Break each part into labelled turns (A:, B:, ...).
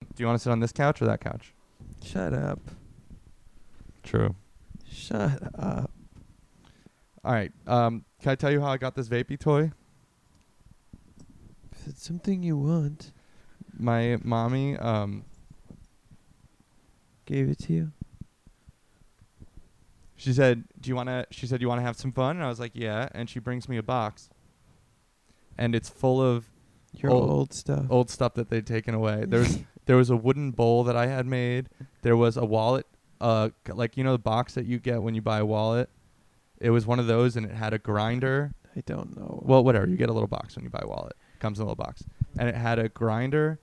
A: Do you want to sit on this couch or that couch?
B: Shut up.
A: True.
B: Shut up.
A: All right. Um, can I tell you how I got this vapey toy?
B: If it's something you want,
A: My mommy, um,
B: gave it to you.
A: she said, "Do you want to?" She said, "You want to have some fun?" And I was like, "Yeah." And she brings me a box, and it's full of
B: Your
A: Old-
B: old, stuff.
A: old stuff that they'd taken away. There was there was a wooden bowl that I had made. There was a wallet, uh, c- like you know the box that you get when you buy a wallet. It was one of those, and it had a grinder.
B: I don't know.
A: Well, whatever. You get a little box when you buy a wallet. Comes in a little box, and it had a grinder,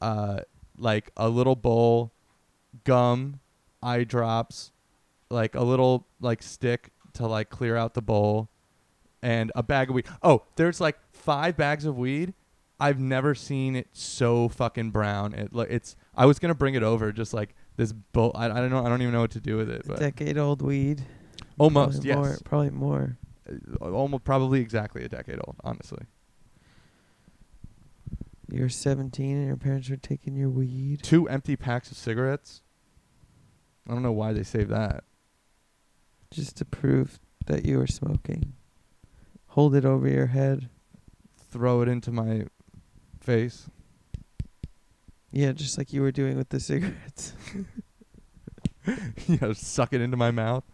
A: uh, like a little bowl, gum, eye drops, like a little like stick to like clear out the bowl, and a bag of weed. Oh, there's like five bags of weed. I've never seen it so fucking brown. It like it's. I was gonna bring it over, just like this bowl. I, I don't know. I don't even know what to do with it.
B: a
A: But
B: decade old weed.
A: almost,
B: probably More,
A: yes, Uh,
B: probably more.
A: almost probably exactly a decade old. Honestly.
B: You were 17 and your parents were taking your weed.
A: two empty packs of cigarettes. I don't know why they saved that.
B: just to prove that you were smoking. Hold it over your head.
A: Throw it into my face.
B: Yeah, just like you were doing with the cigarettes.
A: you know, suck it into my mouth.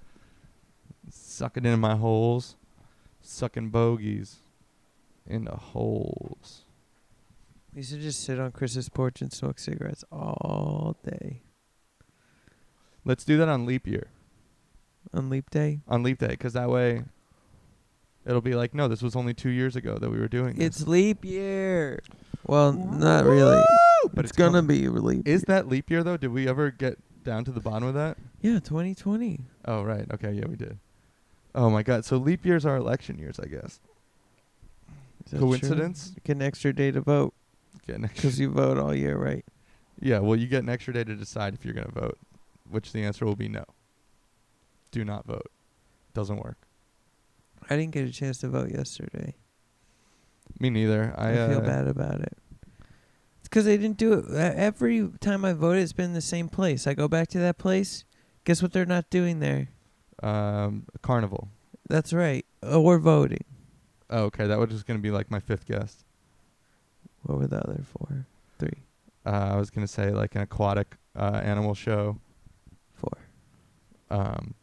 A: Suck it into my holes. Sucking bogeys into holes.
B: You should just sit on Chris's porch and smoke cigarettes all day.
A: Let's do that on leap year,
B: On leap day,
A: on leap day, because that way it'll be like, no, this was only two years ago that we were doing this.
B: it's leap year. Well, not really.
A: But
B: it's,
A: it's
B: gonna
A: coming.
B: be leap.
A: Is that leap year, though? Did we ever get down to the bottom of that?
B: yeah, 2020.
A: Oh right. Okay. Yeah, we did. Oh my God. So leap years are election years, I guess.
B: Is that true?
A: Coincidence?
B: Get an extra day to vote
A: Get an extra,
B: because you vote all year, right?
A: yeah. Well, you get an extra day to decide if you're gonna vote, which the answer will be no. Do not vote. Doesn't work.
B: I didn't get a chance to vote yesterday.
A: Me neither. I,
B: I,
A: uh,
B: feel bad about it. It's 'cause they didn't do it. Uh, Every time I vote, it's been the same place. I go back to that place. Guess what they're not doing there?
A: Um, carnival.
B: That's right. Oh, we're voting.
A: Oh, okay. That was just gonna be like my fifth guess.
B: What were the other four? Three,
A: Uh, I was gonna say like an aquatic uh, animal show,
B: four.
A: um,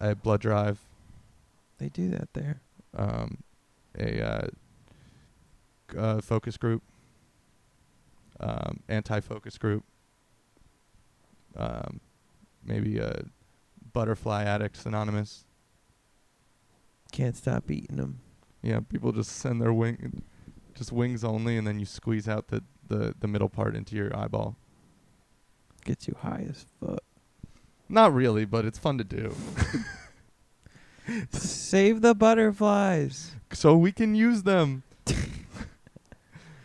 A: a blood drive,
B: They do that there.
A: um, a uh, g- uh, focus group, um, anti-focus group, um, maybe a butterfly addicts anonymous.
B: Can't stop eating them.
A: Yeah, people just send their wing, just wings only, and then you squeeze out the the, the middle part into your eyeball.
B: Gets you high as fuck.
A: Not really, but it's fun to do.
B: Save the butterflies.
A: So we can use them.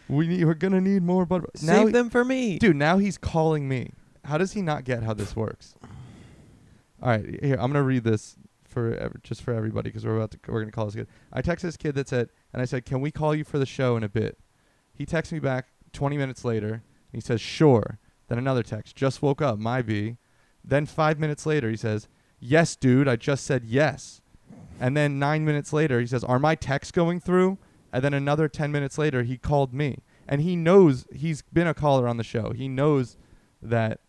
A: we need, we're gonna need more butterflies. Now
B: Save them for me.
A: Dude, now he's calling me. How does he not get how this works? All right, here I'm gonna read this for ev- just for everybody because we're about to we're gonna call this kid. I text this kid that said, and I said, "Can we call you for the show in a bit?" He texts me back 20 minutes later, and he says, "Sure." Then another text, "Just woke up, my b." Then five minutes later, he says, "Yes, dude, I just said yes." And then nine minutes later, he says, "Are my texts going through?" And then another 10 minutes later, he called me and he knows he's been a caller on the show. He knows that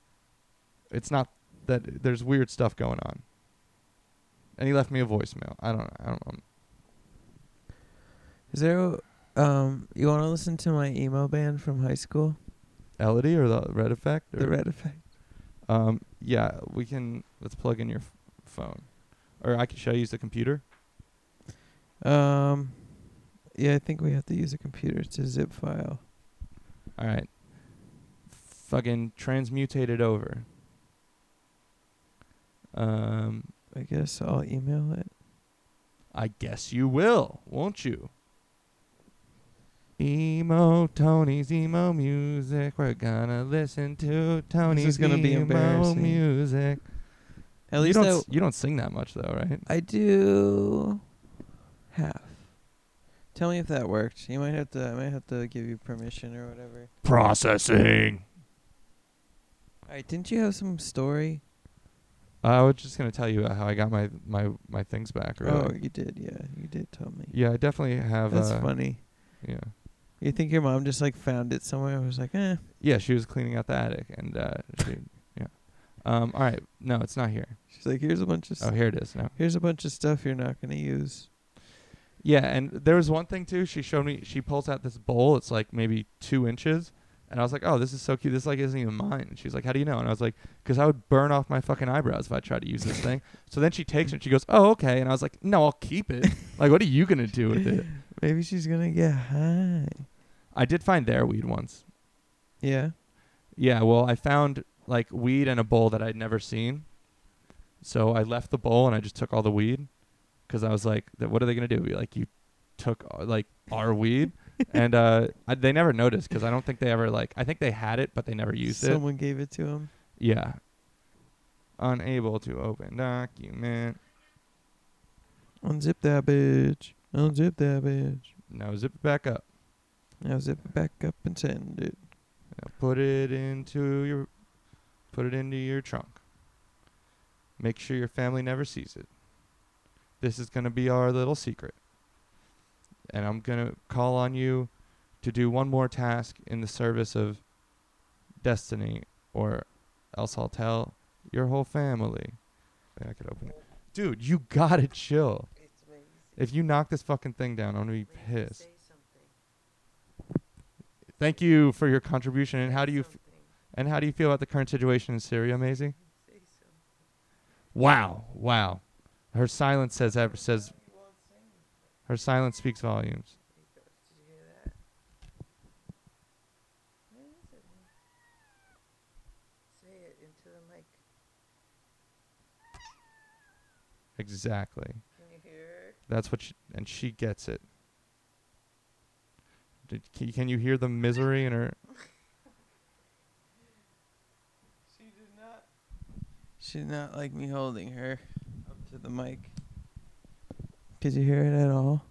A: it's not that there's weird stuff going on. And he left me a voicemail. I don't. I don't. know.
B: Is there? a- Um, you want to listen to my emo band from high school,
A: Elodie or the Red Effect. Or,
B: The Red Effect?
A: Um. Yeah. We can. Let's plug in your f- phone, or I can. Should I use the computer?
B: Um, yeah, I think we have to use a computer to zip file.
A: All right. Fucking transmutate it over. Um.
B: I guess I'll email it.
A: I guess you will, won't you? Emo Tony's emo music. We're gonna listen to Tony's
B: gonna be
A: emo
B: embarrassing.
A: music.
B: At
A: you
B: least
A: don't
B: I,
A: s- you don't sing that much though, right?
B: I do half. Tell me if that worked. You might have to. I might have to give you permission or whatever.
A: Processing.
B: All right, didn't you have some story?
A: I was just gonna tell you about how I got my my my things back. Really.
B: Oh, you did. Yeah, you did tell me.
A: Yeah, I definitely have.
B: That's
A: uh,
B: funny.
A: Yeah.
B: You think your mom just like found it somewhere? I was like, eh.
A: Yeah, she was cleaning out the attic, and uh, she, yeah. Um. All right. No, it's not here.
B: She's like, here's a bunch of
A: Oh,
B: st-
A: here it is now.
B: here's a bunch of stuff you're not gonna use.
A: Yeah, and there was one thing too. She showed me. She pulls out this bowl. It's like maybe two inches, and I was like, "Oh, this is so cute. This like isn't even mine." And she's like, "How do you know?" And I was like, "Cause I would burn off my fucking eyebrows if I tried to use this thing." So then she takes it. and She goes, "Oh, okay." And I was like, "No, I'll keep it. like, what are you gonna do with it?"
B: Maybe she's gonna get high.
A: I did find their weed once.
B: Yeah.
A: Yeah, well, I found like weed in a bowl that I'd never seen. So I left the bowl and I just took all the weed because I was like, "Th- "What are they gonna do? Be Like, you took uh, like our weed." and uh, I, they never noticed because I don't think they ever like. I think they had it, but they never used it.
B: Someone gave it to him.
A: Yeah. Unable to open document.
B: Unzip that bitch. Unzip that bitch.
A: Now zip it back up.
B: Now zip it back up and send it.
A: Now put it into your, put it into your trunk. Make sure your family never sees it. This is gonna be our little secret. And I'm gonna call on you to do one more task in the service of destiny, or else I'll tell your whole family. Wait, I could open it. Dude, you gotta chill. If you knock this fucking thing down, I'm gonna be pissed. Thank you for your contribution. And how do you f- and how do you feel about the current situation in Syria, Maisie? Wow, wow. Her silence says ever says. Her silence speaks volumes. Exactly. That's what she, and she gets it. Did, can, can you hear the misery in her?
B: She did not. She did not like me holding her up to the mic. Did you hear it at all?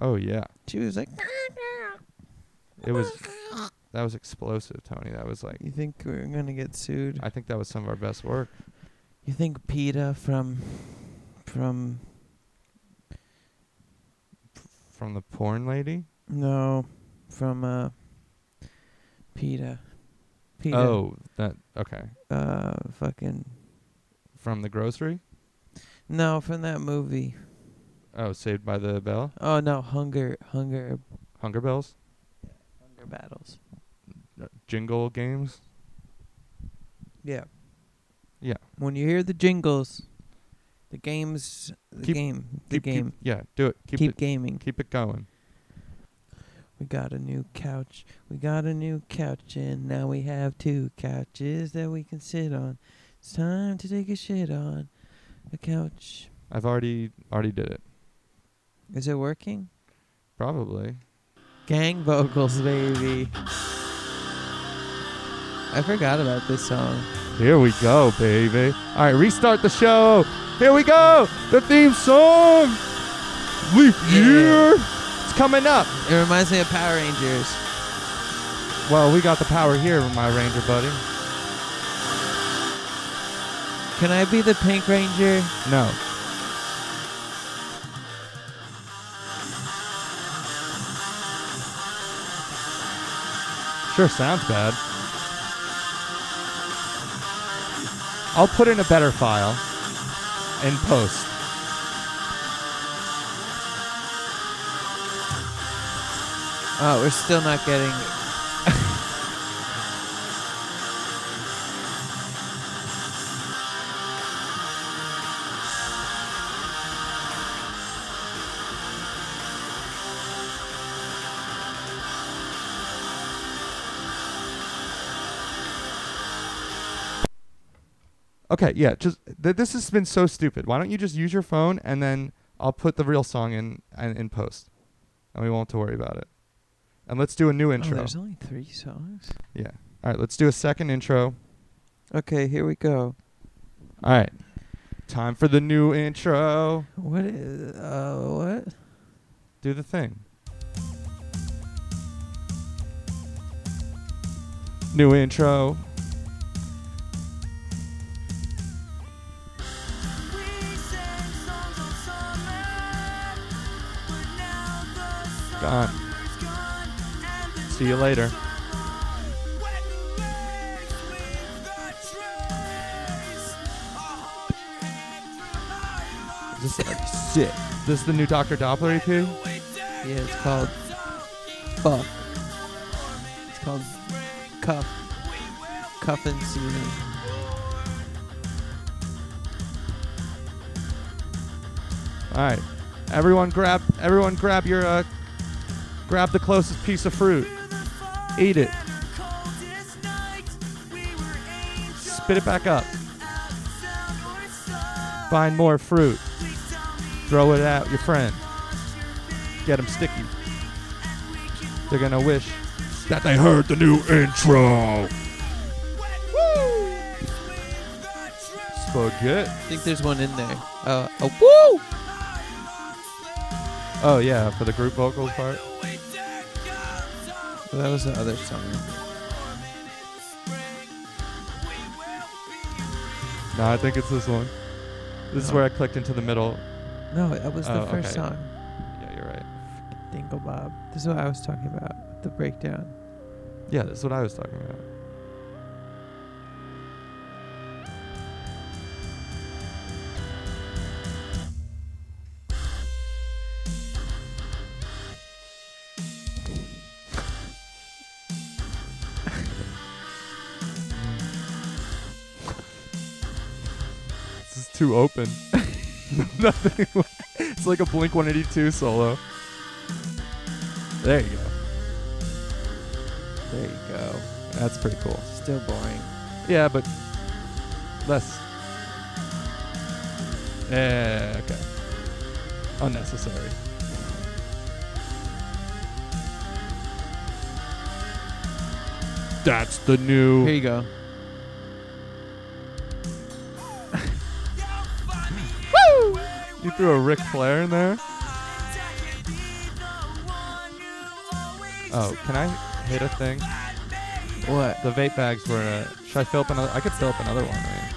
A: Oh yeah,
B: She was like,
A: it was. That was explosive, Tony. That was like.
B: "You think we're gonna get sued?
A: I think that was some of our best work.
B: You think PETA from from
A: From the porn lady.
B: no from uh PETA PETA
A: Oh, that okay.
B: uh fucking
A: From the grocery.
B: no from that movie?
A: Oh, Saved by the Bell.
B: Oh no, hunger hunger
A: Hunger Bells. Uh,
B: hunger battles.
A: Jingle games.
B: Yeah.
A: Yeah.
B: When you hear the jingles, the games, the
A: Keep-
B: game, the
A: Keep- keep-
B: game,
A: yeah, do it. Keep,
B: keep,
A: it.
B: gaming.
A: Keep it going.
B: We got a new couch. We got a new couch, and now we have two couches that we can sit on. It's time to take a shit on a couch.
A: I've already already did it.
B: Is it working?
A: Probably.
B: Gang vocals, baby. I forgot about this song.
A: Here we go, baby. All right, restart the show. Here we go. The theme song. Leap year. It's coming up.
B: It reminds me of Power Rangers.
A: Well, we got the power here, my ranger buddy.
B: Can I be the Pink Ranger?
A: No. Sure sounds bad. I'll put in a better file and post.
B: Oh, we're still not getting.
A: Okay, yeah, just th- this has been so stupid. Why don't you just use your phone and then I'll put the real song in and in post, and we won't have to worry about it. And let's do a new
B: Oh,
A: intro.
B: there's only three songs.
A: yeah. All right, let's do a second intro.
B: Okay, here we go.
A: All right, time for the new intro.
B: What is uh what?
A: Do the thing. New intro. Gone. See you later. This is sick. This is the new Dr. Doppler E EP.
B: Yeah, it's called Fuck. It's called Cuff. Cuff and Season.
A: All right, everyone, grab everyone, grab your uh, grab the closest piece of fruit, eat it, spit it back up, find more fruit, throw it at your friend, get them sticky. They're gonna wish that they heard the new intro. Woo! Spaghetti.
B: I think there's one in there. Uh, oh, woo!
A: Oh yeah, for the group vocals part.
B: Well, Oh, that was the other song.
A: No, I think it's this one. This is where I clicked into the middle.
B: No, that was the
A: Oh,
B: first
A: okay.
B: song.
A: Yeah, you're right.
B: Dingle Bob. This is what I was talking about. The breakdown.
A: Yeah, that's what I was talking about. this is too open. Nothing. It's like a Blink 182 solo. There you go.
B: There you go.
A: That's pretty cool.
B: Still boring.
A: Yeah, but less. Eh, okay. Unnecessary. That's the new.
B: Here you go.
A: You threw a Ric Flair in there. Oh, can I hit a thing?
B: What?
A: The vape bags were. Uh, should I fill up another? I could fill up another one. Right?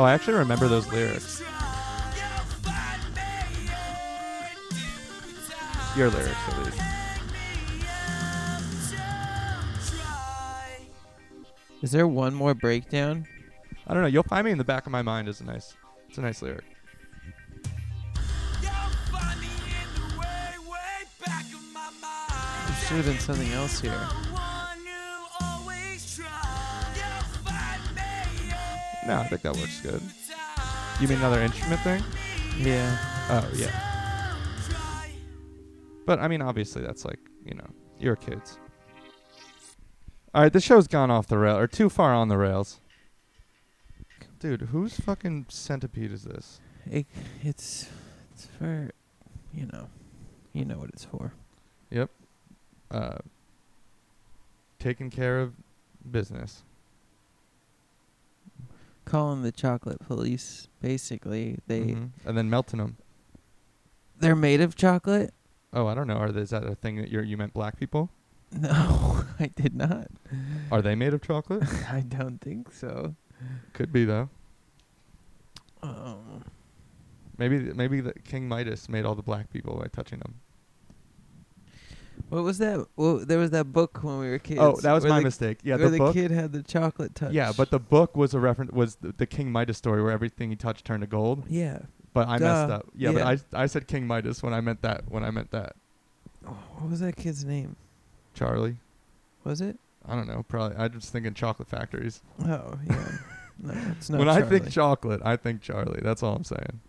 A: Oh, I actually remember those lyrics. Your lyrics, at least.
B: Is there one more breakdown?
A: I don't know. You'll find me in the back of my mind is a nice. It's a nice lyric.
B: There should have been something else here.
A: No, I think that works good. You mean another instrument thing?
B: Yeah.
A: Oh yeah. But I mean, obviously, that's like you know, you're kids. All right, the show's gone off the rail or too far on the rails. Dude, whose fucking centipede is this?
B: It, it's it's for you know, you know what it's for.
A: Uh, taking care of business.
B: Call 'em the chocolate police. Basically, they
A: Mhm. and then melting them.
B: they're made of chocolate.
A: Oh, I don't know. Are they, is that a thing that you you meant black people?
B: No, I did not.
A: Are they made of chocolate?
B: I don't think so.
A: Could be though. Oh.
B: Um,
A: Maybe th- maybe the King Midas made all the black people by touching them.
B: what was that? Well, there was that book when we were kids.
A: oh, that was
B: where
A: my
B: the,
A: mistake. Yeah,
B: where
A: the,
B: the,
A: book.
B: kid had the chocolate touch.
A: Yeah, but the book was a reference was the, the King Midas story where everything he touched turned to gold.
B: yeah.
A: But I messed
B: Duh.
A: up. Yeah,
B: Yeah.
A: but I I said King Midas when I meant that when I meant that
B: Oh, what was that kid's name?
A: Charlie.
B: Was it?
A: I don't know. Probably I was thinking chocolate factories.
B: Oh, yeah. no, it's not.
A: when I think
B: Charlie.
A: chocolate, I think Charlie. That's all I'm saying.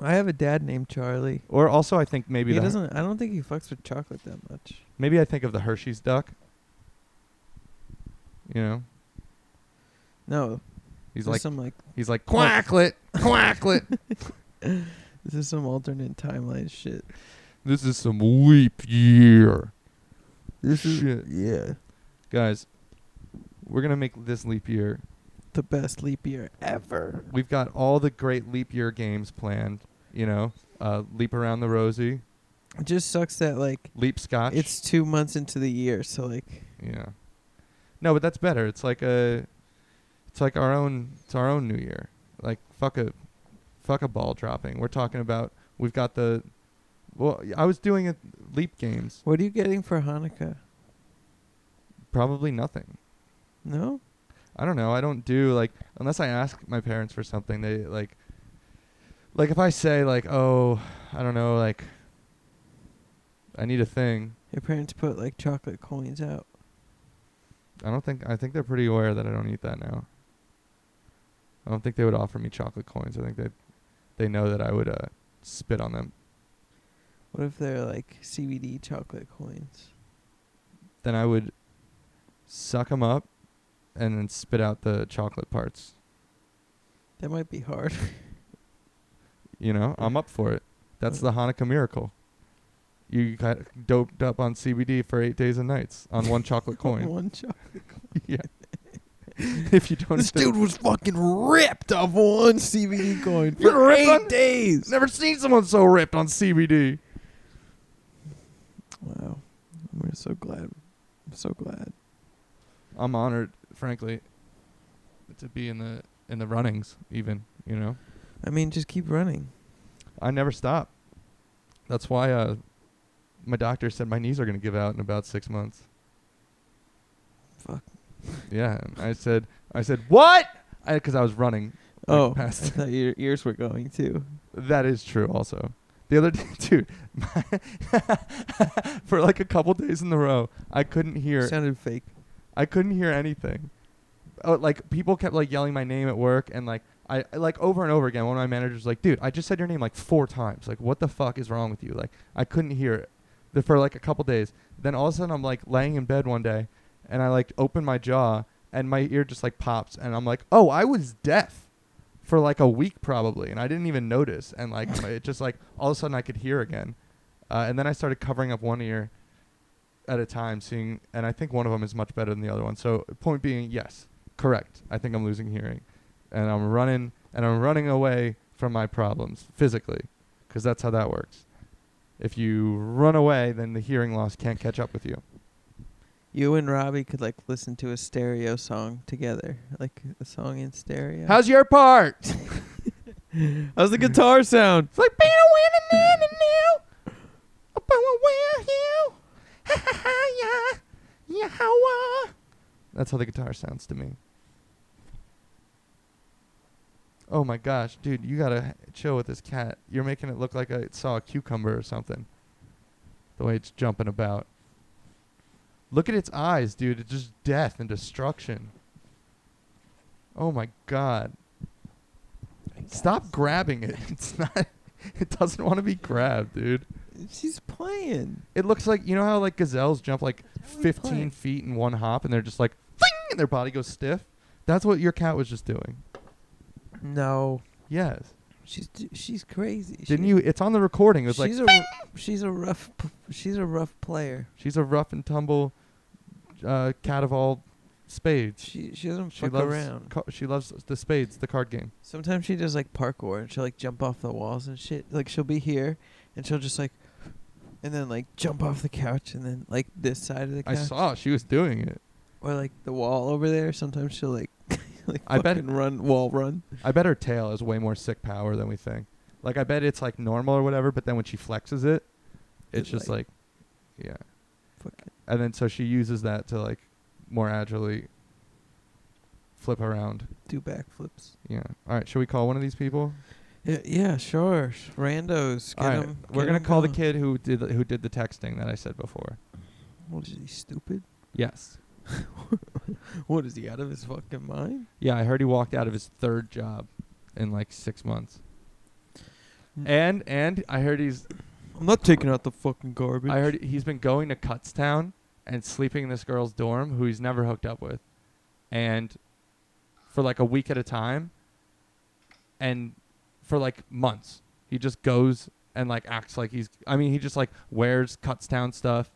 B: I have a dad named Charlie.
A: Or also I think maybe
B: he
A: the,
B: doesn't. I don't think he fucks with chocolate that much.
A: maybe I think of the Hershey's duck. You know,
B: No,
A: he's
B: this
A: like
B: is some Oh. like
A: he's like quacklet, quacklet.
B: this is some alternate timeline shit.
A: This is some leap year.
B: This is-
A: Shit.
B: Yeah,
A: Guys, we're going to make this leap year.
B: the best leap year ever.
A: We've got all the great leap year games planned, you know, uh, Leap Around the Rosie,
B: It just sucks that like
A: Leap Scotch.
B: it's two months into the year, so like
A: yeah. No, but that's better. It's like a, it's like our own. It's our own New Year. Like fuck a, fuck a ball dropping. We're talking about. We've got the. Well, I was doing it leap games.
B: What are you getting for Hanukkah?
A: Probably nothing.
B: No?
A: I don't know. I don't do like unless I ask my parents for something. They like, like if I say like, oh, I don't know, like, I need a thing.
B: Your parents put like chocolate coins out.
A: I don't think I think they're pretty aware that I don't eat that now. I don't think they would offer me chocolate coins. I think they, they know that I would uh, spit on them.
B: What if they're like CBD chocolate coins?
A: Then I would suck them up, and then spit out the chocolate parts.
B: That might be hard.
A: You know, I'm up for it. That's the Hanukkah miracle. You got doped up on CBD for eight days and nights on one chocolate coin.
B: One chocolate.
A: yeah. if you don't,
B: This
A: think-
B: dude was fucking ripped off one CBD coin
A: You're
B: for
A: ripped
B: eight
A: on-
B: days.
A: never seen someone so ripped on CBD.
B: Wow. We're so glad. I'm so glad.
A: I'm honored, frankly, to be in the in the runnings. Even you know,
B: I mean, just keep running.
A: I never stop. That's why uh, my doctor said my knees are gonna give out in about six months.
B: Fuck.
A: Yeah, and I said, I said what? Because I was running Like
B: Oh, I
A: past-
B: thought your ears were going too.
A: That is true. Also, the other day, dude, for like a couple days in a row, I couldn't hear.
B: Sounded fake.
A: I couldn't hear anything. Oh, like people kept like yelling my name at work, and like I I- like over and over again. One of my managers was like, dude, I just said your name like four times. Like, what the fuck is wrong with you? Like, I couldn't hear it the, for like a couple days. Then all of a sudden, I'm like laying in bed one day, and I like open my jaw, and my ear just like pops, and I'm like, oh, I was deaf for like a week probably, and I didn't even notice, and like it just like all of a sudden I could hear again, uh, and then I started covering up one ear at a time, seeing, and I think one of them is much better than the other one. So point being, yes, correct. I think I'm losing hearing, and I'm running, and I'm running away from my problems physically, because that's how that works. If you run away, then the hearing loss can't catch up with you.
B: You and Robbie could like listen to a stereo song together, like a song in stereo.
A: How's your part?
B: How's the guitar sound?
A: It's like been a win and then and now. Up on a wheel hill. Ha ha ha yeah. Yeah how ah. That's how the guitar sounds to me. Oh my gosh, dude, you gotta h- chill with this cat. You're making it look like I saw a cucumber or something. The way it's jumping about. Look at its eyes, dude. It's just death and destruction. Oh my god. Stop grabbing it. It's not. It doesn't want to be grabbed, dude.
B: She's playing.
A: It looks like you know how like gazelles jump like
B: That's how we
A: 15
B: play.
A: feet in one hop, and they're just like, "Thing!" and their body goes stiff. That's what your cat was just doing.
B: No,
A: Yes.
B: she's d- she's crazy.
A: Didn't
B: She-
A: you? It's on the recording. It was like
B: she's a r- she's a rough p- she's a rough player.
A: she's a rough and tumble uh, cat of all spades.
B: She she doesn't
A: She
B: fuck
A: loves
B: around.
A: co- she loves the spades, the card game.
B: Sometimes she does like parkour and she'll like jump off the walls and shit. Like she'll be here and she'll just like and then like jump off the couch and then like this side of the
A: I
B: couch
A: saw she was doing it.
B: or like the wall over there. Sometimes she'll like like
A: I bet-
B: fucking run wall run.
A: I bet her tail has way more sick power than we think. Like I bet it's like normal or whatever, but then when she flexes it, it's
B: It's
A: just like,
B: like-
A: yeah.
B: Fucking
A: And then so she uses that to like more agilely flip around.
B: do backflips.
A: Yeah. All right. Should we call one of these people?
B: Yeah, yeah, sure. sh- Randos, get
A: All right,
B: 'em-
A: We're
B: get
A: gonna
B: 'em
A: call the
B: going.
A: kid who did the, who did the texting that I said before.
B: What is he stupid?
A: Yes.
B: What is he out of his fucking mind?
A: Yeah, I heard he walked out of his third job in like six months.
B: Mm.
A: And and I heard he's
B: I'm not taking out the fucking garbage.
A: I heard he's been going to Cutstown and sleeping in this girl's dorm who he's never hooked up with. And for like a week at a time and for like months. He just goes and like acts like he's I mean, he just like wears Cutstown stuff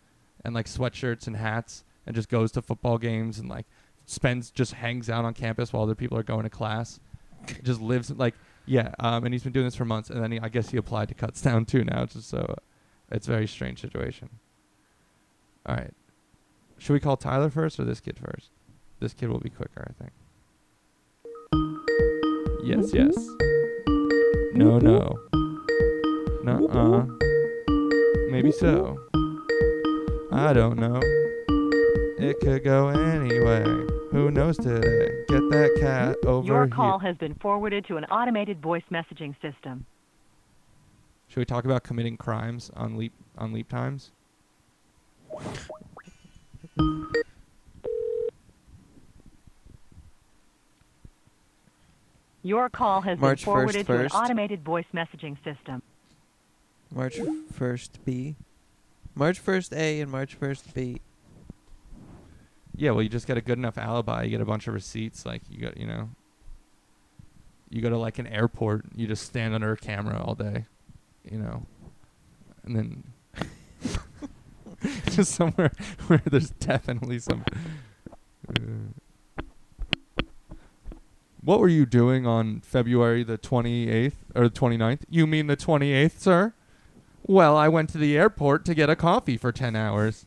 A: and like sweatshirts and hats and just goes to football games and like spends just hangs out on campus while other people are going to class. just lives like yeah, um, and he's been doing this for months and then he, I guess he applied to Cutstown too now just so uh, it's a very strange situation. All right. Should we call Tyler first or this kid first? This kid will be quicker, I think. Yes, yes. No, no. No, uh. Maybe so. I don't know. It could go anyway. Who knows today? Get that cat over
C: Your
A: here.
C: call has been forwarded to an automated voice messaging system.
A: Should we talk about committing crimes on leap on leap times?
C: Your call has
B: March 1st,
C: been forwarded to an
B: first.
C: automated voice messaging system.
B: March 1st B. March 1st A and March 1st B.
A: Yeah, well, you just get a good enough alibi. You get a bunch of receipts. Like you got, you know, you go to like an airport. You just stand under a camera all day, you know, and then just somewhere where there's definitely some. Uh, what were you doing on February the 28th or 29th? You mean the 28th, sir? Well, I went to the airport to get a coffee for 10 hours.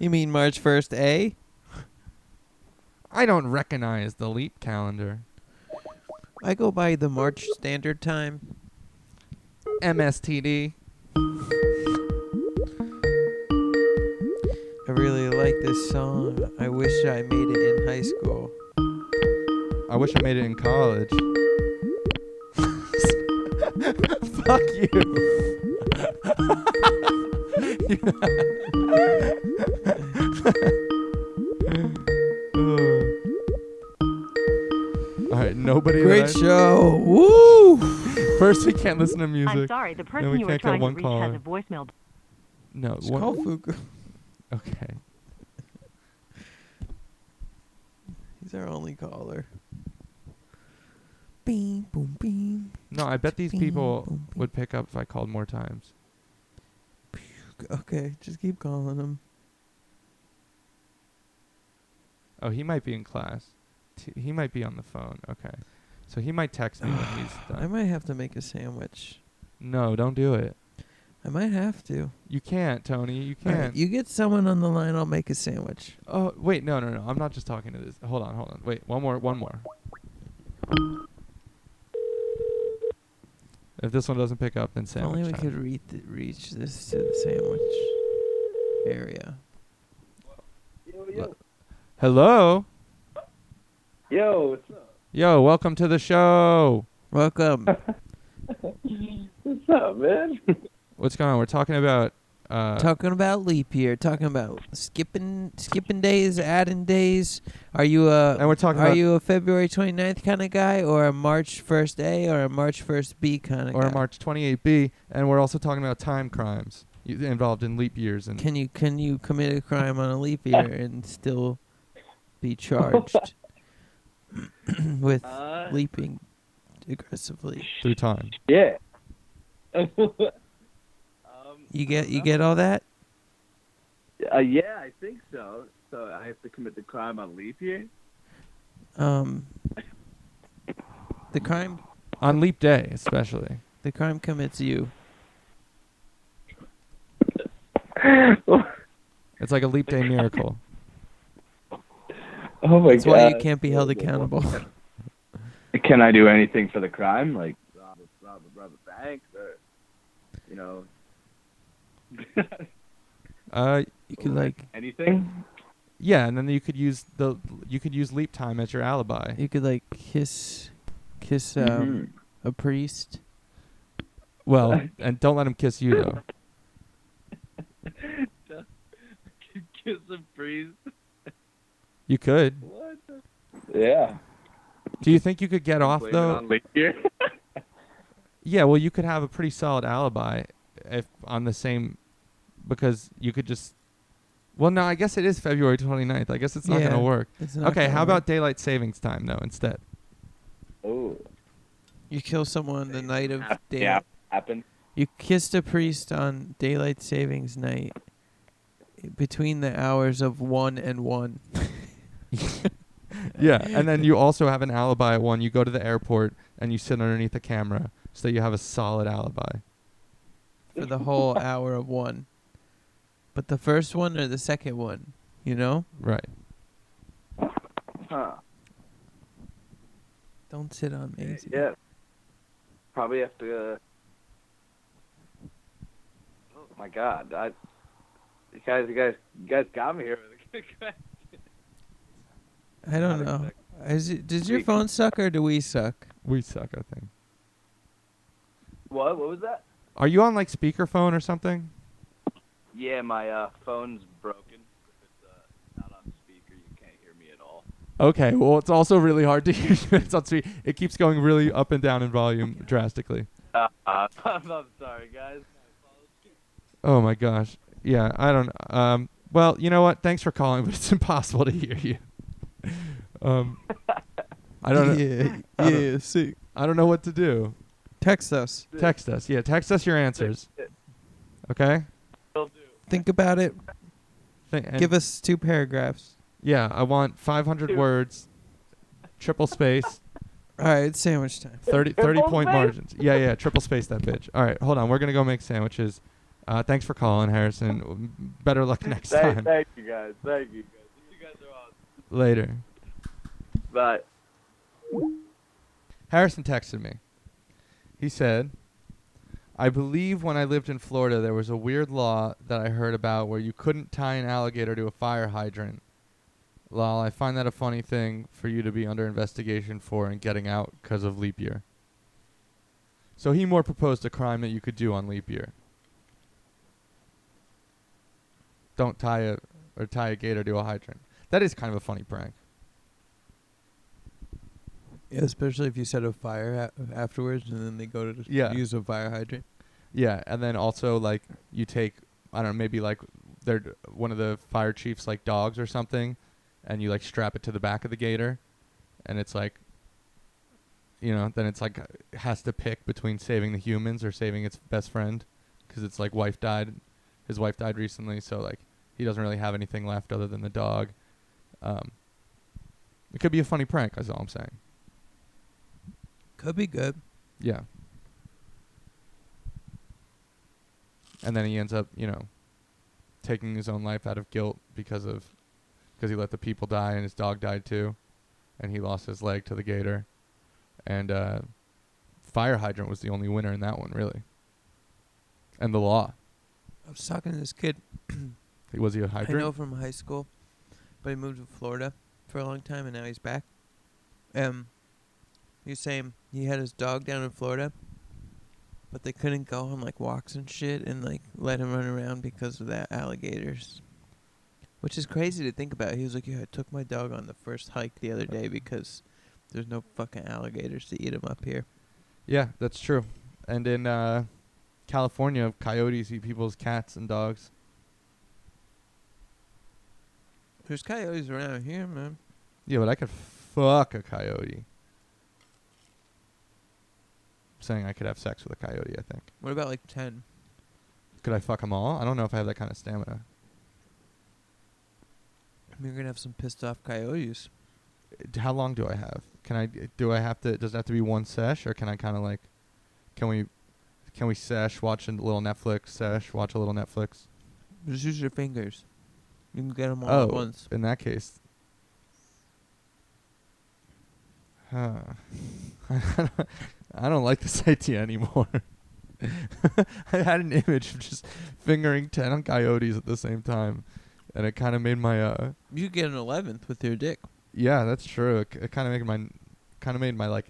B: You mean March 1st A?
A: I don't recognize the leap calendar.
B: I go by the March Standard Time.
A: MSTD.
B: I really like this song. I wish I made it in high school.
A: I wish I made it in college. Fuck you. All right, nobody.
B: Great
A: that I-
B: show. Woo!
A: First, we can't listen to
C: I'm
A: music.
C: sorry, the
A: No,
C: person
A: we
C: you were
A: can't get
C: trying to
A: one
C: reach
A: caller.
C: has a voicemail.
A: No.
B: Just
A: One,
B: call Fuku.
A: okay.
B: He's our only caller. Beam, boom, beam.
A: No, I bet these
B: Bing,
A: people
B: boom, bing.
A: would pick up if I called more times.
B: Okay, just keep calling him.
A: Oh, he might be in class. T- he might be on the phone. Okay. So he might text me when he's
B: I
A: done.
B: might have to make a sandwich.
A: No, don't do it.
B: I might have to.
A: You can't, Tony. You
B: All right,
A: can't.
B: you get someone on the line, I'll make a sandwich.
A: oh, wait. No, no, no. I'm not just talking to this. Hold on, hold on. Wait. One more. One more. If this one doesn't pick up, then
B: If only
A: sandwich
B: we
A: time.
B: could re- th- reach this to the sandwich area.
A: Hello.
D: Yo, what's up?
A: Yo, welcome to the show.
B: Welcome.
A: Uh.
D: What's up, man?
A: What's going on? We're talking about. Uh,
B: talking about leap year. Talking about skipping skipping days, adding days. Are you a
A: and we're talking
B: are
A: about
B: you a February 29th kind of guy or a March 1st A or a March 1st B kind of
A: or
B: guy?
A: March 28B, and we're also talking about time crimes y- involved in leap years and
B: Can you can you commit a crime on a leap year and still be charged with
D: Uh,
B: leaping aggressively?
A: through time.
D: yeah. um,
B: You
D: I
B: get
D: don't
B: you
D: know.
B: get all that?
D: Uh, yeah, I think so. So I have to commit the crime on leap year.
B: Um the crime
A: On leap day, especially.
B: the crime commits you.
D: oh
A: It's like a leap day miracle.
D: my
B: That's why you can't be held accountable.
D: Can I do anything for the crime, like rob a, rob a, rob a bank, or you know,
A: Uh,
B: you could like
D: anything?
A: yeah, and then you could use the you could use leap time as your alibi.
B: you could like kiss kiss um
D: Mhm.
B: a priest.
A: Well, and don't let him kiss you though.
D: Kiss a priest.
A: You could.
D: What? Yeah.
A: Do you think you could get off
D: Blame it
A: though?
D: on leap year.
A: Yeah, well, you could have a pretty solid alibi if on the same because you could just Well, no, I guess it is February 29th. I guess it's not going to
B: Yeah.
A: work.
B: It's not
A: okay,
B: gonna
A: how
B: work.
A: about daylight savings time though instead?
D: oh,
B: you kill someone the night of day?
D: yeah, happened.
B: You kissed a priest on daylight savings night between the hours of 1 and 1.
A: yeah, and then you also have an alibi at one. You go to the airport and you sit underneath the camera so that you have a solid alibi.
B: for the whole hour of one. But the first one or the second one, you know?
A: Right.
D: Huh.
B: Don't sit on me.
D: Yeah. Probably have to. Uh, oh my God! I, you guys, you guys, you guys got me here with a good question.
B: I don't know. Is it, does your phone suck or do we suck?
A: We suck, I think.
D: What? What was that?
A: Are you on like speakerphone or something?
D: Yeah, my uh, phone's broken. If it's uh, not on speaker, you can't hear me at all.
A: Okay. Well, it's also really hard to hear. you when it's on speak. It keeps going really up and down in volume drastically.
D: Uh, I'm, I'm sorry, guys.
A: Oh my gosh. Yeah, I don't. Um. Well, you know what? Thanks for calling, but it's impossible to hear you. Um. I don't. know.
B: Yeah,
A: I don't-
B: yeah, sick.
A: I don't know what to do.
B: Text us.
A: Text us. Yeah, text us your answers. Okay.
D: Will do.
B: Think about it.
A: Th- and-
B: Give us two paragraphs.
A: Yeah, I want 500
D: Two.
A: words, triple space,
B: All right, it's sandwich time.
A: 30, 30
D: Triple
A: point
D: space?
A: margins. Yeah, yeah, triple space that bitch. All right, hold on. We're going to go make sandwiches. Uh, thanks for calling, Harrison. W- Better luck next
D: Thank,
A: time.
D: thank you guys. Thank you guys. You guys are awesome.
A: Later.
D: Bye.
A: Harrison texted me. He said, I believe when I lived in Florida, there was a weird law that I heard about where you couldn't tie an alligator to a fire hydrant. Lol, I find that a funny thing for you to be under investigation for and getting out because of leap year. So he more proposed a crime that you could do on leap year. Don't tie a or tie a gator to a hydrant. That is kind of a funny prank.
B: Yeah, especially if you set a fire a- afterwards and then they go to
A: Yeah.
B: use a fire hydrant.
A: Yeah, and then also like you take I don't know maybe like they're one of the fire chiefs like dogs or something, and you like strap it to the back of the gator, and it's like. You know, then it's like has to pick between saving the humans or saving its best friend, because it's like wife died, his wife died recently, so like he doesn't really have anything left other than the dog. Um, it could be a funny prank. That's all I'm saying.
B: Could be good.
A: Yeah. And then he ends up, you know, taking his own life out of guilt because of because he let the people die and his dog died too, and he lost his leg to the gator, and uh, fire hydrant was the only winner in that one really. And the law
B: I was talking to this kid
A: was he a
B: I,
A: hydrant?
B: know from high school, but he moved to Florida for a long time and now he's back. Um, he was saying he had his dog down in Florida, but they couldn't go on like walks and shit and like let him run around because of that alligators. Which is crazy to think about. He was like, "Yeah, I took my dog on the first hike the other day because there's no fucking alligators to eat him up here."
A: Yeah, that's true. And in uh, California, coyotes eat people's cats and dogs.
B: There's coyotes around here, man.
A: Yeah, but I could fuck a coyote. Saying I could have sex with a coyote, I think.
B: What about like ten?
A: Could I fuck them all? I don't know if I have that kind of stamina.
B: You're gonna have some pissed off coyotes.
A: Uh, d- How long do I have? Can I do I have to? Does it have to be one sesh, or can I kind of like, can we, can we sesh, watch a little Netflix, sesh, watch a little Netflix?
B: Just use your fingers. You can get them all
A: oh,
B: at once.
A: in that case, huh? I don't like this idea anymore. I had an image of just fingering ten on coyotes at the same time, and it kind of made my uh,
B: You could get an eleventh with your dick.
A: yeah, that's true. It, it kind of made my, kind of made my like,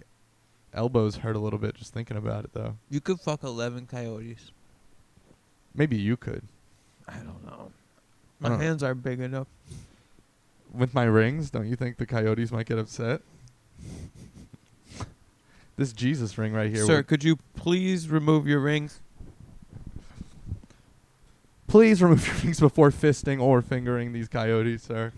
A: elbows hurt a little bit just thinking about it though.
B: You could fuck eleven coyotes.
A: Maybe you could
B: I don't know.
A: I
B: My
A: don't know.
B: hands aren't big enough.
A: with my rings. Don't you think the coyotes might get upset? this Jesus ring right here.
B: Sir,
A: would-
B: could you please remove your rings?
A: Please remove your rings before fisting or fingering these coyotes, sir.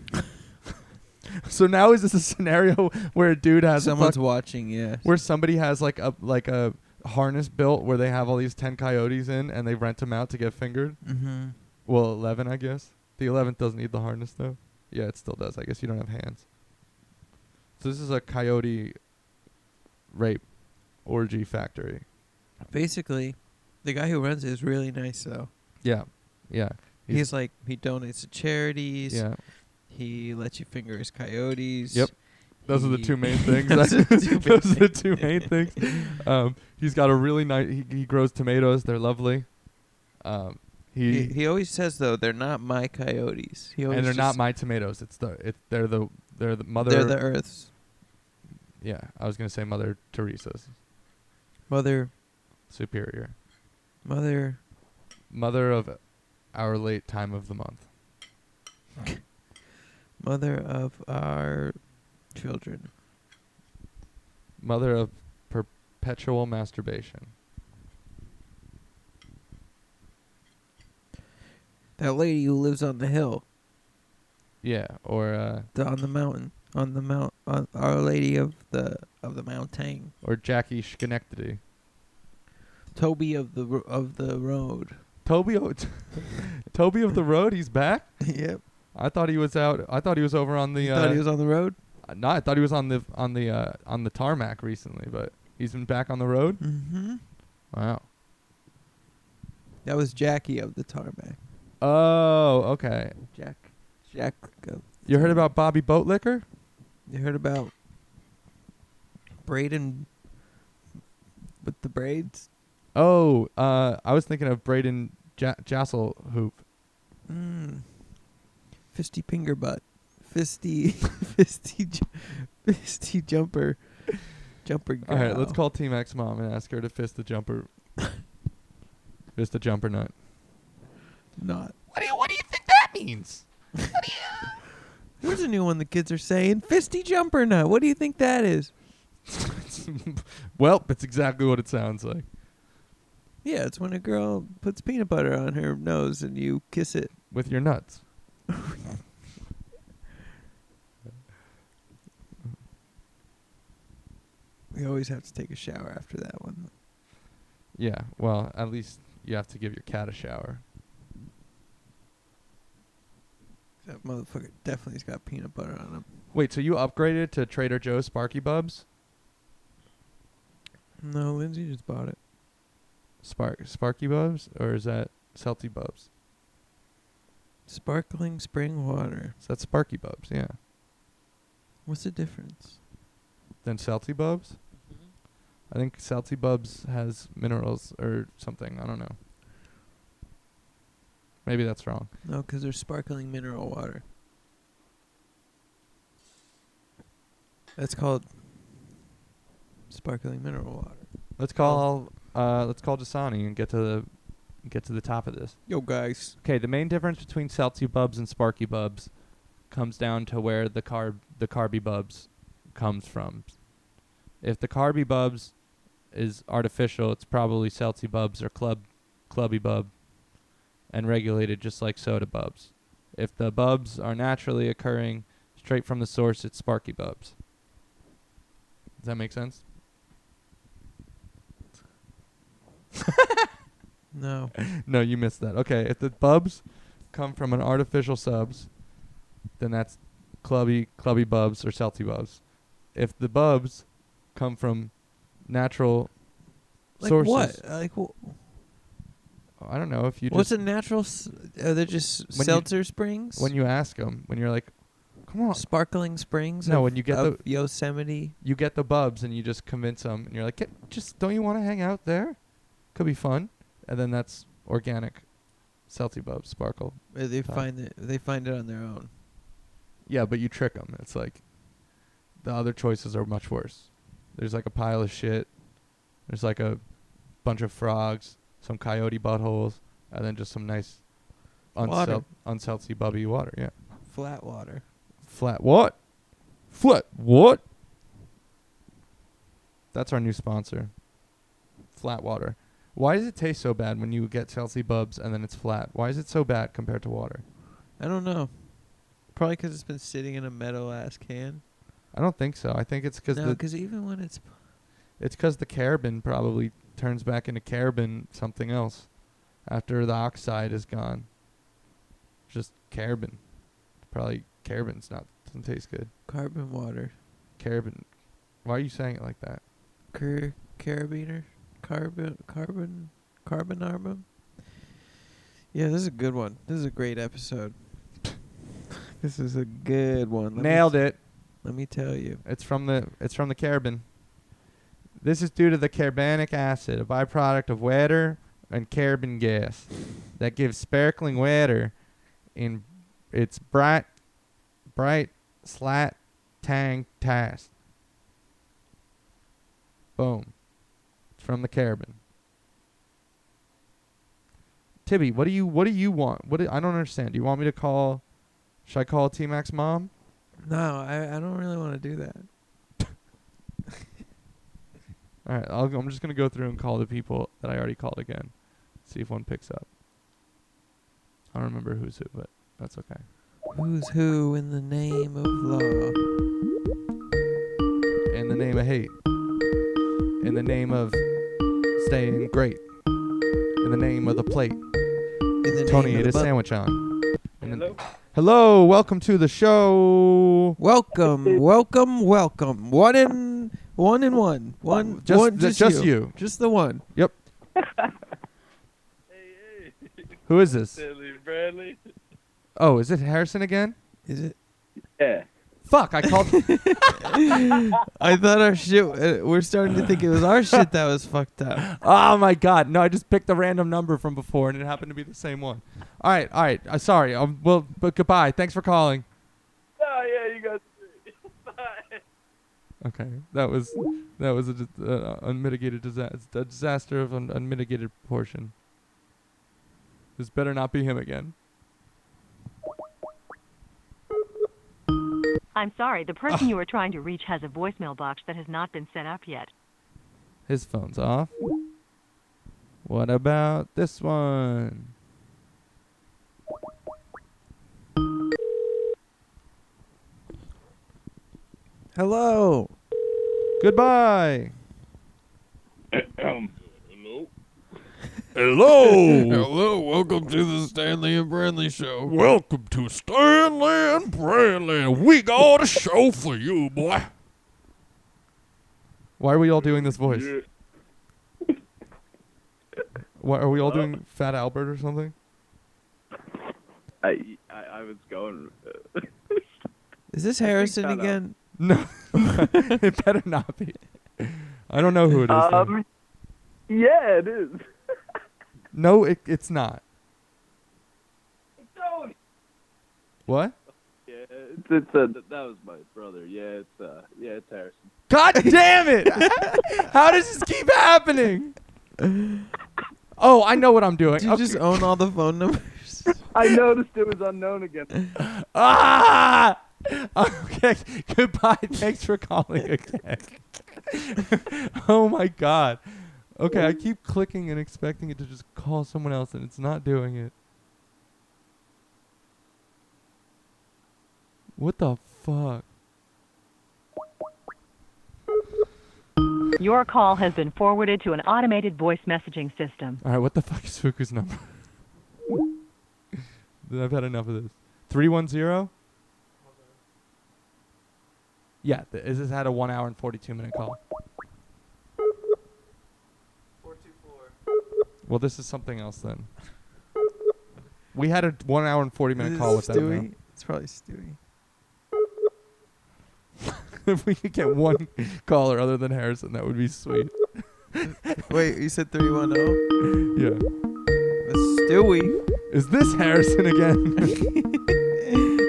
A: so now is this a scenario where a dude has a
B: Someone's
A: fuck-
B: watching, yeah.
A: where somebody has like a like a harness built where they have all these ten coyotes in and they rent them out to get fingered?
B: mm-hmm.
A: Well, eleven, I guess. The eleventh doesn't need the harness though. Yeah, it still does. I guess you don't have hands. So this is a coyote rape orgy factory.
B: Basically, the guy who runs it is really nice, though.
A: Yeah, yeah,
B: He's,
A: He's-
B: like, he donates to charities.
A: yeah.
B: He lets you finger his coyotes.
A: Yep. Those are the two main things.
B: Those are the two main
A: Those are the two main things. Um, he's got a really nice. He, he grows tomatoes. They're lovely. Um,
B: He,
A: he,
B: he always says though they're not my coyotes. He always
A: and they're
B: just-
A: not my tomatoes. It's the it, they're the they're the mother.
B: They're the Earth's
A: yeah, I was gonna say Mother Teresa's
B: mother,
A: superior,
B: mother.
A: mother of our late time of the month.
B: mother of our children.
A: Mother of perpetual masturbation.
B: That lady who lives on the hill,
A: Yeah, or uh,
B: the, on the mountain, on the mount, on Our Lady of the of the mountain.
A: or Jackie Schenectady.
B: Toby of the ro- of the road.
A: Toby, o- Toby of the road. He's back.
B: yep.
A: I thought he was out. I thought he was over on the.
B: You
A: Uh,
B: thought he was on the road.
A: Uh, No, I thought he was on the on the uh, on the tarmac recently, but he's been back on the road.
B: Mm-hmm.
A: Wow.
B: That was Jackie of the tarmac.
A: Oh, okay.
B: Jack. Jack. Of,
A: You heard about Bobby Boatlicker?
B: you heard about Braden with the braids?
A: Oh, uh, I was thinking of Braden ja- Jassel Hoop.
B: Mm. Fisty finger butt. Fisty. fisty. Ju- fisty jumper. Jumper girl.
A: All right, let's call Team X mom and ask her to fist the jumper. fist the jumper nut.
B: Not.
A: What do you What do you think that means?
B: What's a new one the kids are saying? Fisty jumper nut. What do you think that is?
A: well, it's exactly what it sounds like.
B: Yeah, it's when a girl puts peanut butter on her nose and you kiss it.
A: with your nuts.
B: We always have to take a shower after that one.
A: Yeah, well, at least you have to give your cat a shower.
B: That motherfucker definitely's got peanut butter on him.
A: Wait, so you upgraded to Trader Joe's Sparky Bubs?
B: No, Lindsay just bought it.
A: Spark Sparky Bubs, or is that Salty Bubs?
B: Sparkling spring water.
A: Is that Sparky Bubs? Yeah.
B: What's the difference?
A: Then Salty Bubs. I think Salty Bubs has minerals or something. I don't know. Maybe that's wrong.
B: No, 'cause they're sparkling mineral water. That's called sparkling mineral water.
A: Let's call uh, let's call Dasani and get to the get to the top of this.
B: Yo, guys.
A: Okay, the main difference between Salty Bubs and Sparky Bubs comes down to where the carb the carby bubs comes from. If the carby bubs is artificial, it's probably Salty Bubs or club clubby bub and regulated just like soda bubs. If the bubs are naturally occurring straight from the source, it's Sparky Bubs. Does that make sense?
B: No.
A: No, you missed that. Okay, if the bubs come from an artificial subs, then that's clubby clubby bubs or salty bubs. If the bubs come from natural
B: Like
A: sources,
B: what? Like wh-
A: I don't know if you
B: what's
A: just
B: a natural? S- are they just
A: you-
B: seltzer springs?
A: when you ask them when you're like, come on,
B: sparkling springs.
A: No,
B: of-
A: when you get
B: of Yosemite.
A: you get the bubs and you just convince them and you're like, "Get- just don't you want to hang out there? Could be fun, and then that's organic, salty bubs sparkle.
B: uh, They
A: Huh.
B: find it. They find it on their own.
A: Yeah, but you trick them. It's like the other choices are much worse. There's like a pile of shit. There's like a bunch of frogs, some coyote buttholes, and then just some nice
B: Water.
A: unsel- unsalty bubby water. Yeah,
B: Flat water.
A: flat what? Flat what? That's our new sponsor. Flat water. Why does it taste so bad when you get salty bubs and then it's flat? Why is it so bad compared to water?
B: I don't know. Probably 'cause it's been sitting in a metal ass can.
A: I don't think so. I think it's because
B: No,
A: the
B: 'cause even when it's
A: It's because the carbon probably turns back into carbon something else after the oxide is gone. Just carbon. Probably carbon's not doesn't taste good.
B: carbon water,
A: Carbon. Why are you saying it like that?
B: Car- carabiner, carbon, carbon, carbon armor. Yeah, this is a good one. This is a great episode. this is a good one. Let me
A: it.
B: Let me tell you.
A: It's from the it's from the carbon. This is due to the carbonic acid, a byproduct of water and carbon gas, that gives sparkling water in its bright, bright slight tang taste. Boom. It's from the carbon. Tibby, what do you what do you want? What do, I don't understand. Do you want me to call? Should I call T Mac's mom?
B: No, I, I don't really want to do that.
A: All right, I'll, go- I'm just gonna go through and call the people that I already called again, see if one picks up. I don't remember who's who, but that's okay.
B: Who's who in the name of law?
A: In the name of hate, in the name of staying great, in the name of the plate,
B: In the
A: Tony
B: name of
A: ate
B: the
A: a
B: bu-
A: sandwich on. And then- Hello, welcome to the show.
B: Welcome, welcome, welcome. One in one in one. One
A: Just-
B: one,
A: ju-
B: just,
A: just
B: you.
A: you.
B: Just the one.
A: Yep. Who is this?
D: Silly Bradley.
A: Oh, is it Harrison again?
B: Is it?
D: Yeah.
A: Fuck, I called.
B: I thought our shit. Uh, we're starting to think it was our shit that was fucked up.
A: oh my god, no! I just picked a random number from before, and it happened to be the same one. All right, all right. Uh, sorry. Um, well, but goodbye. Thanks for calling.
D: Oh yeah, you got.
A: Okay, that was that was a, dis- uh, unmitigated disaster, a disaster of un- unmitigated proportion. This better not be him again.
C: I'm sorry, the person you are trying to reach has a voicemail box that has not been set up yet.
A: His phone's off. What about this one?
B: Hello.
A: Goodbye.
E: Hello.
F: Hello, welcome to the Stanley and Bradley Show.
E: Welcome to Stanley and Bradley. We got a show for you, boy.
A: Why are we all doing this voice? Why are we all doing Fat Albert or something?
D: I, I I was going. Uh,
B: Is this
D: I think
B: Harrison
D: that, uh,
B: again?
A: No, it better not be. I don't know who it is. though.
D: um, yeah, it is.
A: no, it, it's not.
D: Don't.
A: What?
D: Yeah, it's, it's uh, th- that was my brother. Yeah, it's uh, yeah, it's Harrison.
A: God damn it! How does this keep happening? Oh, I know what I'm doing.
B: Do you
A: Okay.
B: just own all the phone numbers?
D: I noticed it was unknown again.
A: ah! Okay. Goodbye. Thanks for calling again. oh my god. Okay, I keep clicking and expecting it to just call someone else, and it's not doing it. What the fuck?
C: Your call has been forwarded to an automated voice messaging system.
A: All right, what the fuck is Fuku's number? I've had enough of this. Three one zero. Yeah, th- this has had a one hour and forty two minute call. Well, this is something else then. We had a one hour and forty minute
B: Is
A: call
B: it
A: with
B: Stewie?
A: them.
B: It's probably Stewie.
A: now. if we could get one caller other than Harrison, that would be sweet.
B: Wait, you said three one zero.
A: Yeah.
B: It's Stewie.
A: Is this Harrison again?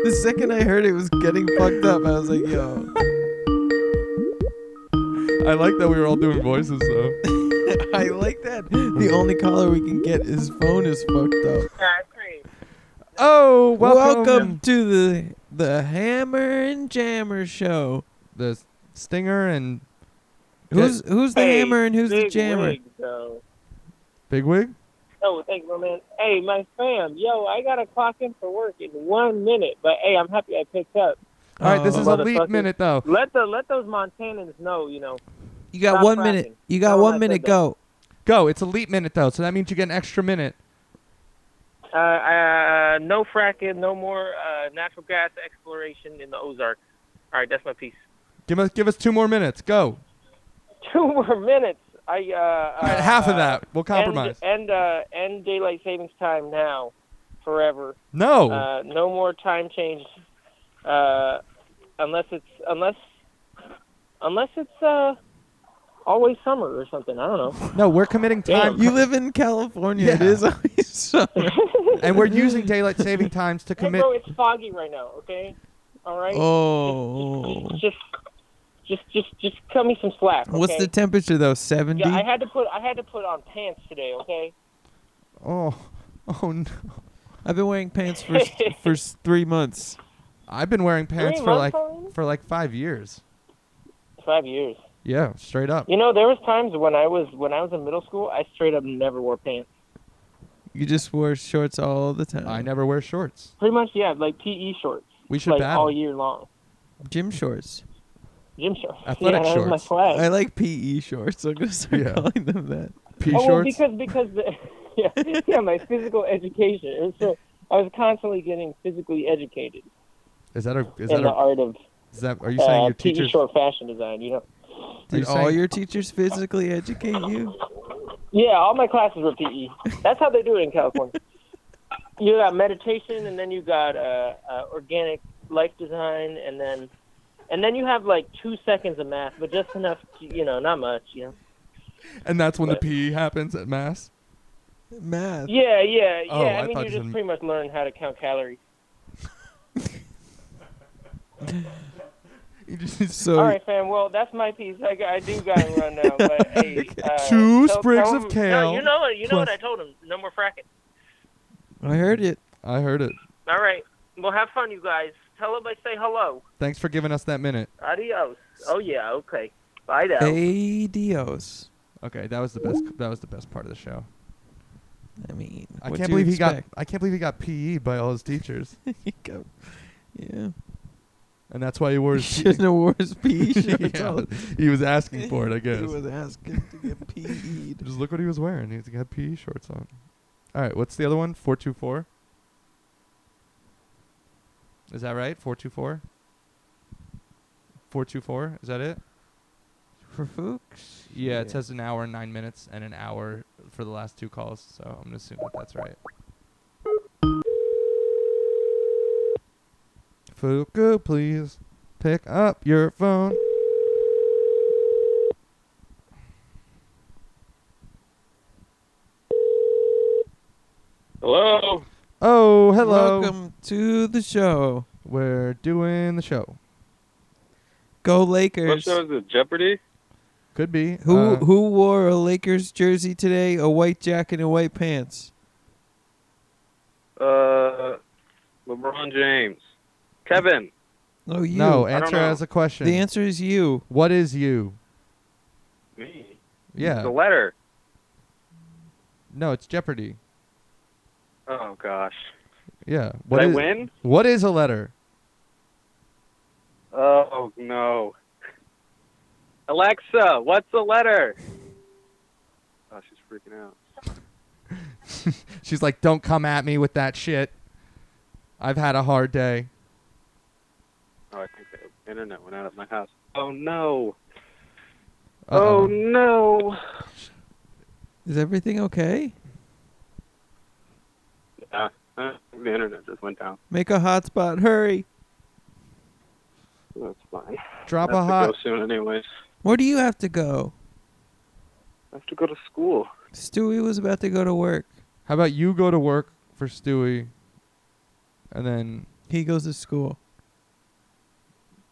B: The second I heard it was getting fucked up, I was like, yo.
A: I like that we were all doing voices though.
B: I like that. The only caller we can get, his phone is fucked up.
A: Oh,
B: Welcome,
A: welcome.
B: to the the Hammer and Jammer show.
A: the s- stinger and
B: Who's who's the hammer and who's the jammer?
G: though.
A: big wig.
G: Oh, thank you, my man. Hey, my fam, yo, I gotta clock in for work in one minute, but hey, I'm happy I picked up.
A: All right, this
B: Oh.
A: is a leap
G: Motherfucker.
A: minute though.
G: Let the let those Montanans know, you know.
B: You got
G: Stop
B: one
G: clapping.
B: minute. You got
G: Tell 'em I
B: one
G: said
B: minute.
G: that.
B: Go.
A: Go. It's a leap minute though, so that means you get an extra minute.
G: Uh, uh, no fracking, no more uh, natural gas exploration in the Ozarks. All right, that's my piece.
A: Give us give us two more minutes. Go.
G: Two more minutes. I uh,
A: All right, half of
G: uh,
A: that. We'll compromise.
G: End, end, uh, end daylight savings time now, forever.
A: no.
G: Uh, no more time change. Uh, unless it's unless unless it's uh always summer or something. I don't know.
A: No, we're committing time,
B: You live in California. It
A: Yeah.
B: is always summer.
A: and we're using daylight saving times to
G: Hey,
A: commit.
G: bro, it's foggy right now. Okay, all right.
B: Oh.
G: Just, just, just, just cut me some slack. Okay?
B: What's the temperature though? 70?
G: yeah, I had to put I had to put on pants today. Okay.
A: Oh, oh no!
B: I've been wearing pants for s- for s- 3 months.
A: I've been wearing pants
G: Three
A: for like
G: months already?
A: for like five years.
G: Five years.
A: Yeah, straight up.
G: You know, there was times when I was when I was in middle school, I straight up never wore pants.
B: You just wore shorts all the time.
A: I never wear shorts.
G: Pretty much, yeah, like PE shorts,
A: We should
G: like
A: battle.
G: all year long.
B: Gym shorts.
G: Gym shorts.
A: Athletic
G: yeah, that was my
A: shorts.
G: flag.
B: I like PE shorts. I'm gonna start
A: Yeah.
B: calling them that.
A: Pea
G: oh, well,
A: shorts.
G: because because the, yeah, yeah, my physical education. It was so, I was constantly getting physically educated
A: Is that a? Is
G: in
A: that
G: the
A: a?
G: art of
A: Is that? Are you saying
G: uh,
A: your
G: PE
A: teachers?
G: short fashion design. You know,
A: Are you
B: Did all
A: saying-
B: your teachers physically educate you?
G: yeah, all my classes were PE. That's how they do it in California. you got meditation, and then you got uh, uh, organic life design, and then and then you have like two seconds of math, but just enough. To, you know, not much. You know.
A: And that's when the
G: But-
A: PE happens at mass.
B: Math.
G: Yeah, yeah, yeah.
A: Oh, I
G: I,
A: thought
G: mean,
A: you
G: you just
A: said-
G: pretty much learn how to count calories.
A: You just
B: So
G: All right, fam. Well, that's my piece. I, got- I do got to run now. But, hey, uh,
A: Two
G: tell-
A: sprigs
G: tell
A: of
G: him-
A: kale
G: No, you know what? You know what
A: plus-
G: I told him. No more fracking.
B: I heard it.
A: I heard it.
G: All right. Well, have fun, you guys. Tell him I say hello.
A: Thanks for giving us that minute.
G: Adios. Oh yeah. Okay. Bye now.
B: Adios.
A: Okay, that was the best. That was the best part of the show.
B: I mean,
A: I
B: what
A: can't
B: do you
A: believe he got.
B: expect?
A: I can't believe he got PE by all his teachers,
B: He got. yeah.
A: and that's why he wore
B: He
A: his.
B: shouldn't have wore his PE shirts.
A: Yeah,
B: all-
A: he was asking for it, I guess.
B: He was asking to get PE'd.
A: Just look what he was wearing. He's got PE shorts on. All right, what's the other one? 424? Is that right? 424? 424? Is that it?
B: For Fuchs?
A: Yeah, it says an hour and nine minutes and an hour for the last two calls, so I'm going to assume that that's right. Fuku, please pick up your phone.
G: Hello.
A: Oh, hello.
B: Welcome to the show.
A: We're doing the show.
B: Go Lakers.
D: it? Jeopardy?
A: Could be.
B: Who
A: uh,
B: who wore a Lakers jersey today? A white jacket and white pants.
D: Uh, LeBron James. Kevin.
B: Oh, you.
A: No,
D: I don't
A: answer
D: know.
A: as a question.
B: The answer is you.
A: What is you?
D: Me.
A: Yeah.
D: The letter.
A: No, it's Jeopardy.
D: Oh gosh.
A: Yeah.
D: Did
A: What
D: I
A: is-
D: win?
A: What is a letter?
D: Oh no. Alexa, what's the letter? Oh, she's freaking out.
A: She's like, "Don't come at me with that shit. I've had a hard day."
D: Oh, I think the internet went out at my house. Oh no.
A: Uh-oh.
D: Oh no.
B: Is everything okay?
D: Yeah, uh, the internet just went down.
B: Make a hotspot. Hurry.
D: That's fine.
A: Drop
D: I
A: a
D: have to
A: hot.
D: go soon, anyways.
B: Where do you have to go?
D: I have to go to school.
B: Stewie was about to go to work.
A: How about you go to work for Stewie, and then
B: He goes to school.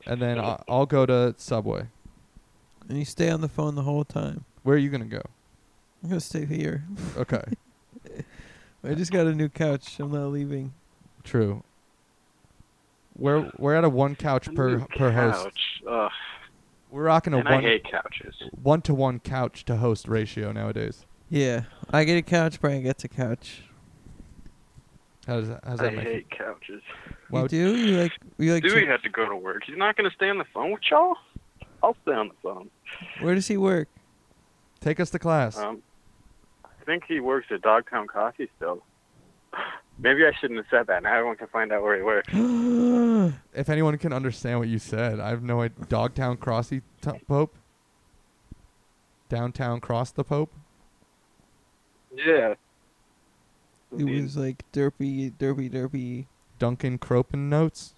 A: and then I- I'll go to Subway.
B: And you stay on the phone the whole time.
A: Where are you gonna go?
B: I'm going to stay here.
A: Okay.
B: I just got a new couch. I'm not leaving.
A: True. We're we're at a one couch per
D: Ooh,
A: per host.
D: couch. Ugh,
A: We're rocking a
D: and I
A: one
D: hate couches.
A: one to one couch to host ratio nowadays.
B: Yeah. I get a couch. Brian gets a couch.
A: How does that, how does
D: I
A: that make you
D: hate couches.
A: Why
B: you
A: would-
B: do? You like you like
D: Dewey
B: chi-
D: had to go to work. He's not going to stay on the phone with y'all. I'll stay on the phone.
B: Where does he work?
A: Take us to class.
D: Um, I think he works at Dogtown Coffee still. Maybe I shouldn't have said that. Now everyone can find out where he works.
A: if anyone can understand what you said, I have no idea. Dogtown Crossy t- Pope? Downtown Cross the Pope?
D: Yeah.
B: It was like derpy, derpy, derpy.
A: Duncan Cropin Notes?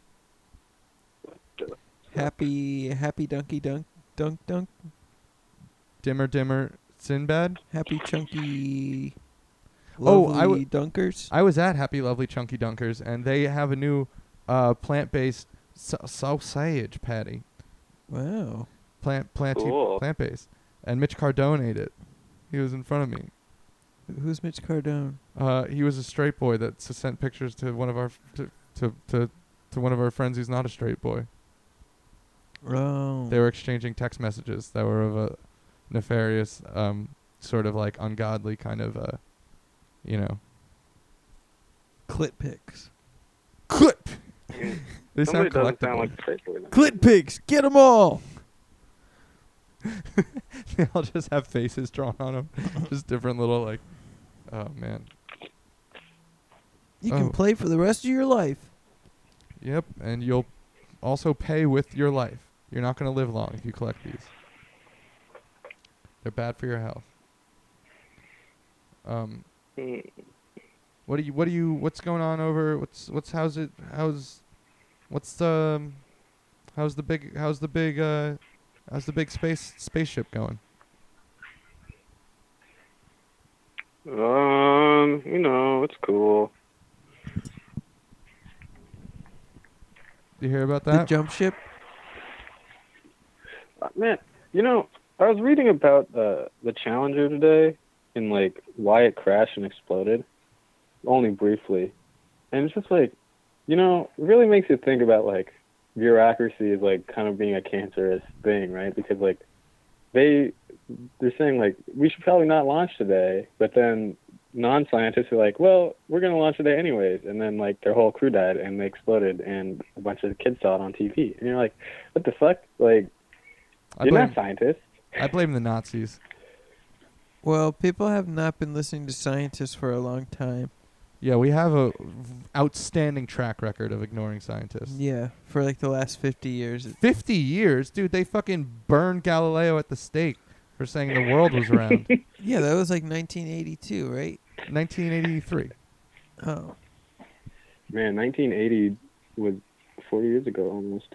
B: Happy, happy donkey dunk, dunk, dunk.
A: Dimmer, dimmer, Sinbad.
B: Happy chunky.
A: Oh,
B: Lovely
A: I w-
B: dunkers.
A: I was at Happy Lovely Chunky Dunkers, and they have a new uh, plant-based sa- sausage patty,
B: wow.
A: plant planty
G: Cool.
A: plant-based, and Mitch Cardone ate it. He was in front of me.
B: Wh- Who's Mitch Cardone?
A: Uh, he was a straight boy that s- sent pictures to one of our f- to, to to to one of our friends who's not a straight boy.
B: Oh.
A: They were exchanging text messages that were of a nefarious, um, sort of like ungodly kind of, uh, you know,
B: clit pics.
A: clip. they
H: Somebody
A: sound
H: doesn't
A: collectible.
H: sound like a straight boy. then.
B: Clit pics. Get 'em all.
A: they all just have faces drawn on them, just different little like. Oh man.
B: You can
A: Oh.
B: play for the rest of your life.
A: Yep, and you'll also pay with your life. You're not going to live long if you collect these. They're bad for your health. Um, what do you? What do you? What's going on over? What's what's how's it? How's what's the? um, How's the big? How's the big? Uh, how's the big space spaceship going?
H: Um, you know, it's cool.
A: Do you hear about
B: The
A: that?
B: jump ship.
H: Uh, Man, you know, I was reading about uh, the Challenger today and like why it crashed and exploded, only briefly, and it's just like, you know, it really makes you think about like bureaucracy is like kind of being a cancerous thing, right? Because like they they're saying like we should probably not launch today, but then non-scientists are like, well, we're going to launch today anyways, and then like their whole crew died and they exploded and a bunch of kids saw it on TV, and you're like, what the fuck, like.
A: I
H: You're
A: blame
H: not scientists.
A: I blame the Nazis.
B: Well, people have not been listening to scientists for a long time.
A: Yeah, we have a v- outstanding track record of ignoring scientists.
B: Yeah, for like the last 50 years.
A: 50 years, dude, they fucking burned Galileo at the stake for saying the world was round.
B: Yeah, that was like 1982, right?
A: 1983.
B: Oh.
H: Man, 1980 was 40 years ago almost.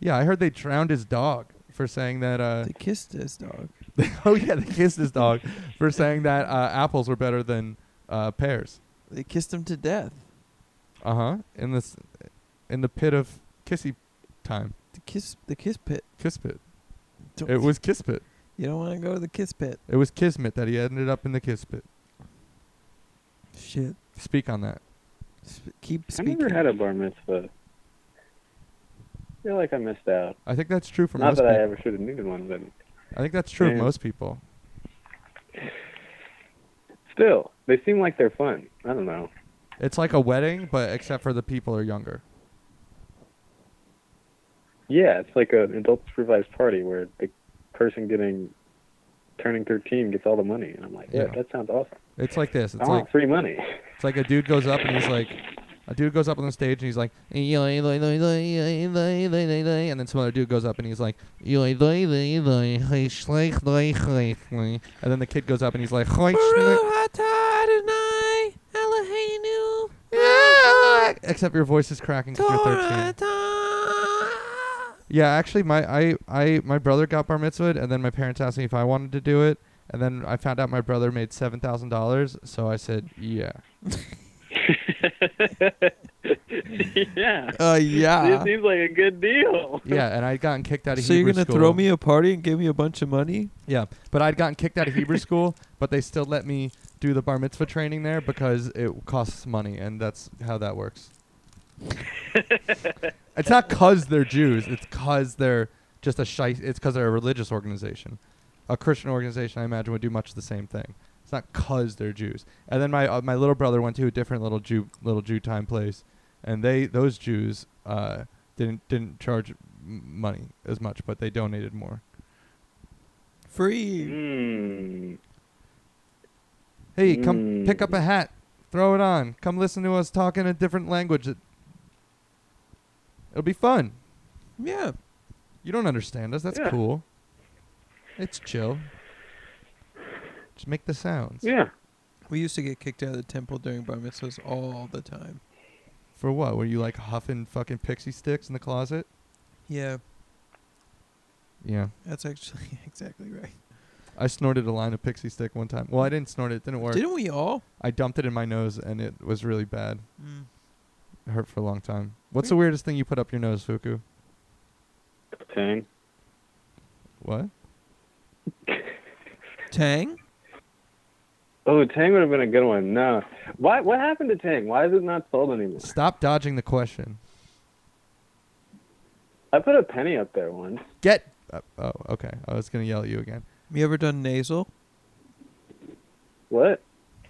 A: Yeah, I heard they drowned his dog for saying that. Uh,
B: They kissed this dog.
A: oh, yeah, they kissed his dog for saying that uh, apples were better than uh, pears.
B: They kissed him to death.
A: Uh huh. In this, in the pit of kissy time,
B: The kiss, the kiss pit.
A: kiss pit.
B: Don't-
A: It was kiss pit.
B: You don't want to go to the kiss pit.
A: It was kismet that he ended up in the kiss pit.
B: Shit.
A: Speak on that.
B: Sp- keep
H: I
B: speaking.
H: never had a bar mitzvah. I feel like I missed out.
A: I think that's true for
H: Not
A: most.
H: that I
A: people.
H: ever should have needed one, but
A: I think that's true of
H: Yeah.
A: most people.
H: still, they seem like they're fun. I don't know.
A: It's like a wedding, but except for the people are younger.
H: Yeah, it's like an adult supervised party where the person getting turning 13 gets all the money, and I'm like, yeah,
A: Yeah.
H: that sounds awesome.
A: It's like this. It's
H: I
A: like
H: want free money.
A: it's like a dude goes up and he's like, a dude goes up on the stage and he's like, and then some other dude goes up and he's like, and then the kid goes up and he's like, except your voice is cracking 'cause you're 13. Yeah, actually, my I, I my brother got bar mitzvahed, and then my parents asked me if I wanted to do it, and then I found out my brother made seven thousand dollars, so I said yeah.
H: yeah.
B: Uh, yeah.
H: It seems like a good deal.
A: Yeah, and I'd gotten kicked out of
B: So
A: Hebrew
B: you're gonna
A: school.
B: throw me a party and give me a bunch of money?
A: Yeah, but I'd gotten kicked out of Hebrew school, but they still let me do the bar mitzvah training there because it costs money, and that's how that works. it's not cause they're Jews; it's cause they're just a shy. It's cause they're a religious organization. A Christian organization, I imagine, would do much the same thing. It's not cause they're Jews. And then my uh, my little brother went to a different little Jew little Jew time place, and they those Jews uh, didn't didn't charge m- money as much, but they donated more.
B: Free.
H: Mm.
A: Hey, come pick up
H: Mm.
A: a hat, throw it on, come listen to us talk in a different language. It, will be fun.
H: Mm-hmm.
B: Yeah.
A: You don't understand us. That's
H: Yeah.
A: cool. It's chill. Just make the sounds.
H: Yeah.
B: We used to get kicked out of the temple during bar mitzvahs all the time.
A: For what? Were you like huffing fucking pixie sticks in the closet?
B: Yeah.
A: Yeah.
B: That's actually exactly right.
A: I snorted a line of pixie stick one time. Well, I didn't snort it. It didn't work.
B: Didn't we all?
A: I dumped it in my nose and it was really bad.
B: Mm.
A: It hurt for a long time.
H: Hmm.
A: What's the weirdest thing you put up your nose, Fuku?
H: Tang.
A: What?
B: Tang?
H: Oh, Tang would have been a good one. No. Why? What happened to Tang? Why is it not sold anymore?
A: Stop dodging the question.
H: I put a penny up there once.
A: Get. Uh, oh, okay. I was going to yell at you again.
B: Have you ever done nasal?
H: What?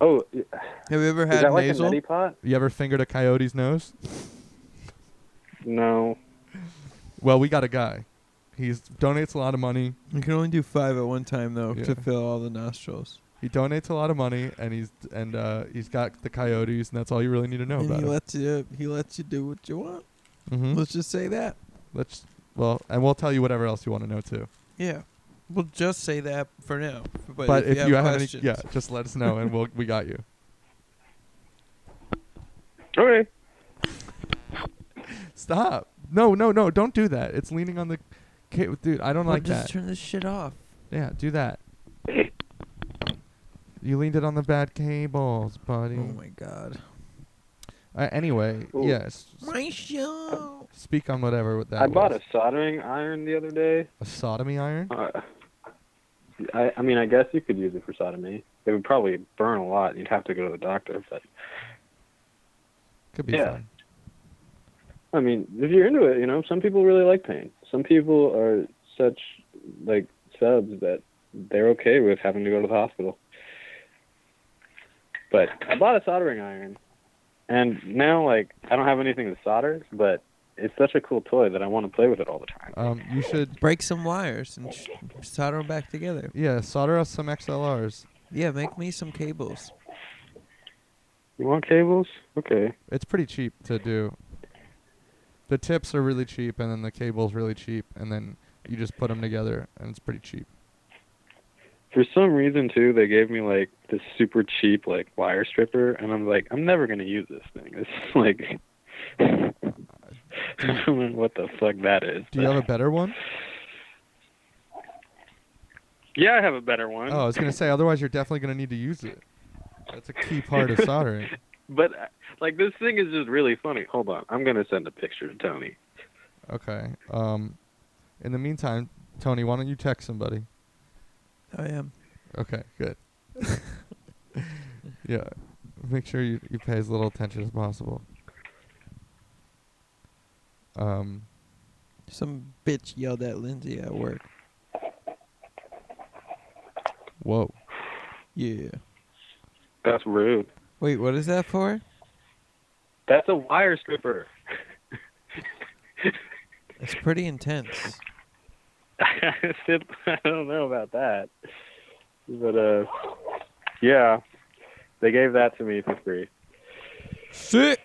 H: Oh, is
B: Have you ever had
H: that like
B: nasal?
H: a neti pot?
A: You ever fingered a coyote's nose?
H: No.
A: Well, we got a guy. He donates a lot of money.
B: you can only do five at one time though
A: Yeah.
B: to fill all the nostrils.
A: He donates a lot of money, and he's and uh, he's got the coyotes, and that's all you really need to know
B: and
A: about
B: he
A: him.
B: lets you he lets you do what you want.
A: Mhm.
B: Let's just say that.
A: Let's well, and we'll tell you whatever else you want to know too.
B: Yeah. We'll just say that for now. But,
A: but
B: if, you have,
A: any,
B: questions,
A: yeah, just let us know, and we'll we got you.
H: Okay.
A: Stop! No, no, no! Don't do that. It's leaning on the, ca- dude. I don't
B: Well,
A: like
B: just
A: that.
B: turn this shit off.
A: yeah, do that. you leaned it on the bad cables, buddy.
B: Oh my god.
A: Uh, anyway,
H: Ooh.
A: yes.
B: My show.
A: Speak on whatever with that.
H: I bought
A: was.
H: a soldering iron the other day.
A: a sodomy iron.
H: Uh, I, I mean, I guess you could use it for sodomy. It would probably burn a lot. You'd have to go to the doctor. But
A: Could be
H: yeah.
A: fun.
H: I mean, if you're into it, you know, some people really like pain. Some people are such like subs that they're okay with having to go to the hospital. But I bought a soldering iron, and now like I don't have anything to solder, but it's such a cool toy that I want to play with it all the time.
A: Um, you should.
B: Break some wires and sh- solder them back together.
A: Yeah, solder us some XLRs.
B: Yeah, make me some cables.
H: You want cables? Okay.
A: It's pretty cheap to do. The tips are really cheap, and then the cable's really cheap, and then you just put them together, and it's pretty cheap.
H: For some reason too, they gave me like this super cheap like wire stripper, and I'm like, I'm never gonna use this thing. This is like, I don't know what the fuck that is.
A: Do you have a better one?
H: yeah, I have a better one.
A: Oh, I was gonna say. Otherwise, you're definitely gonna need to use it. That's a key part of soldering.
H: But uh, like this thing is just really funny. Hold on, I'm gonna send a picture to Tony.
A: Okay. Um, in the meantime, Tony, why don't you text somebody?
B: I am.
A: Okay, good. yeah, make sure you, you pay as little attention as possible. Um,
B: Some bitch yelled at Lindsay at work.
A: whoa.
B: Yeah.
H: That's rude.
B: Wait, what is that for?
H: That's a wire stripper.
B: It's pretty intense.
H: I said- I don't know about that, but uh, yeah, they gave that to me for free.
B: Sick.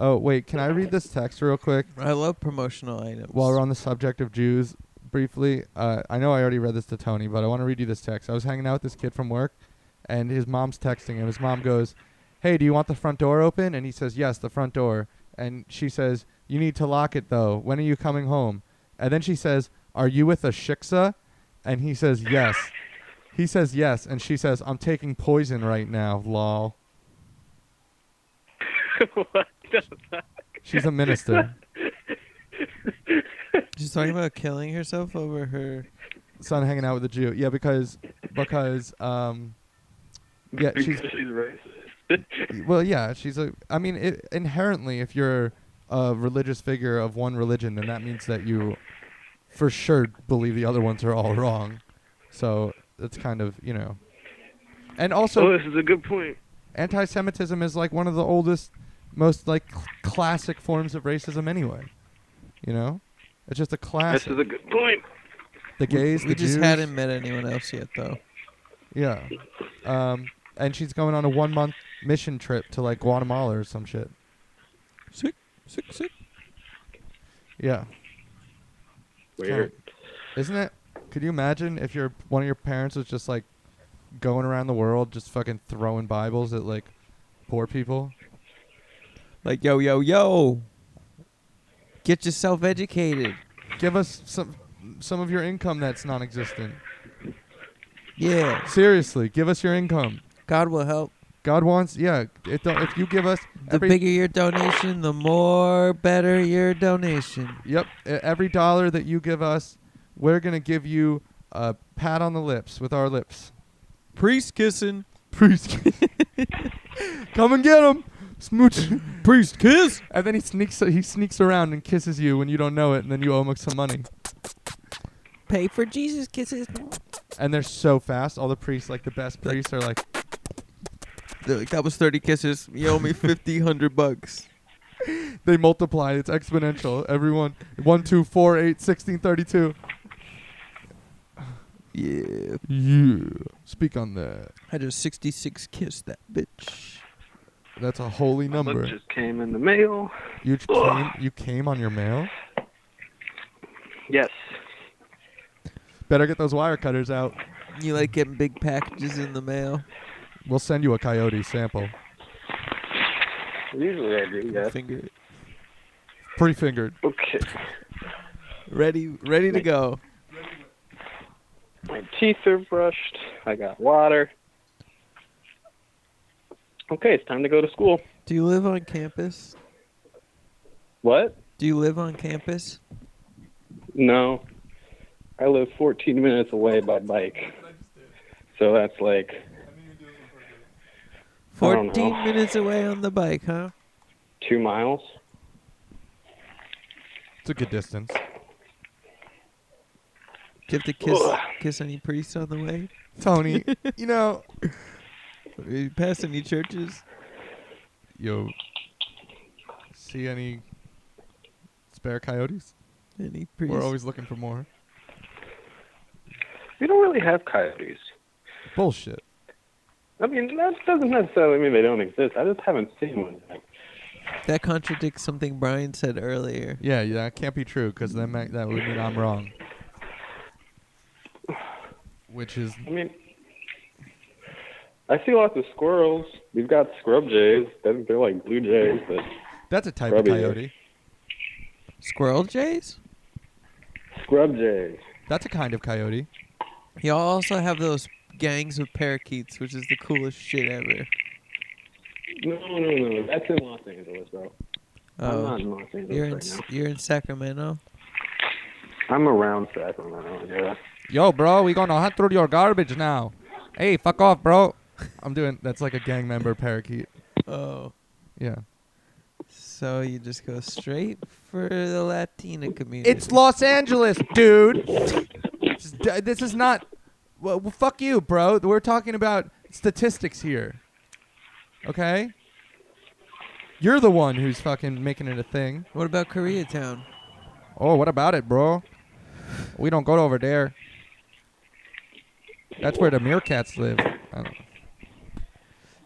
A: Oh wait, can I read this text real quick
B: I love promotional items.
A: while we're on the subject of Jews? Briefly, uh, I know I already read this to Tony, but I want to read you this text. I was hanging out with this kid from work, and his mom's texting him. His mom goes, "Hey, do you want the front door open?" And he says, "Yes, the front door." And she says, "You need to lock it though. When are you coming home?" And then she says, "Are you with a shiksa?" And he says, "Yes." He says, "Yes," and she says, "I'm taking poison right now." Lol.
H: what the fuck?
A: She's a minister.
B: She's talking about killing herself over her.
A: son hanging out with a Jew. Yeah, because because um, yeah, she's
H: racist.
A: well, yeah, she's a. I mean, it, inherently, if you're a religious figure of one religion, then that means that you, for sure, believe the other ones are all wrong. So that's kind of you know, and also
H: Oh, this is a good point.
A: anti-Semitism is like one of the oldest, most like cl- classic forms of racism anyway. You know, it's just a classic.
H: a good point.
A: the gays,
B: We
A: the
B: just
A: Jews.
B: hadn't met anyone else yet, though.
A: Yeah. Um, and she's going on a one month mission trip to like Guatemala or some shit.
B: Sick, sick, sick.
A: Yeah.
H: Weird.
A: Isn't it? Could you imagine if your one of your parents was just like going around the world just fucking throwing Bibles at like poor people?
B: Like, yo, yo, yo. Get yourself educated.
A: Give us some some of your income that's non-existent.
B: Yeah.
A: Seriously, give us your income.
B: God will help.
A: God wants, yeah. If, the- if you give us
B: The
A: every,
B: bigger your donation, the more better your donation.
A: yep, e- every dollar that you give us, we're gonna give you a pat on the lips with our lips.
B: Priest kissing.
A: Priest, come and get him, smooch.
B: Priest kiss.
A: And then he sneaks, he sneaks around and kisses you when you don't know it, and then you owe him some money.
B: Pay for Jesus kisses.
A: And they're so fast. All the priests, like the best priests, are like,
B: They're like, That was 30 kisses. You owe me 50, 100 bucks.
A: they multiply. It's exponential. Everyone, one, two, four, eight, sixteen, thirty-two.
B: Yeah.
A: Yeah. Speak on that.
B: I just 66 kiss that bitch.
A: That's a holy number.
H: Look just came in the mail.
A: You ch- came, you came on your mail.
H: Yes.
A: Better get those wire cutters out.
B: You like getting big packages in the mail?
A: We'll send you a coyote sample,
H: Usually I do, yes.
B: Finger.
A: pre-fingered.
H: Okay.
B: Ready, ready to go.
H: My teeth are brushed. I got water. Okay, it's time to go to school.
B: Do you live on campus?
H: What?
B: Do you live on campus?
H: No. I live 14 minutes away by bike. So that's like,
B: 14
H: don't know.
B: minutes away on the bike, huh?
H: two miles.
A: It's a good distance.
B: Do you have to kiss kiss any priests on the way?
A: Tony, you know,
B: Or You pass any churches?
A: you see any spare coyotes?
B: Any priests?
A: We're always looking for more.
H: We don't really have coyotes.
A: Bullshit.
H: I mean, that doesn't necessarily mean they don't exist. I just haven't seen one. yet.
B: that contradicts something Brian said earlier.
A: Yeah, yeah, it can't be true because then that, that would mean I'm wrong. Which is
H: I mean, I see lots of squirrels. We've got scrub jays. They're they're like blue jays, but
A: that's a type
H: Probably
A: of
H: is.
A: coyote.
B: Squirrel jays?
H: scrub jays.
A: That's a kind of coyote.
B: Y'all also have those gangs of parakeets, which is the coolest shit ever.
H: No, no, no. That's in Los Angeles, bro. I'm
B: Oh,
H: not in Los Angeles
B: you're in
H: right
B: S-
H: now.
B: you're in Sacramento.
H: I'm around Sacramento. Yeah.
A: Yo, bro, we gonna hunt through your garbage now. Hey, fuck off, bro. I'm doing. That's like a gang member parakeet.
B: Oh,
A: Yeah.
B: so you just go straight for the Latina community.
A: It's Los Angeles, dude. This is- this is not. Well, well, fuck you, bro. We're talking about statistics here. Okay. You're the one who's fucking making it a thing.
B: what about Koreatown?
A: Oh, what about it, bro? We don't go over there. That's where the meerkats live. I don't,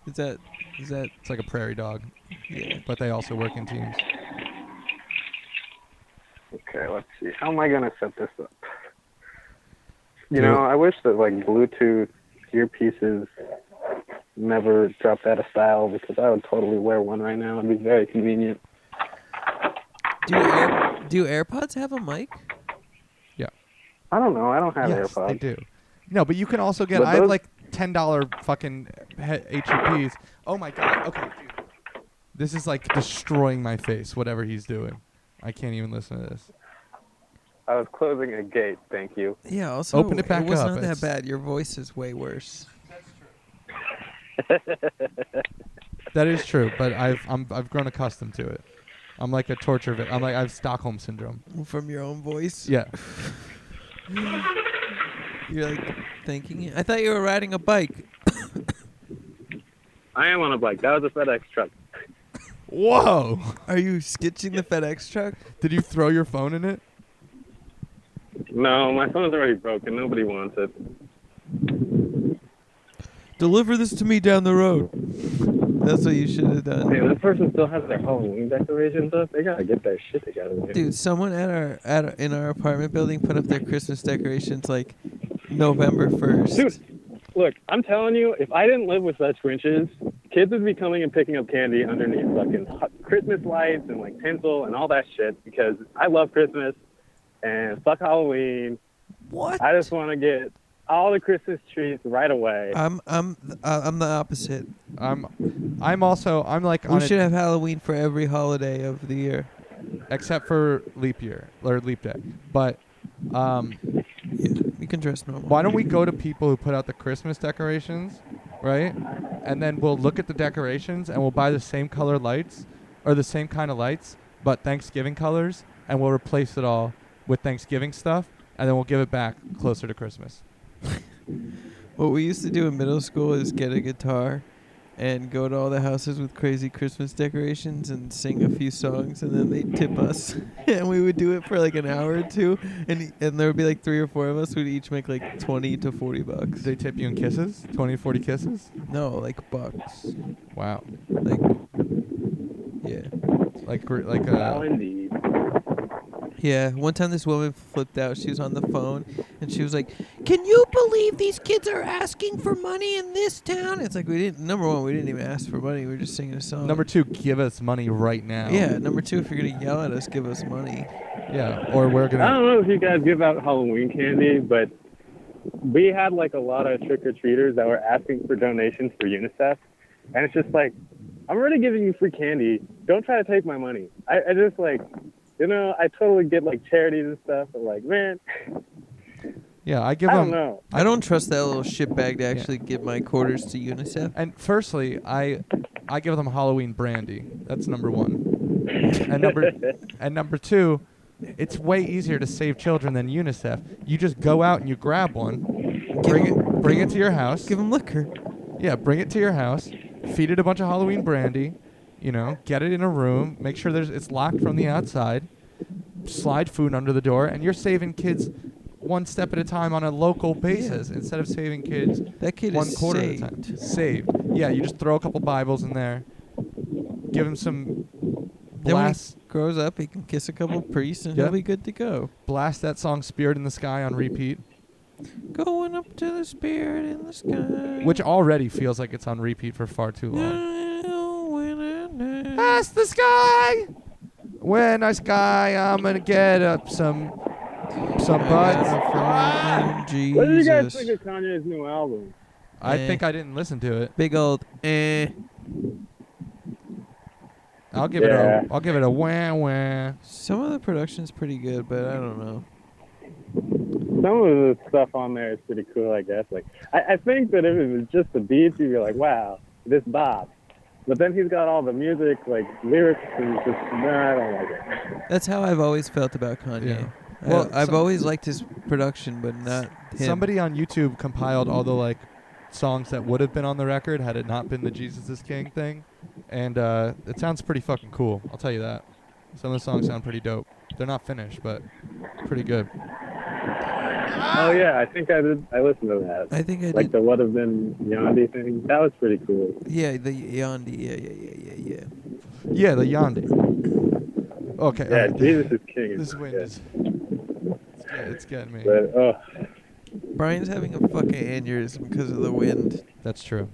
B: Is that is that
A: it's like a prairie dog,
B: yeah?
A: but they also work in teams.
H: Okay, let's see. How am I gonna set this up? You
A: Do
H: know, I wish that like Bluetooth earpieces never dropped out of style because I would totally wear one right now. It'd be very convenient.
B: Do Air, do AirPods have a mic?
H: I don't know. I don't have
A: yes,
H: AirPods.
A: they do. No, but you can also get.
H: But
A: I have
H: those-
A: like ten dollar fucking he- HEPs. Oh my god. Okay. dude. This is like destroying my face. Whatever he's doing, I can't even listen to this.
H: I was closing a gate. Thank you.
B: Yeah. Also,
A: Open it back
B: was
A: up,
B: not that
A: it's-
B: bad. Your voice is way worse.
A: That is true, but I've I'm, I've grown accustomed to it. I'm like a torture victim. I'm like I have Stockholm syndrome.
B: From your own voice.
A: Yeah.
B: You're like thinking. it- I thought you were riding a bike.
H: I am on a bike. That was a FedEx truck.
A: Whoa.
B: Are you sketching the FedEx truck?
A: Did you throw your phone in it?
H: No, my phone's already broken. Nobody wants it.
B: Deliver this to me down the road. That's what you should have done.
H: Man, this person still has their Halloween decorations up. They gotta get their shit together.
B: Dude, someone at our at our- in our apartment building put up their Christmas decorations like November first.
H: Dude, look, I'm telling you, if I didn't live with such Grinches, kids would be coming and picking up candy underneath fucking hu- Christmas lights and like tinsel and all that shit because I love Christmas and fuck Halloween
B: What?
H: I just want to get all the Christmas trees right away.
B: I'm I'm uh, I'm the opposite.
A: I'm, I'm also I'm like on
B: We
A: it-
B: should have Halloween for every holiday of the year.
A: except for leap year or leap day. But um,
B: Yeah, we can dress normal.
A: why don't we go to people who put out the Christmas decorations, right? And then we'll look at the decorations and we'll buy the same color lights or the same kind of lights, but Thanksgiving colors, and we'll replace it all with Thanksgiving stuff, and then we'll give it back closer to Christmas.
B: What we used to do in middle school is get a guitar and go to all the houses with crazy Christmas decorations and sing a few songs and then they'd tip us and we would do it for like an hour or two and e, and there would be like three or four of us would each make like 20 to 40 bucks.
A: They tip you in kisses, 20, 40 kisses.
B: no, like bucks.
A: Wow,
B: Like yeah.
A: like gr- like
H: Well,
A: uh,
H: indeed.
B: Yeah, one time this woman flipped out. She was on the phone and she was like, "Can you believe these kids are asking for money in this town?" It's like we didn't. Number one, we didn't even ask for money. We were just singing a song.
A: number two, give us money right now.
B: Yeah, number two, if you're gonna yell at us, give us money.
A: yeah, or we're
H: I
A: gonna.
H: don't know if you guys give out Halloween candy, but we had like a lot of trick or treaters that were asking for donations for UNICEF, and it's just like, I'm already giving you free candy. Don't try to take my money. I, I just like, you know, I totally get like charities and stuff, but like, man,
A: Yeah, I give
H: I don't
A: them.
H: know.
B: I don't trust that little shitbag to actually give my quarters to UNICEF.
A: And firstly, I I give them Halloween brandy. That's number one. And number and number two, it's way easier to save children than UNICEF. You just go out and you grab one, bring it bring it to your house.
B: Give them liquor.
A: Yeah, bring it to your house, feed it a bunch of Halloween brandy, you know, get it in a room, make sure there's it's locked from the outside, slide food under the door, and you're saving kids one step at a time on a local basis instead of saving kids
B: That kid
A: one
B: is
A: quarter
B: saved.
A: at a time. Saved. Yeah, you just throw a couple Bibles in there, give them some
B: Then when he
A: blast
B: grows up, he can kiss a couple priests and
A: Yeah.
B: he'll be good to go.
A: blast that song "Spirit in the Sky" on repeat,
B: Going up to the spirit in the sky.
A: which already feels like it's on repeat for far too long.
B: Now when I know.
A: Past the sky. When I sky, I'm gonna get up some some butts.
B: Jesus.
H: What do you guys think of Kanye's new album?
A: I
B: Eh.
A: think I didn't listen to it.
B: Big old eh.
A: I'll give
H: Yeah.
A: it a I'll give it a wah wah.
B: Some of the production's pretty good, but I don't know.
H: Some of the stuff on there is pretty cool, I guess. Like, I, I think that if it was just the beats, you'd be like, wow, this Bob. But then he's got all the music, like lyrics, and it's just, nah, I don't like it.
B: That's how I've always felt about Kanye.
A: Yeah.
B: Well,
A: Well,
B: I've
A: some-
B: always liked his production, but not him.
A: Somebody on YouTube compiled all the like songs that would have been on the record had it not been the Jesus is King thing, and uh, it sounds pretty fucking cool. I'll tell you that. Some of the songs sound pretty dope. They're not finished, but pretty good.
H: Oh yeah, I think I did. I listened to that.
B: I think I
H: like
B: did.
H: the what have been Yandi thing. That was pretty cool.
B: yeah, the Yandi. Yeah, yeah, yeah, yeah, yeah.
A: Yeah, the Yandi. Okay.
H: Yeah,
A: alright.
H: Jesus is king. is
A: This
H: not
A: wind
H: good.
A: is. It's, get- it's getting me.
H: But oh,
B: Brian's having a fucking aneurysm because of the wind.
A: That's true.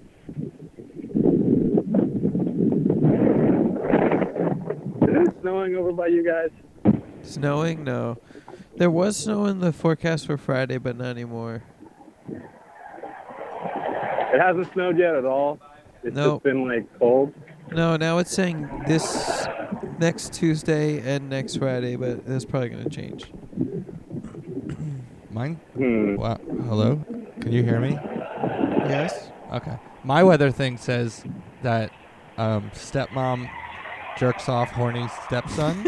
H: oh, is it snowing over by you guys?
B: Snowing? No. There was snow in the forecast for Friday, but not anymore.
H: It hasn't snowed yet at all. It's
B: No.
H: just been like cold.
B: No, now it's saying this next Tuesday and next Friday, but that's probably going to change.
A: Mine?
H: Hmm.
A: Wow. Hello? Can you hear me?
B: Yes?
A: Okay. My weather thing says that um, stepmom jerks off horny stepson.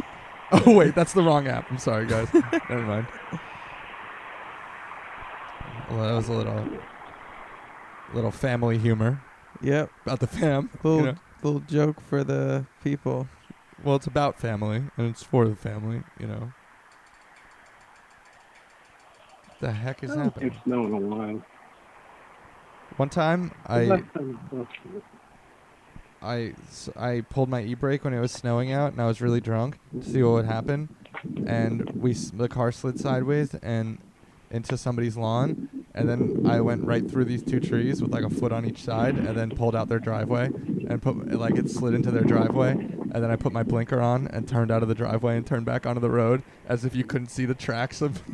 A: oh, wait. That's the wrong app. I'm sorry, guys. Never mind. Well, that was a little, little family humor
B: Yep.
A: about the fam. you
B: Little,
A: know?
B: little joke for the people.
A: Well, it's about family and it's for the family, you know. The heck is
H: I haven't seen
A: happening?
H: snow in a while.
A: One time, I
H: Last time I saw snow.
A: I, s- I pulled my e-brake when it was snowing out and I was really drunk to see what would happen and we s- the car slid sideways and into somebody's lawn And then I went right through these two trees with like a foot on each side, and then pulled out their driveway and put like it slid into their driveway. And then I put my blinker on and turned out of the driveway and turned back onto the road as if you couldn't see the tracks of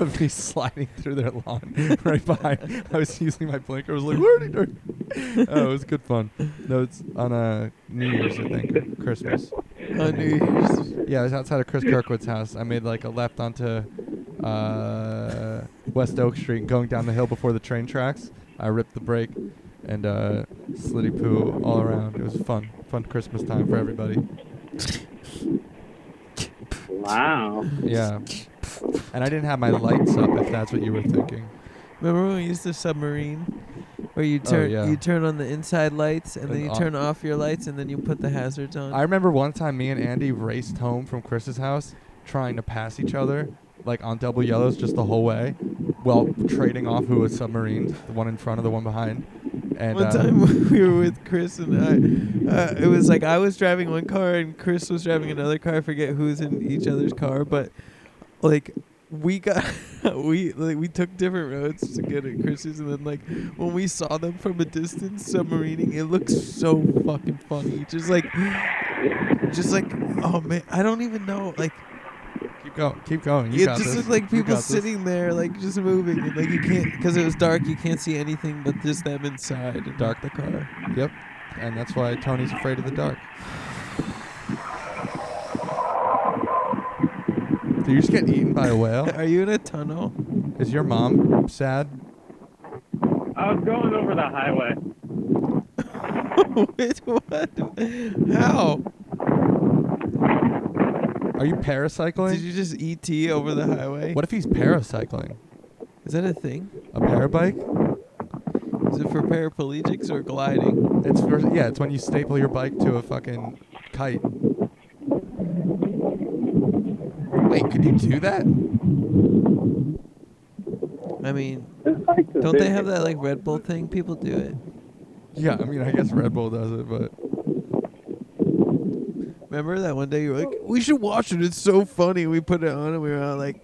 A: of me sliding through their lawn right behind. I was using my blinker. I was like, where did I? Oh, it was good fun. No, it's on a New Year's, I think, Christmas.
B: On New Year's.
A: Yeah, I was outside of Chris Kirkwood's house. I made like a left onto uh, West Oak Street, going down the hill before the train tracks. I ripped the brake and uh, slitty poo all around. It was fun, fun Christmas time for everybody.
H: Wow.
A: Yeah, and I didn't have my lights up. If that's what you were thinking.
B: Remember when we used the submarine, where you turn
A: yeah.
B: you turn on the inside lights and, then
A: And
B: you
A: off-
B: turn off your lights and then you put the hazards on.
A: I remember one time me and Andy raced home from Chris's house trying to pass each other like on double yellows just the whole way while trading off who was submarined, the one in front of the one behind. And
B: one
A: uh,
B: time we were with Chris and I, uh, it was like I was driving one car and Chris was driving another car. I forget who's in each other's car, but like we got we like we took different roads to get at Chris's, and then like when we saw them from a distance submarining, it looked so fucking funny. Just like, just like, oh man, I don't even know like.
A: keep going, keep going. You
B: it
A: got
B: just
A: this.
B: looked like
A: You
B: people
A: got this.
B: sitting there, like just moving, and like you can't because it was dark. You can't see anything but just them inside and dark the car.
A: Yep. And that's why Tony's afraid of the dark. Do you just get eaten by a whale?
B: Are you in a tunnel?
A: Is your mom sad?
H: I was going over the highway.
B: Wait, what? How?
A: Are you
B: Did
A: paracycling?
B: you just ET over the highway?
A: What if he's paracycling?
B: is that a thing?
A: A parabike?
B: Is it for paraplegics or gliding?
A: It's for, yeah, it's when you staple your bike to a fucking kite. Wait, could you do that?
B: I mean,
H: It's like the
B: don't they
H: big-
B: have that like Red Bull thing? People do it.
A: Yeah, I mean, I guess Red Bull does it, but
B: Remember that one day you were like, "We should watch it. It's so funny." We put it on and we were all like,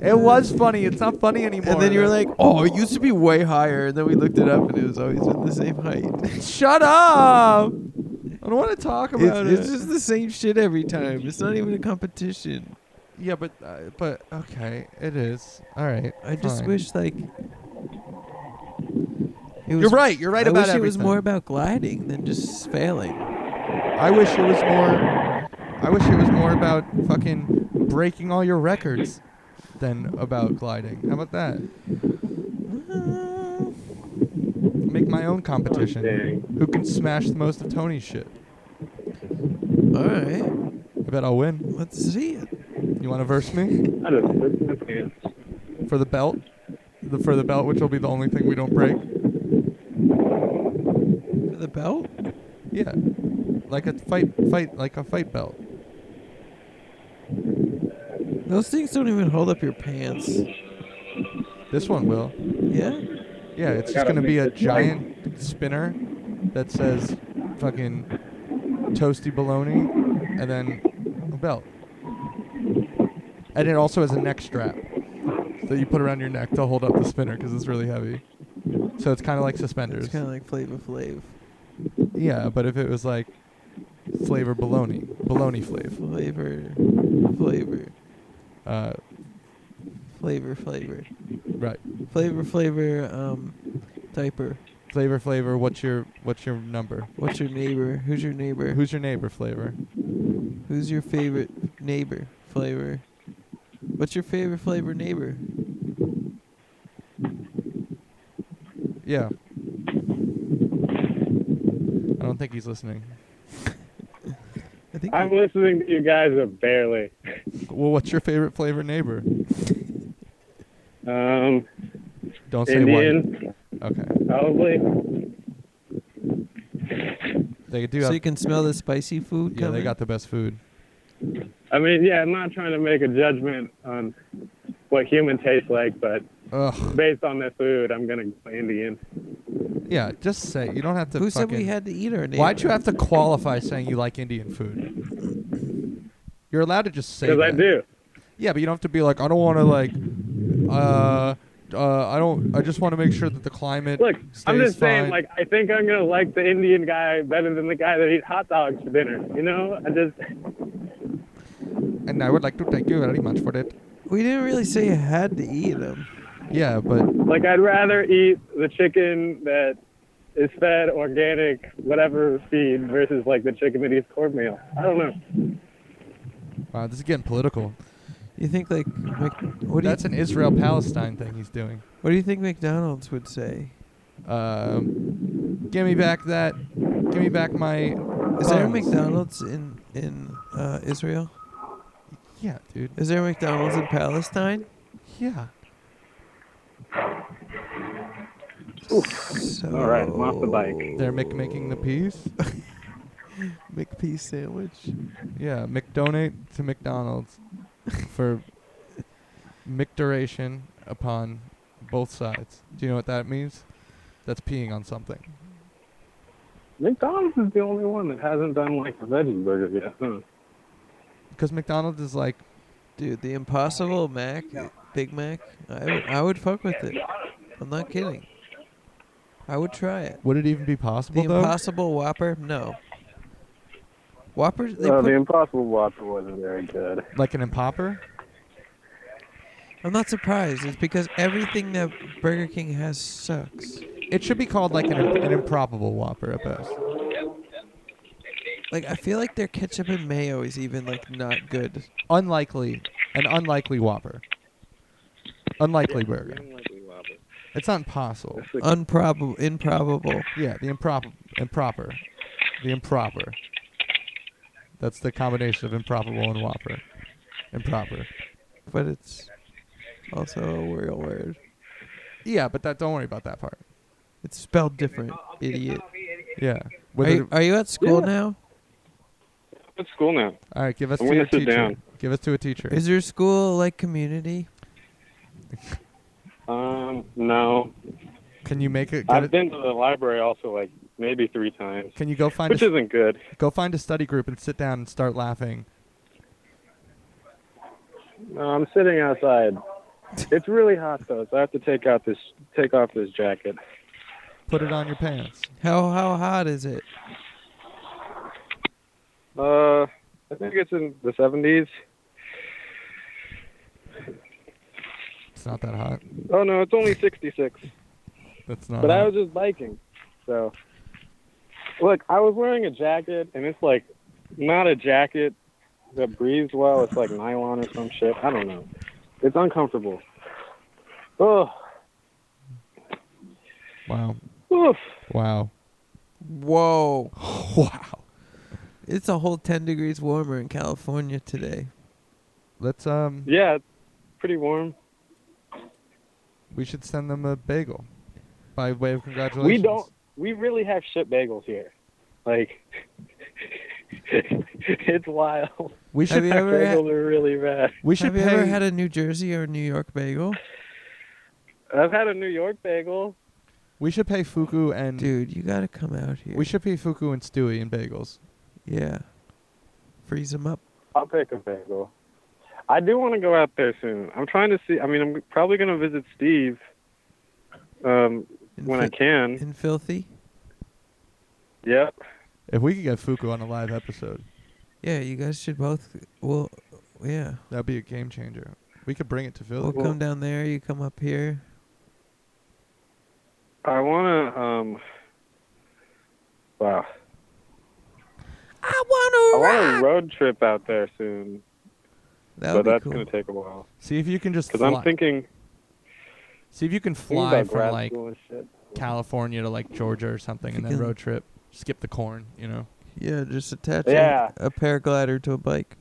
A: it was funny. It's not funny anymore.
B: and then you were like, "Oh, it used to be way higher." And then we looked it up and it was always at the same height.
A: "Shut up! I don't want to talk about
B: it's,
A: it."
B: it's just the same shit every time. It's not even a competition.
A: yeah, but uh, but okay, it is. All right.
B: I just
A: fine.
B: wish like it was
A: You're right. You're right
B: I
A: about
B: wish it was
A: everything.
B: more about gliding than just failing.
A: I wish it was more. I wish it was more about fucking breaking all your records than about gliding. How about that? Make my own competition.
H: Dang.
A: Who can smash the most of Tony's shit?
B: All right,
A: I bet I'll win.
B: let's see it.
A: You want to verse me
H: I just pissed my pants.
A: for the belt? The, for the belt, which will be the only thing we don't break.
B: For the belt?
A: Yeah, like a fight, fight, like a fight belt.
B: Those things don't even hold up your pants.
A: This one will.
B: Yeah.
A: Yeah, it's just
H: gotta
A: gonna be a
H: make this right.
A: giant spinner that says fucking toasty bologna and then a belt. And it also has a neck strap that you put around your neck to hold up the spinner because it's really heavy. So it's kind of like
B: It's
A: suspenders.
B: kind of like Flavor Flav.
A: Yeah, but if it was like flavor bologna, bologna flavor,
B: Flavor. Flavor.
A: uh,
B: Flavor. Flavor.
A: right?
B: Flavor. Flavor. Um, diaper.
A: Flavor, flavor. What's your what's your number?
B: What's your neighbor? Who's your neighbor?
A: Who's your neighbor? Flavor.
B: Who's your favorite neighbor? Flavor. What's your favorite flavor neighbor?
A: Yeah. I don't think he's listening.
B: I think
H: I'm listening to you guys, but barely.
A: Well, what's your favorite flavor neighbor?
H: Um,
A: Don't say one.
H: Indian,
A: Okay.
H: probably.
A: They do
B: so
A: have,
B: you can smell the spicy food.
A: yeah, they
B: coming?
A: got the best food.
H: I mean, yeah, I'm not trying to make a judgment on what human tastes like, but
A: Ugh.
H: based on the food, I'm gonna go Indian.
A: Yeah, just say. You don't have to
B: Who
A: fucking
B: said we had to eat our neighbor?
A: Why'd you have to qualify saying you like Indian food? You're allowed to just say
H: Because I
A: that.
H: do.
A: Yeah, but you don't have to be like, I don't want to like uh uh, I don't. I just want to make sure that the climate.
H: Look,
A: stays
H: I'm just saying,
A: fine.
H: like, I think I'm gonna like the Indian guy better than the guy that eats hot dogs for dinner. You know, I just
A: and I would like to thank you very much for that.
B: We didn't really say you had to eat them.
A: Yeah, but
H: like I'd rather eat the chicken that is fed organic whatever feed versus like the chicken that eats cornmeal. I don't know.
A: wow, this is getting political.
B: You think like, Mc- what do
A: That's
B: you,
A: an Israel Palestine thing he's doing.
B: what do you think McDonald's would say?
A: Um, give me back that. Give me back my.
B: Is there a
A: buns.
B: McDonald's in in uh, Israel?
A: Yeah, dude.
B: Is there a McDonald's in Palestine?
A: Yeah.
B: So
H: All right, I'm off the bike.
A: They're Mick making the peace.
B: McPea sandwich.
A: Yeah, McDonate to McDonald's for McDuration upon both sides. Do you know what that means? That's peeing on something.
H: McDonald's is the only one that hasn't done like a veggie burger yet. Huh?
A: Because McDonald's is like,
B: Dude, the Impossible Mac, Big Mac, I would, I would fuck with it. I'm not kidding. I would try it.
A: would it even be possible
B: The
A: though?
B: Impossible Whopper, no. Whopper, they
H: Uh,
B: put,
H: the Impossible Whopper wasn't very good.
A: like an impopper?
B: I'm not surprised. It's because everything that Burger King has sucks.
A: It should be called like an, an improbable whopper at best.
B: Like I feel like their ketchup and mayo is even like not good.
A: Unlikely, an unlikely whopper. Unlikely burger. It's not impossible.
B: Unprobable, improbable.
A: Yeah, the improper, improper, the improper. That's the combination of improbable and whopper. Improper.
B: but it's also a real word.
A: Yeah, but that don't worry about that part.
B: It's spelled different, idiot.
A: Yeah.
B: Are
A: Whether
B: you, are you at school now?
I: It's school now.
A: all right, give us
I: I'm
A: to
I: gonna
A: your
I: sit
A: teacher.
I: down.
A: Give us to a teacher.
B: Is your school like community?
I: Um, no,
A: can you make it? Get
I: I've
A: it
I: been to the library also like maybe three times,
A: can you go find a,
I: which isn't good.
A: go find a study group and sit down and start laughing?
H: No, I'm sitting outside. It's really hot though, so I have to take out this take off this jacket.
A: Put it on your pants.
B: How how hot is it?
H: Uh, I think it's in the 70s.
A: It's not that hot.
H: Oh no, it's only 66.
A: That's not.
H: But I
A: hot.
H: was just biking, so look, I was wearing a jacket, and it's like not a jacket that breathes well. It's like nylon or some shit. I don't know. It's uncomfortable. Oh,
A: wow.
H: oof.
A: Wow.
B: Whoa!
A: Wow.
B: It's a whole ten degrees warmer in California today.
A: Let's um.
H: Yeah, it's pretty warm.
A: We should send them a bagel, by way of congratulations.
H: We don't. We really have shit bagels here. Like, it's wild.
A: We
B: Have
A: should.
B: you ever had,
H: Bagels are really bad.
A: we should
B: have you
A: pay.
B: ever had a New Jersey or New York bagel?
H: I've had a New York bagel.
A: we should pay Fuku and.
B: Dude, you gotta come out here.
A: Mm. We should pay Fuku and Stewie and bagels.
B: yeah. Freeze them up.
H: I'll pick a bagel. I do want to go out there soon. I'm trying to see. I mean, I'm probably going to visit Steve um,
B: In,
H: when I
B: fi-
H: can.
B: in filthy.
H: Yep.
A: If we could get Fuku on a live episode,
B: Yeah, you guys should both. Well, yeah.
A: that'd be a game changer. We could bring it to Philly.
B: We'll come down there. You come up here.
H: I want to. Um, wow.
B: I wanna
H: I want a road trip out there soon,
B: That
H: but
B: would be
H: that's
B: cool.
H: going to take a while.
A: See if you can just
H: Because
A: fly.
H: I'm thinking
A: See if you can
H: thinking
A: fly
H: about
A: from
H: grad
A: like
H: school and shit.
A: California to like Georgia or something, and then
B: Fucking-
A: road trip. Skip the corn, you know.
B: Yeah, just attach
H: Yeah.
B: a, a paraglider to a bike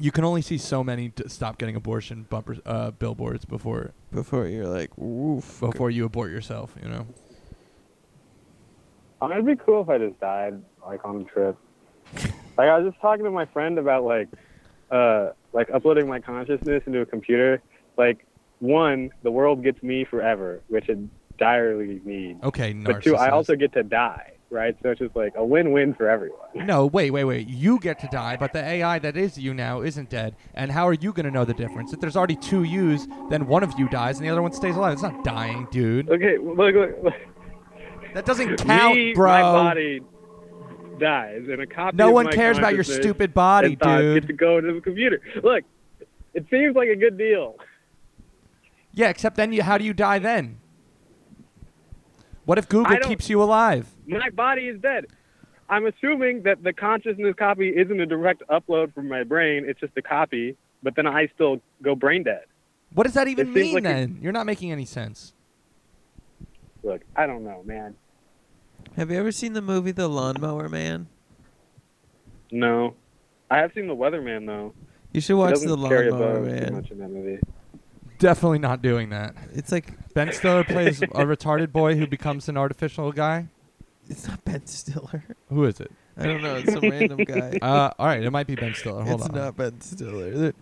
A: You can only see so many d- stop getting abortion bumpers, uh, billboards before
B: before you're like, woof.
A: before you abort yourself. You know.
H: Um, it'd be cool if I just died like on a trip. like I was just talking to my friend about like uh like uploading my consciousness into a computer. Like one, the world gets me forever, which it direly needs.
A: Okay, Oh, narcissist.
H: But two, I also get to die. right? So it's just like a win-win for everyone.
A: No, wait, wait, wait. You get to die, but the AI that is you now isn't dead. And how are you going to know the difference? If there's already two yous, then one of you dies and the other one stays alive. It's not dying, dude.
H: Okay, look, look, look.
A: That doesn't count,
H: Me,
A: bro.
H: My body dies, and a copy.
A: No
H: of
A: one
H: my
A: cares about your
H: consciousness
A: stupid body,
H: and thoughts
A: dude.
H: Get to go to the computer. Look, it seems like a good deal.
A: Yeah, except then you, how do you die then? What if Google
H: I don't-
A: keeps you alive?
H: My body is dead. I'm assuming that the consciousness copy isn't a direct upload from my brain. It's just a copy, but then I still go brain dead.
A: What does that even
H: It
A: mean
H: seems like it-
A: then? You're not making any sense.
H: Look, I don't know, man.
B: Have you ever seen the movie The Lawnmower Man?
H: No, I have seen the Weatherman though.
B: You should
H: He
B: watch
H: doesn't
B: The
H: carry a
B: Lawnmower
H: bow too
B: Man.
H: much in that movie.
A: Definitely not doing that.
B: It's like
A: Ben Stiller plays a retarded boy who becomes an artificial guy.
B: it's not Ben Stiller.
A: Who is it?
B: I don't know. It's some random guy.
A: Uh, all right, it might be Ben Stiller. Hold
B: it's
A: on.
B: not Ben Stiller.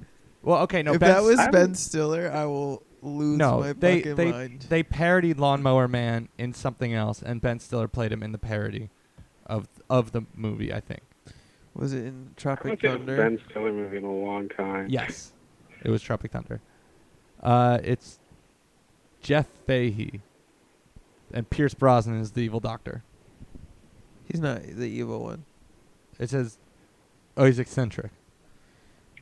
A: Well, okay, no.
B: if
A: Ben
B: that was
H: I'm-
B: Ben Stiller, I will lose
A: no,
B: my
A: they
B: fucking
A: they
B: mind.
A: they parodied Lawnmower Man in something else, and Ben Stiller played him in the parody of of the movie. I think.
B: was it in
H: I
B: Tropic
H: haven't seen a
B: Thunder?
H: Ben Stiller movie in a long time.
A: Yes, it was Tropic Thunder. Uh, it's Jeff Fahey, and Pierce Brosnan is the evil doctor.
B: He's not the evil one.
A: It says, "Oh, he's eccentric."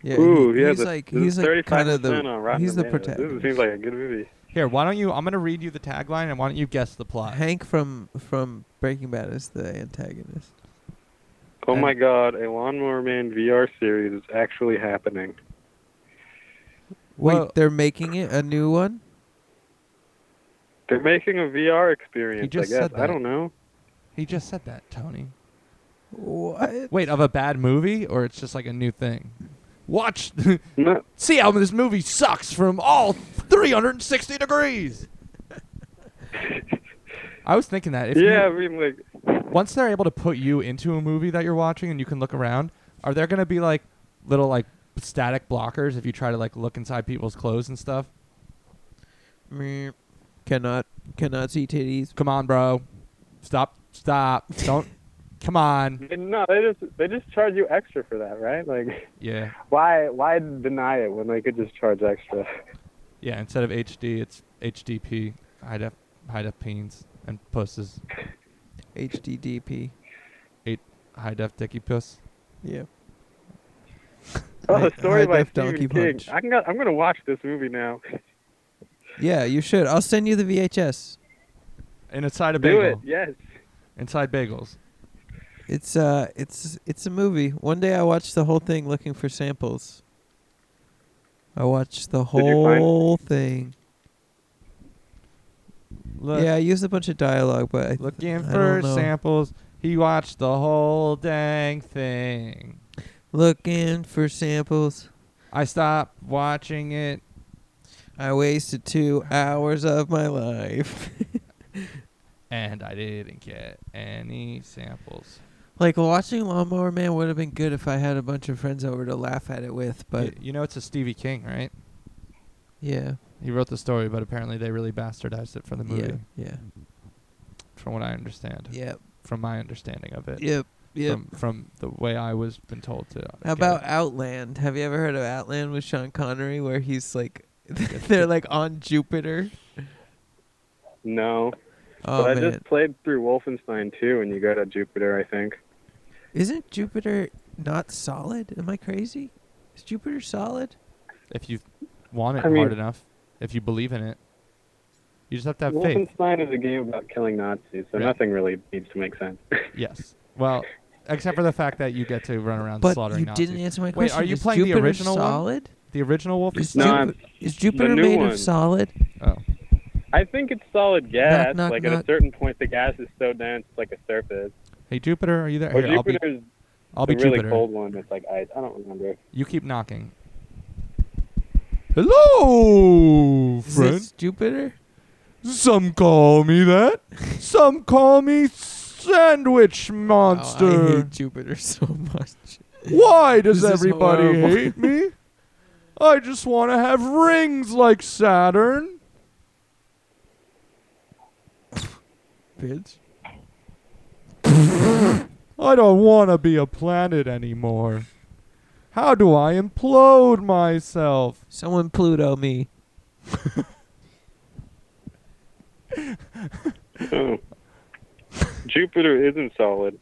B: Yeah,
H: Ooh,
B: he,
H: yeah,
B: he's
H: the-
B: like
H: the
B: he's like kind of
H: 35% on
B: the
H: Rotten
B: he's the
H: Tomatoes.
B: protagonist.
H: This seems like a good movie.
A: Here, why don't you? I'm gonna read you the tagline, and why don't you guess the plot?
B: Hank from from Breaking Bad is the antagonist.
H: Oh
A: And-
H: my god, a Lawnmower Man VR series is actually happening.
B: Wait,
A: Well-
B: they're making it a new one.
H: They're making a VR experience,
A: He just
H: I guess.
A: said that.
H: I don't know.
A: He just said that, Tony.
B: What?
A: Wait, of a bad movie, or it's just like a new thing? Watch,
H: No,
A: see how this movie sucks from all 360 degrees. I was thinking that if you-
H: yeah, I mean, like,
A: once they're able to put you into a movie that you're watching and you can look around, are there gonna be like little like static blockers if you try to like look inside people's clothes and stuff?
B: Meep. Cannot cannot see titties.
A: Come on, bro, stop, stop, don't, come on.
H: no, they just they just charge you extra for that, right? Like,
A: Yeah,
H: why why deny it when they could just charge extra?
A: yeah. Instead of HD, it's HDP, high def, high def peens and pusses.
B: HDDP.
A: eight high def dicky puss.
B: Yeah.
H: Oh,
B: Hi-
H: the story by
B: high-def
H: Stephen
B: Donkey
H: King.
B: Punch.
H: I can go, I'm gonna watch this movie now.
B: Yeah, you should. I'll send you the VHS.
A: And inside a
H: Do it,
A: bagel.
H: yes.
A: Inside bagels.
B: It's uh, it's it's a movie. One day I watched the whole thing looking for samples. I watched the
H: Did you find-
B: whole thing.
A: Look,
B: yeah, I used a bunch of dialogue, but I, I
A: looking
B: don't
A: for
B: know.
A: samples. He watched the whole dang thing.
B: Looking for samples.
A: I stopped watching it.
B: I wasted two hours of my life.
A: And I didn't get any samples.
B: like watching Lawnmower Man would have been good if I had a bunch of friends over to laugh at it with, but
A: Y- you know it's a Stevie King, right?
B: yeah,
A: He wrote the story, but apparently they really bastardized it from the movie, Mm-hmm.
B: yeah, yeah,
A: from what I understand,
B: yep,
A: from my understanding of it,
B: yep, yep.
A: from from the way I was been told to.
B: How
A: get it.
B: about Outland? Have you ever heard of Outland with Sean Connery, where he's like, they're like on Jupiter?
H: No,
B: Oh
H: but I
B: man,
H: just played through Wolfenstein 2 and you go to Jupiter, I think.
B: isn't Jupiter not solid? Am I crazy? Is Jupiter solid?
A: if you want it
H: I mean-
A: hard enough, if you believe in it, you just have to have faith.
H: Wolfenstein is a game about killing Nazis, so
A: Yeah.
H: nothing really needs to make sense.
A: Yes. Well, except for the fact that you get to run around
B: But
A: slaughtering
B: you
A: Nazis.
B: didn't answer my
A: Wait,
B: question.
A: are you
B: Is
A: playing the
B: Jupiter
A: original one?
B: solid?
A: the original Wolf.
B: Is,
H: No, I'm-
B: Jupi- is Jupiter
H: new
B: made
H: one.
B: of solid?
A: Oh,
H: I think it's solid gas.
B: knock,
H: like at
B: knock.
H: a certain point, the gas is so dense, it's like a surface.
A: hey Jupiter, are you there?
H: Or
A: Here, I'll be.
H: Jupiter's
A: I'll
H: the
A: be
H: really
A: Jupiter.
H: cold one. that's like ice. I don't remember.
A: You keep knocking. Hello,
B: Is
A: friend.
B: this Jupiter?
A: Some call me that. Some call me sandwich monster.
B: Oh, I hate Jupiter so much.
A: Why does
B: This is
A: everybody
B: horrible.
A: hate me? I just want to have rings like Saturn.
B: Bitch.
A: I don't want to be a planet anymore. How do I implode myself?
B: Someone Pluto me.
H: Jupiter isn't solid.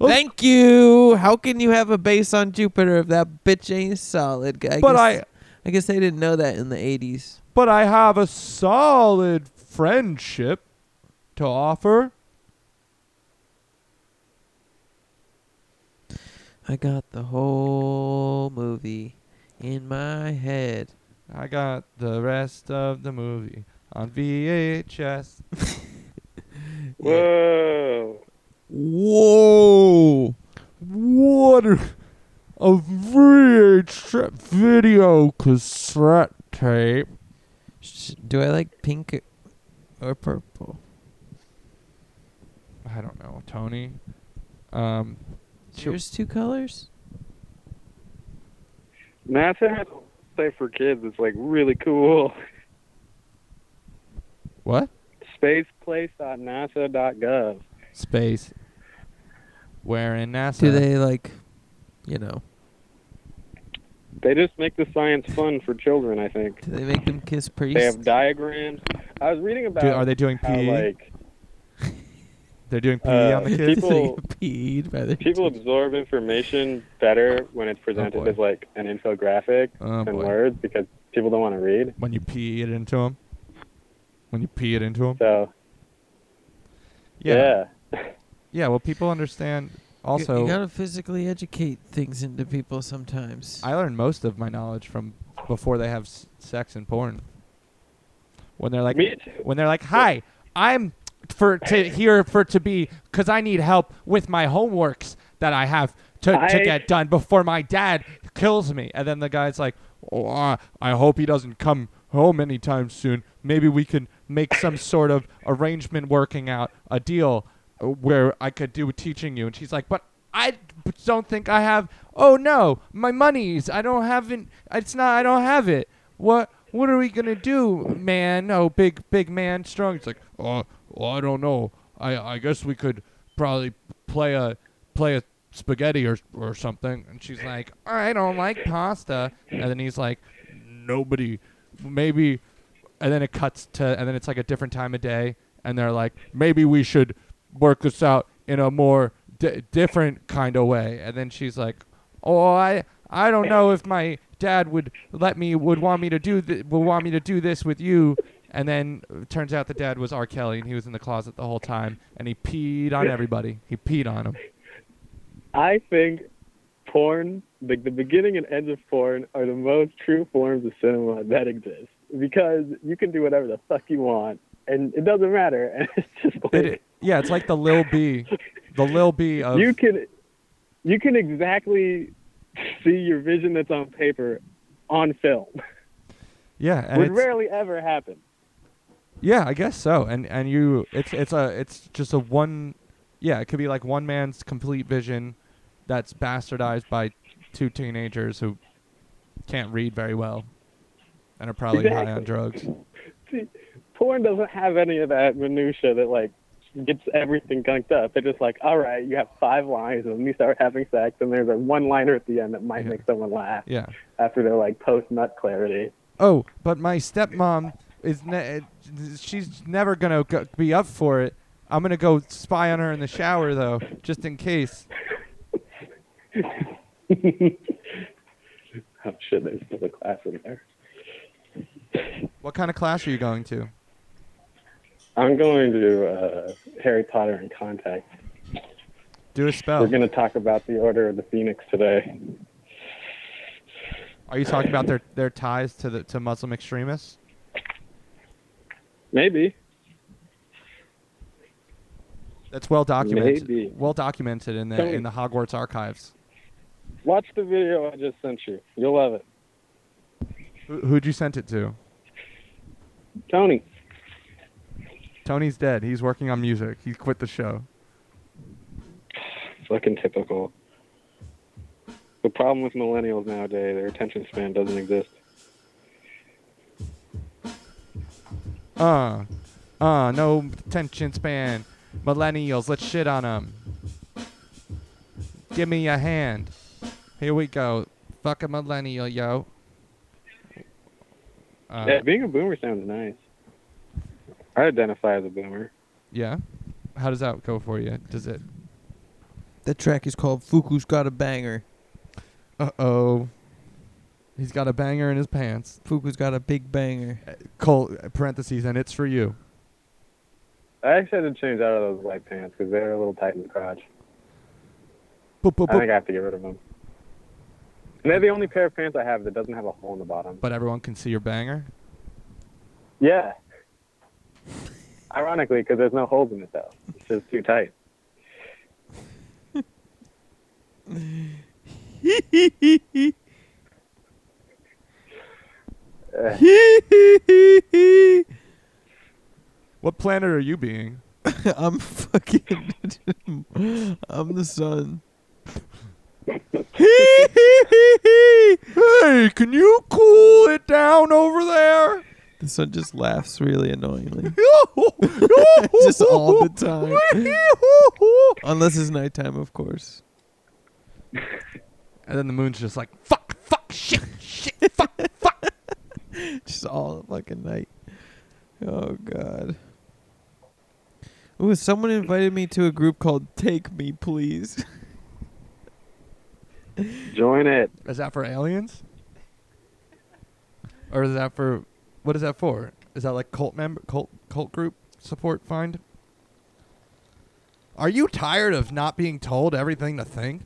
A: Oh.
B: Thank you. How can you have a base on Jupiter if that bitch ain't solid? I
A: But
B: guess,
A: I-
B: I guess they didn't know that in the '80s.
A: But I have a solid friendship to offer.
B: I got the whole movie in my head.
A: I got the rest of the movie on VHS.
H: Whoa.
A: Whoa! What a, a VHS video cassette tape.
B: Sh- Do I like pink or purple?
A: I don't know, Tony. Um, Sure.
B: There's two colors.
H: NASA has a website for kids. It's like really cool.
A: what?
H: Spaceplace.nasa.gov.
A: Space. Where in NASA?
B: Do they like, you know,
H: They just make the science fun for children, I think.
B: do they make them kiss
H: They
B: priests?
H: have diagrams. I was reading about
A: Do- are they doing E?
H: how,
A: PE?
H: like
A: They're doing PE
H: Uh,
A: on the kids.
H: people-
B: They get peed by their
H: people
B: teeth.
H: absorb information better when it's presented
A: Oh, boy.
H: as like an infographic
A: Oh,
H: than
A: boy.
H: words because people don't want to read.
A: when you pee it into them. When you pee it into them.
H: So yeah.
A: Yeah. Well, people understand.
B: You-
A: Also,
B: you gotta physically educate things into people sometimes.
A: I learned most of my knowledge from before they have s- sex and porn. When they're like,
H: Me too.
A: when they're like, "Hi, I'm for to here for to be because I need help with my homeworks that I have to, to
H: I-
A: get done before my dad kills me." And then the guy's like, "Oh, uh, I hope he doesn't come home anytime soon. Maybe we can make some sort of arrangement, working out a deal uh, where I could do teaching you." And she's like, "But." I d- don't think I have. Oh no, my money's. I don't have it. It's not. I don't have it. What what are we gonna do, man? Oh, big big man, strong. It's like,
F: Uh, well, I don't know. I I guess we could probably play a play a spaghetti or or something.
A: and she's like, I don't like pasta. And then he's like, nobody, maybe. And then it cuts to, and then it's like a different time of day, and they're like, maybe we should work this out in a more di- different kind of way. And then she's like, oh, I I don't know if my dad would let me would want me to do th- would want me to do this with you. And then uh, turns out the dad was R. Kelly, and he was in the closet the whole time, and he peed on everybody. He peed on him.
H: I think porn, like the beginning and end of porn, are the most true forms of cinema that exist because you can do whatever the fuck you want and it doesn't matter. And it's just like
A: It, it- yeah, it's like the Lil B, the Lil B of
H: you can, you can exactly see your vision that's on paper on film,
A: yeah, and
H: which
A: it's,
H: rarely ever happens.
A: yeah, I guess so. And and you, it's it's a it's just a one, yeah, it could be like one man's complete vision, that's bastardized by two teenagers who can't read very well, and are probably high on
H: Exactly.
A: drugs.
H: See, porn doesn't have any of that minutia that like gets everything gunked up. They're just like, all right, you have five lines, and then you start having sex, and there's a one-liner at the end that might
A: Yeah.
H: make someone laugh
A: Yeah.
H: after they're like post-nut clarity.
A: Oh, but my stepmom is ne- she's never gonna go- be up for it. I'm gonna go spy on her in the shower though, just in case.
H: Oh shit, there's still a class in there.
A: What kind of class are you going to?
H: I'm going to uh, Harry Potter and Contact.
A: Do a spell.
H: We're going to talk about the Order of the Phoenix today.
A: Are you talking about their, their ties to the to Muslim extremists?
H: Maybe.
A: That's well documented.
H: Maybe.
A: Well documented in the
H: Don't-
A: in the Hogwarts archives.
H: Watch the video I just sent you. You'll love it.
A: Who, who'd you send it to?
H: Tony.
A: Tony's dead. He's working on music. He quit the show.
H: Fucking typical. The problem with millennials nowadays, their attention span doesn't exist.
A: Uh, uh, no attention span. Millennials, let's shit on them. Give me your hand. Here we go. Fuck a millennial, yo. Uh,
H: yeah, being a boomer sounds nice. I identify as a boomer.
A: yeah. How does that go for you? Does it?
B: That track is called Fuku's Got a Banger.
A: Uh oh. He's got a banger in his pants.
B: Fuku's got a big banger.
A: Col- parentheses, and it's for you.
H: I actually had to change out of those white pants because they're a little tight in the crotch.
A: Boop, boop,
H: I
A: boop.
H: think I have to get rid of them. And they're the only pair of pants I have that doesn't have a hole in the bottom.
A: But everyone can see your banger.
H: Yeah. Ironically, because there's no holes in it though. It's just too tight. Uh,
A: What planet are you being?
B: I'm fucking. I'm the sun.
A: Hey, can you cool it down over there?
B: The sun just laughs really annoyingly.
A: Just
B: Just all the time. Unless it's nighttime, of course.
A: And then the moon's just like, fuck, fuck, shit, shit, fuck, fuck.
B: Just all fucking night. Oh god. Ooh, someone invited me to a group called Take Me Please.
H: join it.
A: Is that for aliens? Or is that for what is that for? Is that like cult member cult cult group support find? Are you tired of not being told everything to think?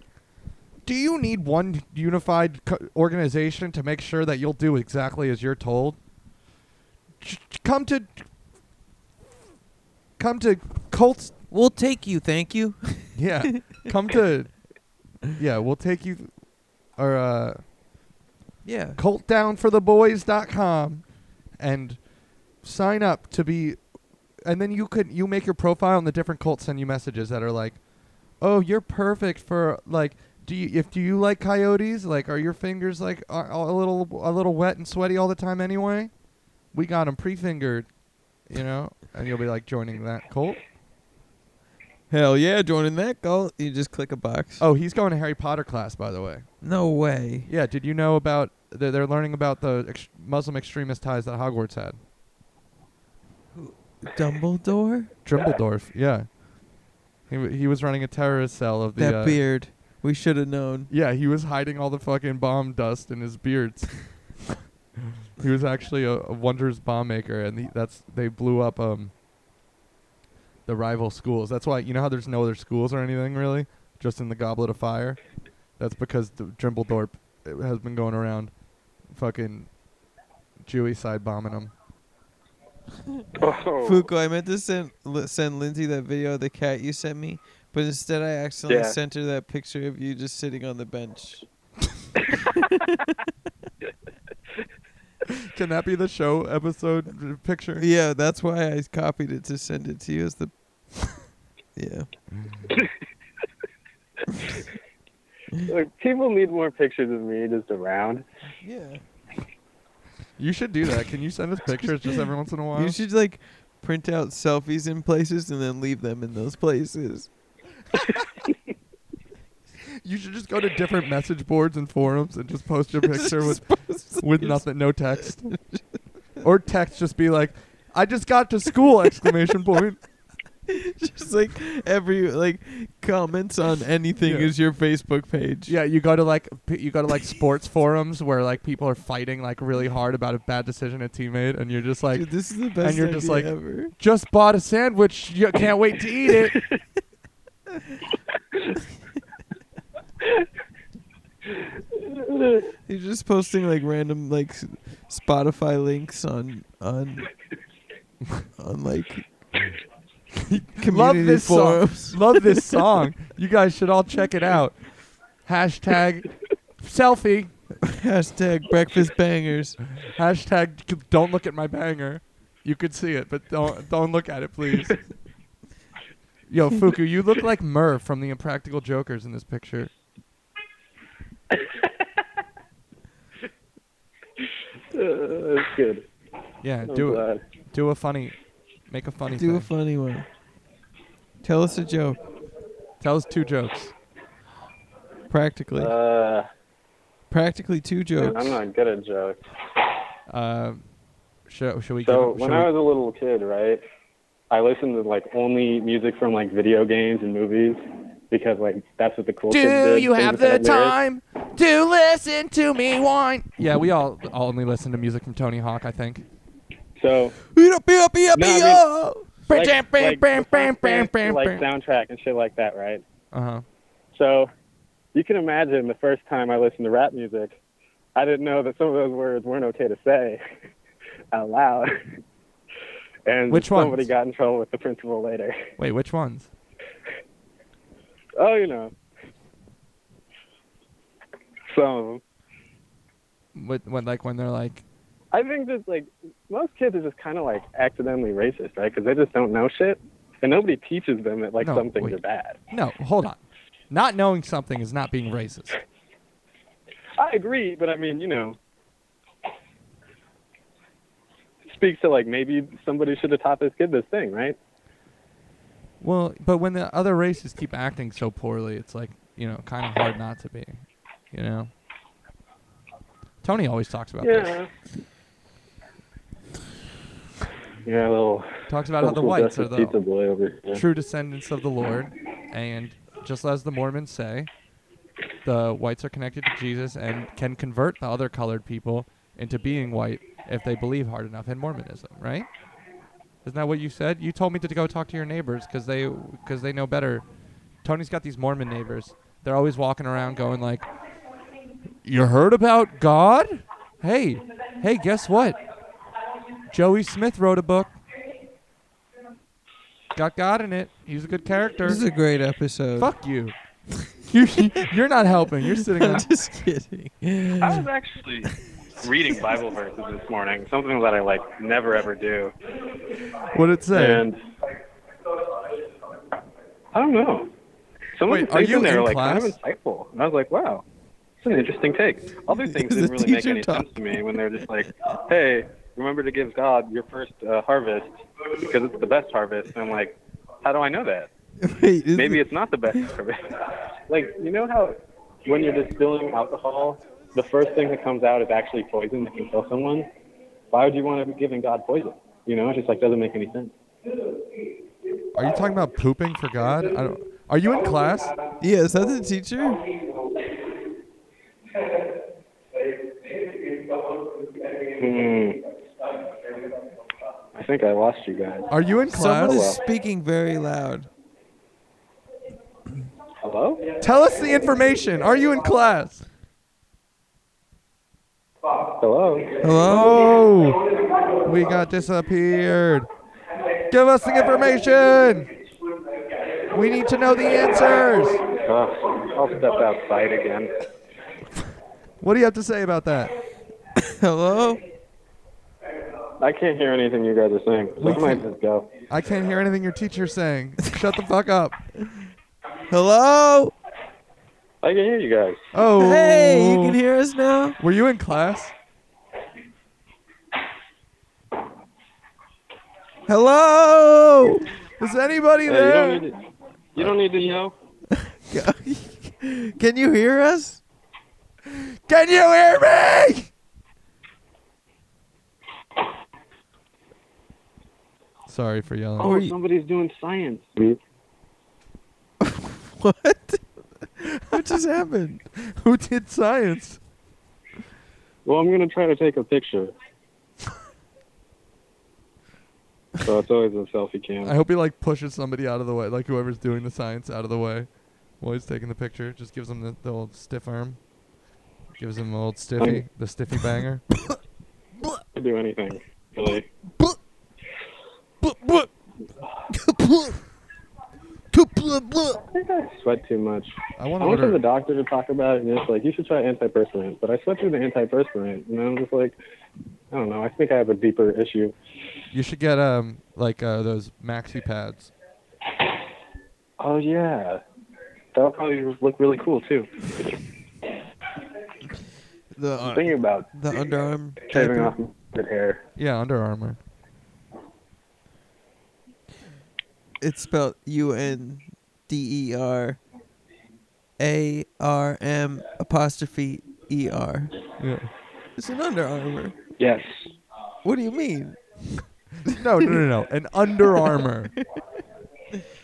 A: Do you need one unified co- organization to make sure that you'll do exactly as you're told? J- come to come to cults
B: We'll take you, thank you.
A: yeah. Come to Yeah, we'll take you or uh
B: Yeah.
A: cultdownfortheboys.com and sign up to be and then you could you make your profile and the different cults send you messages that are like oh you're perfect for like do you if do you like coyotes like are your fingers like are, are a little a little wet and sweaty all the time anyway we got 'em pre-fingered you know and you'll be like joining that cult
B: Hell yeah, joining that call. You just click a box.
A: oh he's going to harry potter class by the way
B: No way.
A: yeah did you know about they're, they're learning about the ex- muslim extremist ties that hogwarts had
B: Dumbledore?
A: Drimbledorf, yeah. He, w- he was running a terrorist cell of the.
B: that
A: uh,
B: beard. We should have known.
A: Yeah, he was hiding all the fucking bomb dust in his beards. he was actually a, a wondrous bomb maker, and the, that's they blew up um. The rival schools. That's why you know how there's no other schools or anything really, just in the Goblet of Fire. That's because the Drimbledorp uh, has been going around, fucking, Jewy side bombing them.
H: Oh,
B: Fuko, I meant to send li- send Lindsay that video of the cat you sent me, but instead I accidentally
H: Yeah.
B: sent her that picture of you just sitting on the bench.
A: Can that be the show episode uh, picture?
B: Yeah, that's why I copied it to send it to you as the. yeah.
H: Look, people need more pictures of me just around.
B: Yeah.
A: You should do that. Can you send us pictures just every once in a while?
B: You should like print out selfies in places and then leave them in those places.
A: You should just go to different message boards and forums and just post your picture with with nothing, no text, or text just be like, "I just got to school!" Exclamation point.
B: just like every like comments on anything
A: Yeah.
B: is your Facebook page.
A: Yeah, you go to like p- you go to like sports forums where like people are fighting like really hard about a bad decision a team made, and you're just like,
B: Dude, this is the best
A: you're just
B: idea
A: like-
B: ever.
A: "Just bought a sandwich, you can't wait to eat it."
B: You're just posting like random like s- Spotify links on on on like community
A: Love this
B: forums.
A: song. Love this song. You guys should all check it out. Hashtag selfie.
B: Hashtag breakfast bangers.
A: Hashtag don't look at my banger. You could see it, but don't don't look at it, please. Yo, Fuku, you look like Murph from the Impractical Jokers in this picture.
H: Uh, that's good.
A: Yeah,
H: I'm
A: do it.
H: glad.
A: Do a funny. Make a funny.
B: Do a
A: thing.
B: funny one. Tell us a joke.
A: Tell us two jokes. Practically.
H: Uh,
A: Practically two jokes.
H: I'm not good at jokes.
A: Um, should, should we
H: So
A: give,
H: when
A: should
H: I
A: we-
H: was a little kid, right, I listened to like only music from like video games and movies because like that's what the cool kids did. They just had lyrics.
A: to listen to me whine? Yeah, we all all only listen to music from Tony Hawk, I think.
H: So No, I mean, like, like, the Final Fantasy, like soundtrack and shit like that, right?
A: Uh-huh.
H: So you can imagine the first time I listened to rap music, I didn't know that some of those words weren't okay to say out loud. And
A: Which
H: somebody
A: ones?
H: got in trouble with the principal later.
A: Wait, which ones?
H: Oh, you know. Some of 'em.
A: What, what, like when they're like,
H: I think that like most kids are just kind of like accidentally racist, right? Because they just don't know shit, and nobody teaches them that like
A: No,
H: some things
A: wait.
H: are bad.
A: no, hold on. Not knowing something is not being racist.
H: I agree, but I mean, you know, speaks to like maybe somebody should have taught this kid this thing, right?
A: Well, but when the other races keep acting so poorly, it's like, you know, kind of hard not to be, you know? Tony always talks about this.
H: Yeah. Yeah, little
A: Talks about how the
H: little
A: whites are
H: justice
A: the
H: pizza boy over here.
A: true descendants of the Lord, and just as the Mormons say, the whites are connected to Jesus and can convert the other colored people into being white if they believe hard enough in Mormonism, right? Isn't that what you said? You told me to go talk to your neighbors because they because they know better. Tony's got these Mormon neighbors. They're always walking around going like, "You heard about God? Hey, hey, guess what? Joey Smith wrote a book. Got God in it. He's a good character.
B: This is a great episode.
A: Fuck you. you're, you're not helping. You're sitting on.
B: I'm just kidding.
H: I was actually reading Bible verses this morning, something that I like never ever do.
A: What it say?
H: And I don't know. Someone
A: Wait,
H: just typed
A: are you
H: in there
A: in
H: like kind
A: class?
H: of insightful, and I was like, wow, it's an interesting take. Other things
B: Is
H: didn't
B: the
H: really make
B: teacher
H: any sense
B: talking?
H: to me when they're just like, hey, remember to give God your first uh, harvest because it's the best harvest. And I'm like, how do I know that?
B: Wait, is
H: Maybe it's not the best harvest. like you know how when you're distilling alcohol, the first thing that comes out is actually poison that can kill someone. Why would you want to be giving God poison? You know, it just like doesn't make any sense.
A: Are you talking about pooping for God? I don't. Are you in class?
B: yeah, is that the teacher?
H: Hmm. I think I lost you guys.
A: Are you in class?
B: Someone is speaking very loud.
H: Hello?
A: Tell us the information. Are you in class?
H: Hello?
A: Hello. We got disappeared. Give us the information. We need to know the answers.
H: Ugh, I'll step outside again.
A: What do you have to say about that?
B: Hello?
H: I can't hear anything you guys are saying. So I might just go.
A: I can't hear anything your teacher's saying. Shut the fuck up.
B: Hello?
H: I can hear you guys.
A: Oh.
B: Hey, you can hear us now?
A: Were you in class?
B: Hello?
A: Is anybody
H: Hey, you
A: there?
H: don't need to, you don't need to yell.
B: Can you hear us?
A: Can you hear me? Sorry for yelling.
H: Oh, somebody's doing science.
B: What? what just happened?
A: Who did science?
H: Well, I'm gonna try to take a picture. so it's always a selfie cam.
A: I hope he like pushes somebody out of the way, like whoever's doing the science out of the way while he's taking the picture. Just gives him the, the old stiff arm. Gives him the old stiffy, the stiffy banger.
H: I do anything really. I think I sweat too much.
A: I want
H: I
A: to
H: went to the
A: order.
H: doctor to talk about it, and it's like you should try antiperspirant. But I sweat through the antiperspirant, and I'm just like, I don't know. I think I have a deeper issue.
A: You should get um like uh, those maxi pads.
H: Oh yeah, that'll probably look really cool too.
B: The uh,
H: Thinking about
B: the underarm.
H: shaving
B: diaper.
H: off good hair.
A: Yeah, Under Armour.
B: It's spelled U N D E R A R M apostrophe E R.
A: Yeah.
B: It's an Under Armour.
H: Yes.
B: What do you mean?
A: No, no, no, no. An Under Armour.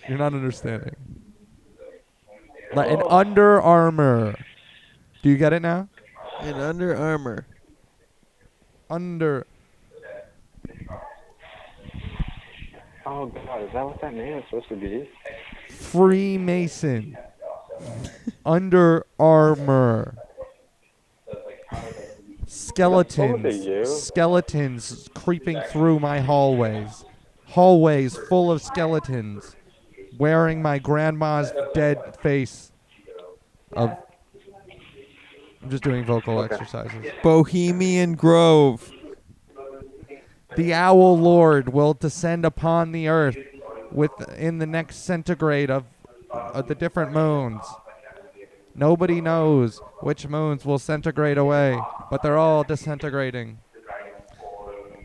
A: You're not understanding. Like an Under Armour. Do you get it now?
B: An Under Armour.
A: Under.
H: Oh God, is that what that name is supposed to be?
A: Freemason. Under Armour.
H: you.
A: Skeletons. Skeletons creeping through my hallways. Hallways full of skeletons wearing my grandma's dead face. Of I'm just doing vocal exercises.
B: Bohemian Grove.
A: The owl lord will descend upon the earth within the next centigrade of uh, the different moons. Nobody knows which moons will centigrade away, but they're all disintegrating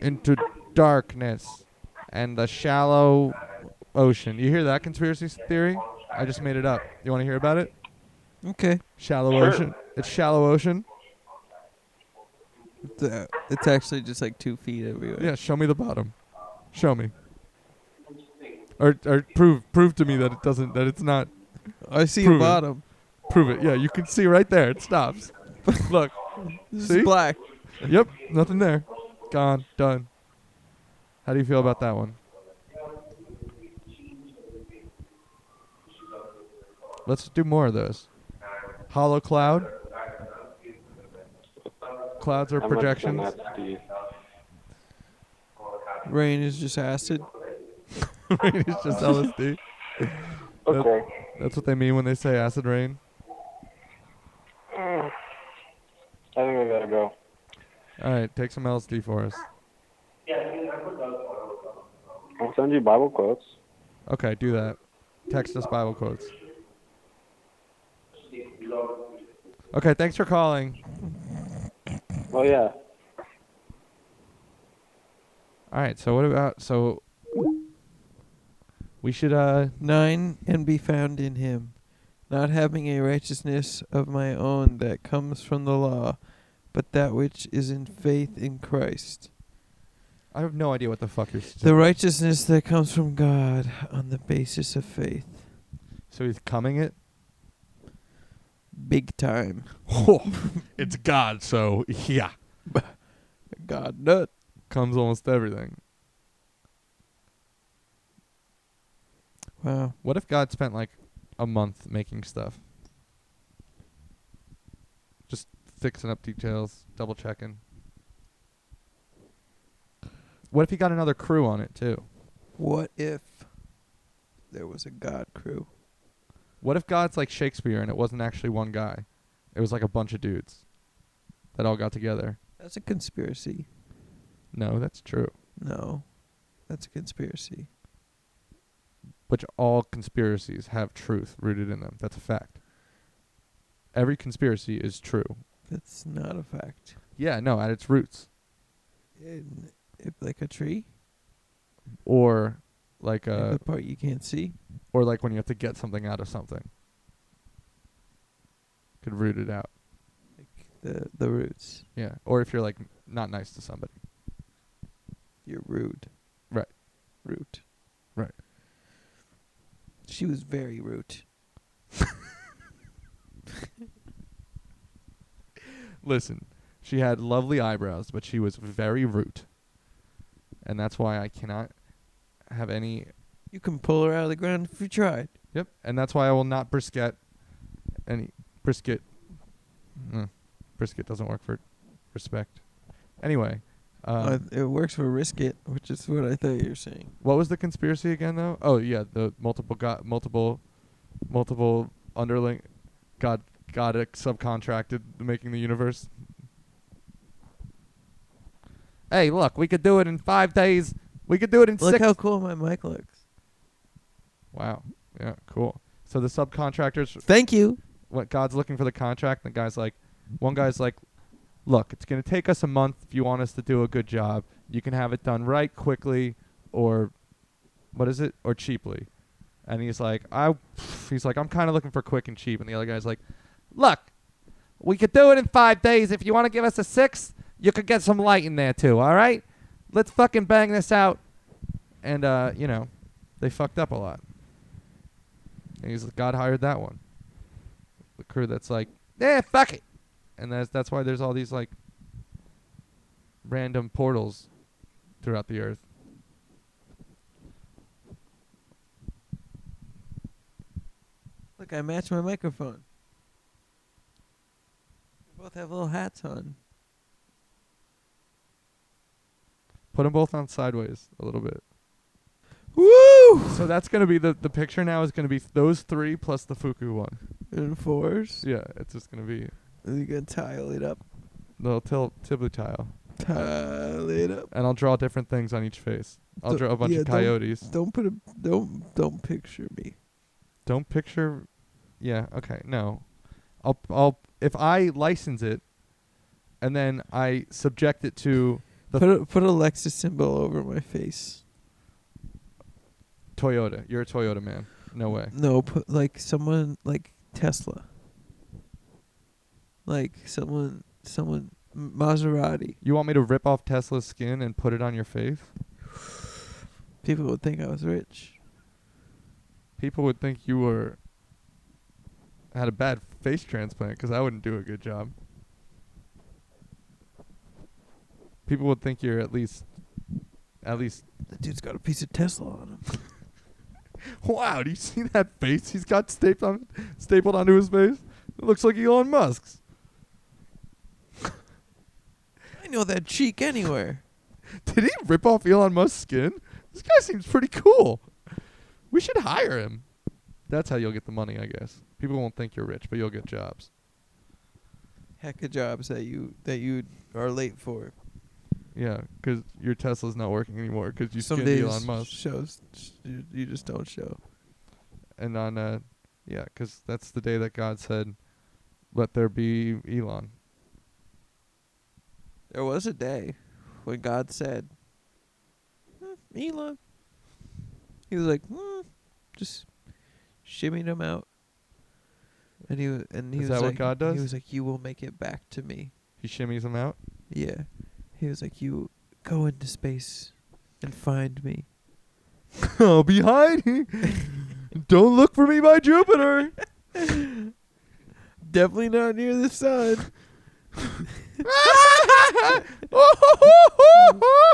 A: into darkness and the shallow ocean. You hear that conspiracy s- theory? I just made it up. You want to hear about it?
B: Okay.
A: Shallow ocean. It's shallow ocean.
B: It's, uh, it's actually just like two feet everywhere.
A: Yeah, show me the bottom. Show me. Or or prove prove to me that it doesn't that it's not.
B: I see
A: Prove it.
B: the bottom.
A: Prove it. Yeah, you can see right there. It stops. Look.
B: This
A: See?
B: is black.
A: Yep, nothing there. Gone, done. How do you feel about that one? Let's do more of those. Hollow cloud. Clouds are
H: I'm not sure
A: projections.
H: that's the-
B: Rain is just acid.
A: it's just LSD.
H: Okay.
A: That's what they mean when they say acid rain.
H: I think I gotta go.
A: All right, take some LSD for us.
H: I'll send you Bible quotes.
A: Okay, do that. Text us Bible quotes. Okay, thanks for calling.
H: Oh yeah.
A: All right, so what about so we should uh
B: Nine and be found in him, not having a righteousness of my own that comes from the law, but that which is in faith in Christ.
A: I have no idea what the fuck you're s-
B: The righteousness that comes from God on the basis of faith.
A: so he's coming it.
B: Big time.
E: it's God, so yeah.
B: God nut.
A: Comes almost everything.
B: Wow.
A: What if God spent like a month making stuff? Just fixing up details, double checking. What if he got another crew on it too?
B: What if there was a God crew?
A: What if God's like Shakespeare and it wasn't actually one guy? It was like a bunch of dudes that all got together.
B: That's a conspiracy.
A: No, that's true.
B: No. That's a conspiracy.
A: Which all conspiracies have truth rooted in them. That's a fact. Every conspiracy is true.
B: That's not a fact.
A: Yeah, no, at its roots.
B: In, if like a tree,
A: Or like
B: like
A: uh
B: the part you can't see.
A: or like when you have to get something out of something. Could root it out.
B: like the the roots.
A: Yeah. Or if you're like not nice to somebody.
B: You're rude.
A: Right.
B: Root.
A: Right.
B: She was very rude.
A: Listen, she had lovely eyebrows, but she was very rude. And that's why I cannot have any.
B: You can pull her out of the ground if you tried.
A: Yep. And that's why I will not brisket any. Brisket. Mm, brisket doesn't work for respect. Anyway,
B: Uh,
A: uh,
B: it works for risk it, which is what I thought you were saying.
A: what was the conspiracy again, though? Oh, yeah, the multiple got multiple, multiple underling, got got it subcontracted making the universe. Hey, look, we could do it in five days. We could do it in
B: Look
A: six.
B: how cool my mic looks.
A: wow. Yeah. Cool. So the subcontractors
B: Thank you.
A: what God's looking for the contract. And the guy's like, one guy's like, look, it's going to take us a month if you want us to do a good job. You can have it done right quickly or, what is it? Or cheaply. and he's like, I, he's like, I'm kind of looking for quick and cheap, and the other guy's like, look, we could do it in five days. If you want to give us a sixth, you could get some light in there too. All right, let's fucking bang this out. And uh, you know, they fucked up a lot. And he's God hired that one. The crew that's like, yeah, fuck it. And that's that's why there's all these like random portals throughout the earth.
B: Look, I matched my microphone. We both have little hats on.
A: Put them both on sideways a little bit.
B: Woo!
A: So that's gonna be the the picture now is gonna be those three plus the Fuku one.
B: And fours.
A: Yeah, it's just gonna be
B: You gonna tile it up.
A: the til- Tibu tile,
B: Tile it up.
A: and I'll draw different things on each face. I'll
B: Don't-
A: draw a bunch
B: yeah,
A: of
B: don't-
A: coyotes. Don't,
B: Don't put a don't don't picture me.
A: picture. Yeah. Okay. No. I'll I'll if I license it, and then I subject it to The-
B: put a, put a Lexus symbol over my face.
A: Toyota. You're a Toyota man. No way.
B: No, put like someone like Tesla. Like someone someone Maserati.
A: You want me to rip off Tesla's skin and put it on your face?
B: People would think I was rich.
A: People would think you were had a bad face transplant because I wouldn't do a good job. People would think you're at least, at least.
B: That dude's got a piece of Tesla on him.
A: Wow! Do you see that face he's got stapled on, stapled onto his face? It looks like Elon Musk's.
B: I know that cheek anywhere.
A: Did he rip off Elon Musk's skin? This guy seems pretty cool. We should hire him. That's how you'll get the money, I guess. People won't think you're rich, but you'll get jobs.
B: Heck of jobs that you that you are late for.
A: Yeah, because your Tesla's not working anymore because you
B: Some
A: skinned
B: days
A: Elon Musk.
B: shows you you just don't show.
A: and on uh yeah because that's the day that god said let there be elon
B: There was a day when God said, "Hmm, Elon. He was like, hmm, just shimmied him out. And he wa- and he
A: Is
B: was
A: that what
B: like,
A: God
B: He
A: does?
B: was like, you will make it back to me.
A: he shimmies him out
B: Yeah. He was like, you go into space and find me.
A: oh be hiding don't look for me by jupiter
B: Definitely not near the sun.
A: Oh,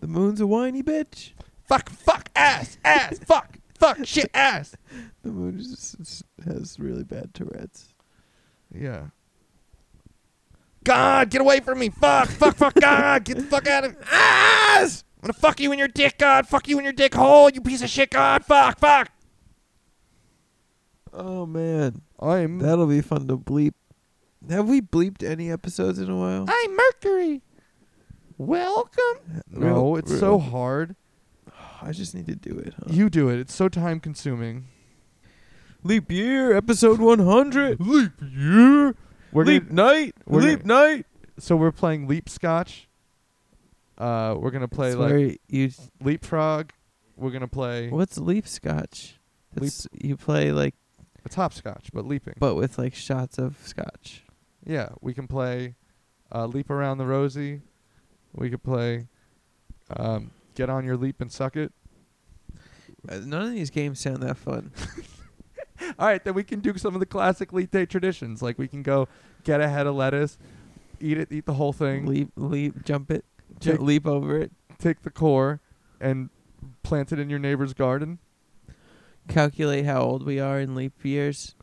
B: the moon's a whiny bitch.
A: fuck fuck ass ass fuck fuck shit ass
B: The moon just s- has really bad Tourette's.
A: yeah god get away from me fuck fuck fuck god get the fuck out of ass i'm gonna fuck you in your dick god fuck you in your dick hole you piece of shit god fuck fuck
B: Oh man,
A: i'm
B: that'll be fun to bleep. Have we bleeped any episodes in a while?
A: I'm Mercury. Welcome. No,
B: Real-
A: it's
B: real-
A: so hard.
B: I just need to do it. Huh?
A: You do it. It's so time consuming.
B: leap year episode 100.
A: Leap year. We're
B: leap
A: gonna,
B: night.
A: we're
B: leap night.
A: so we're playing leap scotch. Uh, we're gonna play like
B: Sorry, you.
A: leapfrog. We're gonna play
B: What's leap scotch?
A: Leap-
B: It's, You play like,
A: it's hopscotch, but leaping.
B: but with like shots of scotch.
A: yeah, we can play uh, leap around the rosy. We could play um, get on your leap and suck it.
B: Uh, none of these games sound that fun.
A: All right, then we can do some of the classic leap day traditions. Like we can go get a head of lettuce, eat it, eat the whole thing.
B: leap, leap, jump it, ju-
A: Take-
B: leap over it.
A: take the core and plant it in your neighbor's garden.
B: Calculate how old we are in leap years.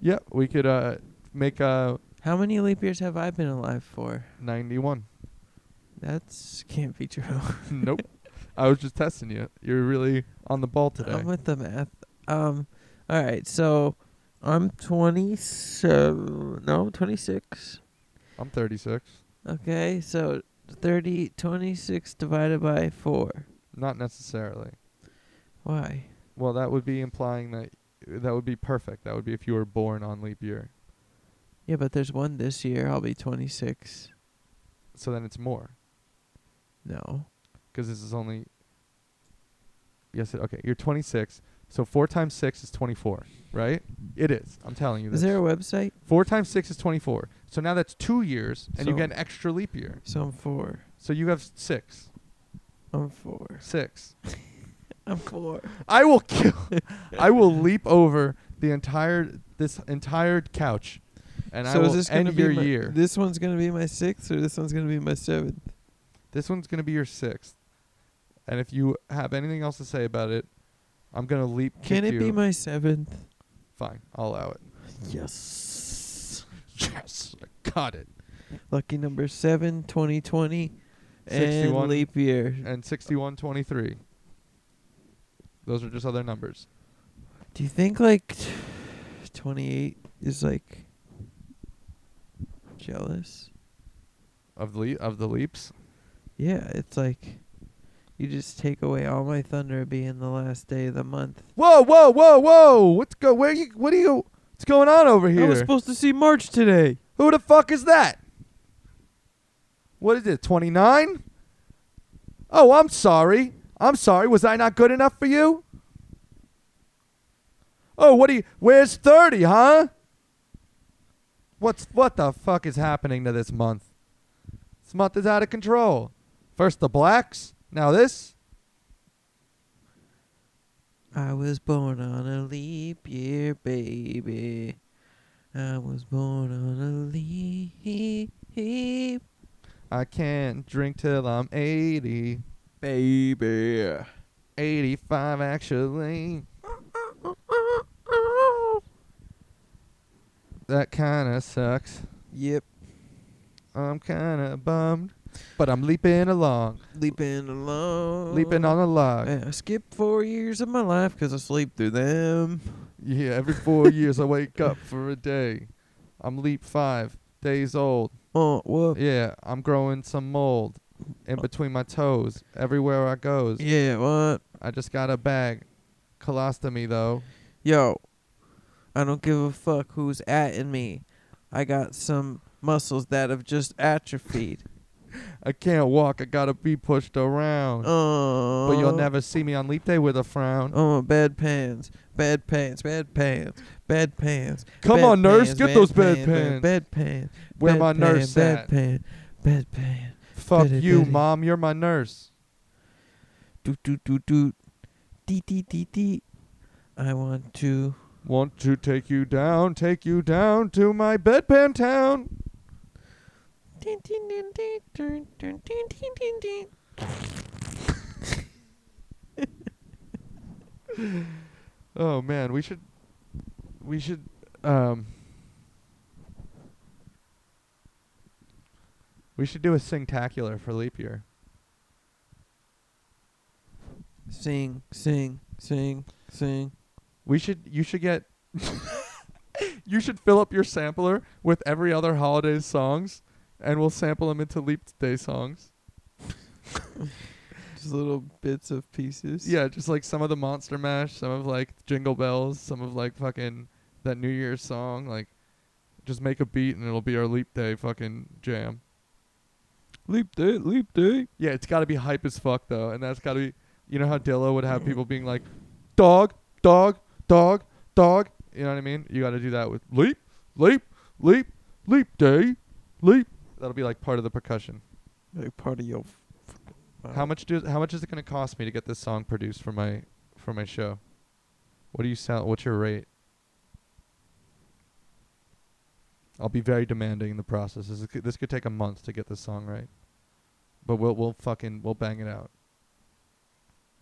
A: Yeah, we could uh, make a
B: How many leap years have I been alive for?
A: 91.
B: That's can't be true.
A: nope. I was just testing you. You're really on the ball today.
B: I'm with the math. Um, all right, so I'm 27. No, 26.
A: I'm 36.
B: Okay, so 30, 26 divided by four.
A: Not necessarily.
B: Why?
A: Well, that would be implying that that would be perfect. That would be if you were born on leap year.
B: Yeah, but there's one this year. I'll be 26.
A: So then it's more
B: No,
A: because this is only Yes. It, okay. You're 26. So four times six is 24, right? It is. I'm telling you this.
B: Is there a website?
A: four times six is 24. So now that's two years, and you
B: So-
A: get an extra leap year.
B: So I'm four.
A: So you have six.
B: I'm four.
A: Six.
B: I'm four.
A: I will kill. I will leap over the entire this entire couch, and I
B: so
A: will
B: is this gonna
A: end
B: be
A: your
B: my,
A: year.
B: This one's gonna be my sixth, or this one's gonna be my seventh.
A: This one's gonna be your sixth, and if you have anything else to say about it, I'm gonna leap.
B: Can
A: kick
B: it be
A: you.
B: my seventh?
A: Fine, I'll allow it.
B: Yes.
A: Yes, I got it.
B: Lucky number seven, 2020, and
A: 61.
B: leap year.
A: And sixty-one twenty-three. Those are just other numbers.
B: Do you think like 28 is like jealous?
A: of the le- of the leaps.
B: Yeah, it's like you just take away all my thunder being the last day of the month.
A: Whoa, whoa, whoa, whoa! What's go? Where you? What are you? What's going on over
B: I was
A: here?
B: supposed to see March today.
A: Who the fuck is that? What is it? Twenty nine? Oh, I'm sorry. I'm sorry. Was I not good enough for you? Oh, what do you? Where's thirty? Huh? What's what the fuck is happening to this month? This month is out of control. First the blacks, now this.
B: I was born on a leap year, baby. I was born on a leap,
A: I can't drink till I'm eighty.
B: baby.
A: 85 actually. That kind of sucks.
B: Yep,
A: I'm kind of bummed, but I'm leaping along,
B: leaping along.
A: leaping on a log.
B: Yeah, I skipped four years of my life 'cause I sleep through them.
A: Yeah, every four years I wake up for a day. I'm leap five days old.
B: Oh, what?
A: Yeah, I'm growing some mold in between my toes everywhere I goes.
B: Yeah, what?
A: I just got a bag, colostomy though.
B: Yo, I don't give a fuck who's at in me. I got some muscles that have just atrophied.
A: I can't walk. I gotta be pushed around.
B: Oh.
A: But you'll never see me on leap day with a frown.
B: Oh, bad pants, bad pants, bad pants, bad pants.
A: Come
B: bad
A: on, nurse,
B: pants,
A: get those bad
B: pants,
A: pants.
B: bad- Bad pants.
A: Where
B: bad
A: my
B: pants,
A: nurse
B: bad
A: at?
B: pants, bad pants.
A: Fuck
B: Bitty,
A: you,
B: bitty.
A: mom. You're my nurse.
B: Doot doot doot doot. Deet deet deet deet. I want to.
A: Want to take you down, take you down to my bedpan town. Oh man, we should, we should, um, we should do a singtacular for leap year.
B: Sing, sing, sing, sing.
A: We should, you should get, you should fill up your sampler with every other holiday's songs, and we'll sample them into leap day songs.
B: Just little bits of pieces.
A: Yeah, just like some of the Monster Mash, some of like Jingle Bells, some of like fucking that New Year's song. Like, just make a beat and it'll be our leap day fucking jam.
B: Leap day, leap day.
A: Yeah, it's got to be hype as fuck though, and that's got to be. You know how Dilla would have people being like, "Dog, dog, dog, dog." You know what I mean? You got to do that with leap, leap, leap, leap day, leap. That'll be like part of the percussion.
B: Like part of your. f- uh, fucking-
A: How much does how much is it gonna cost me to get this song produced for my for my show? What do you sell? What's your rate? I'll be very demanding in the process. This, is, this could take a month to get this song right, but we'll we'll fucking we'll bang it out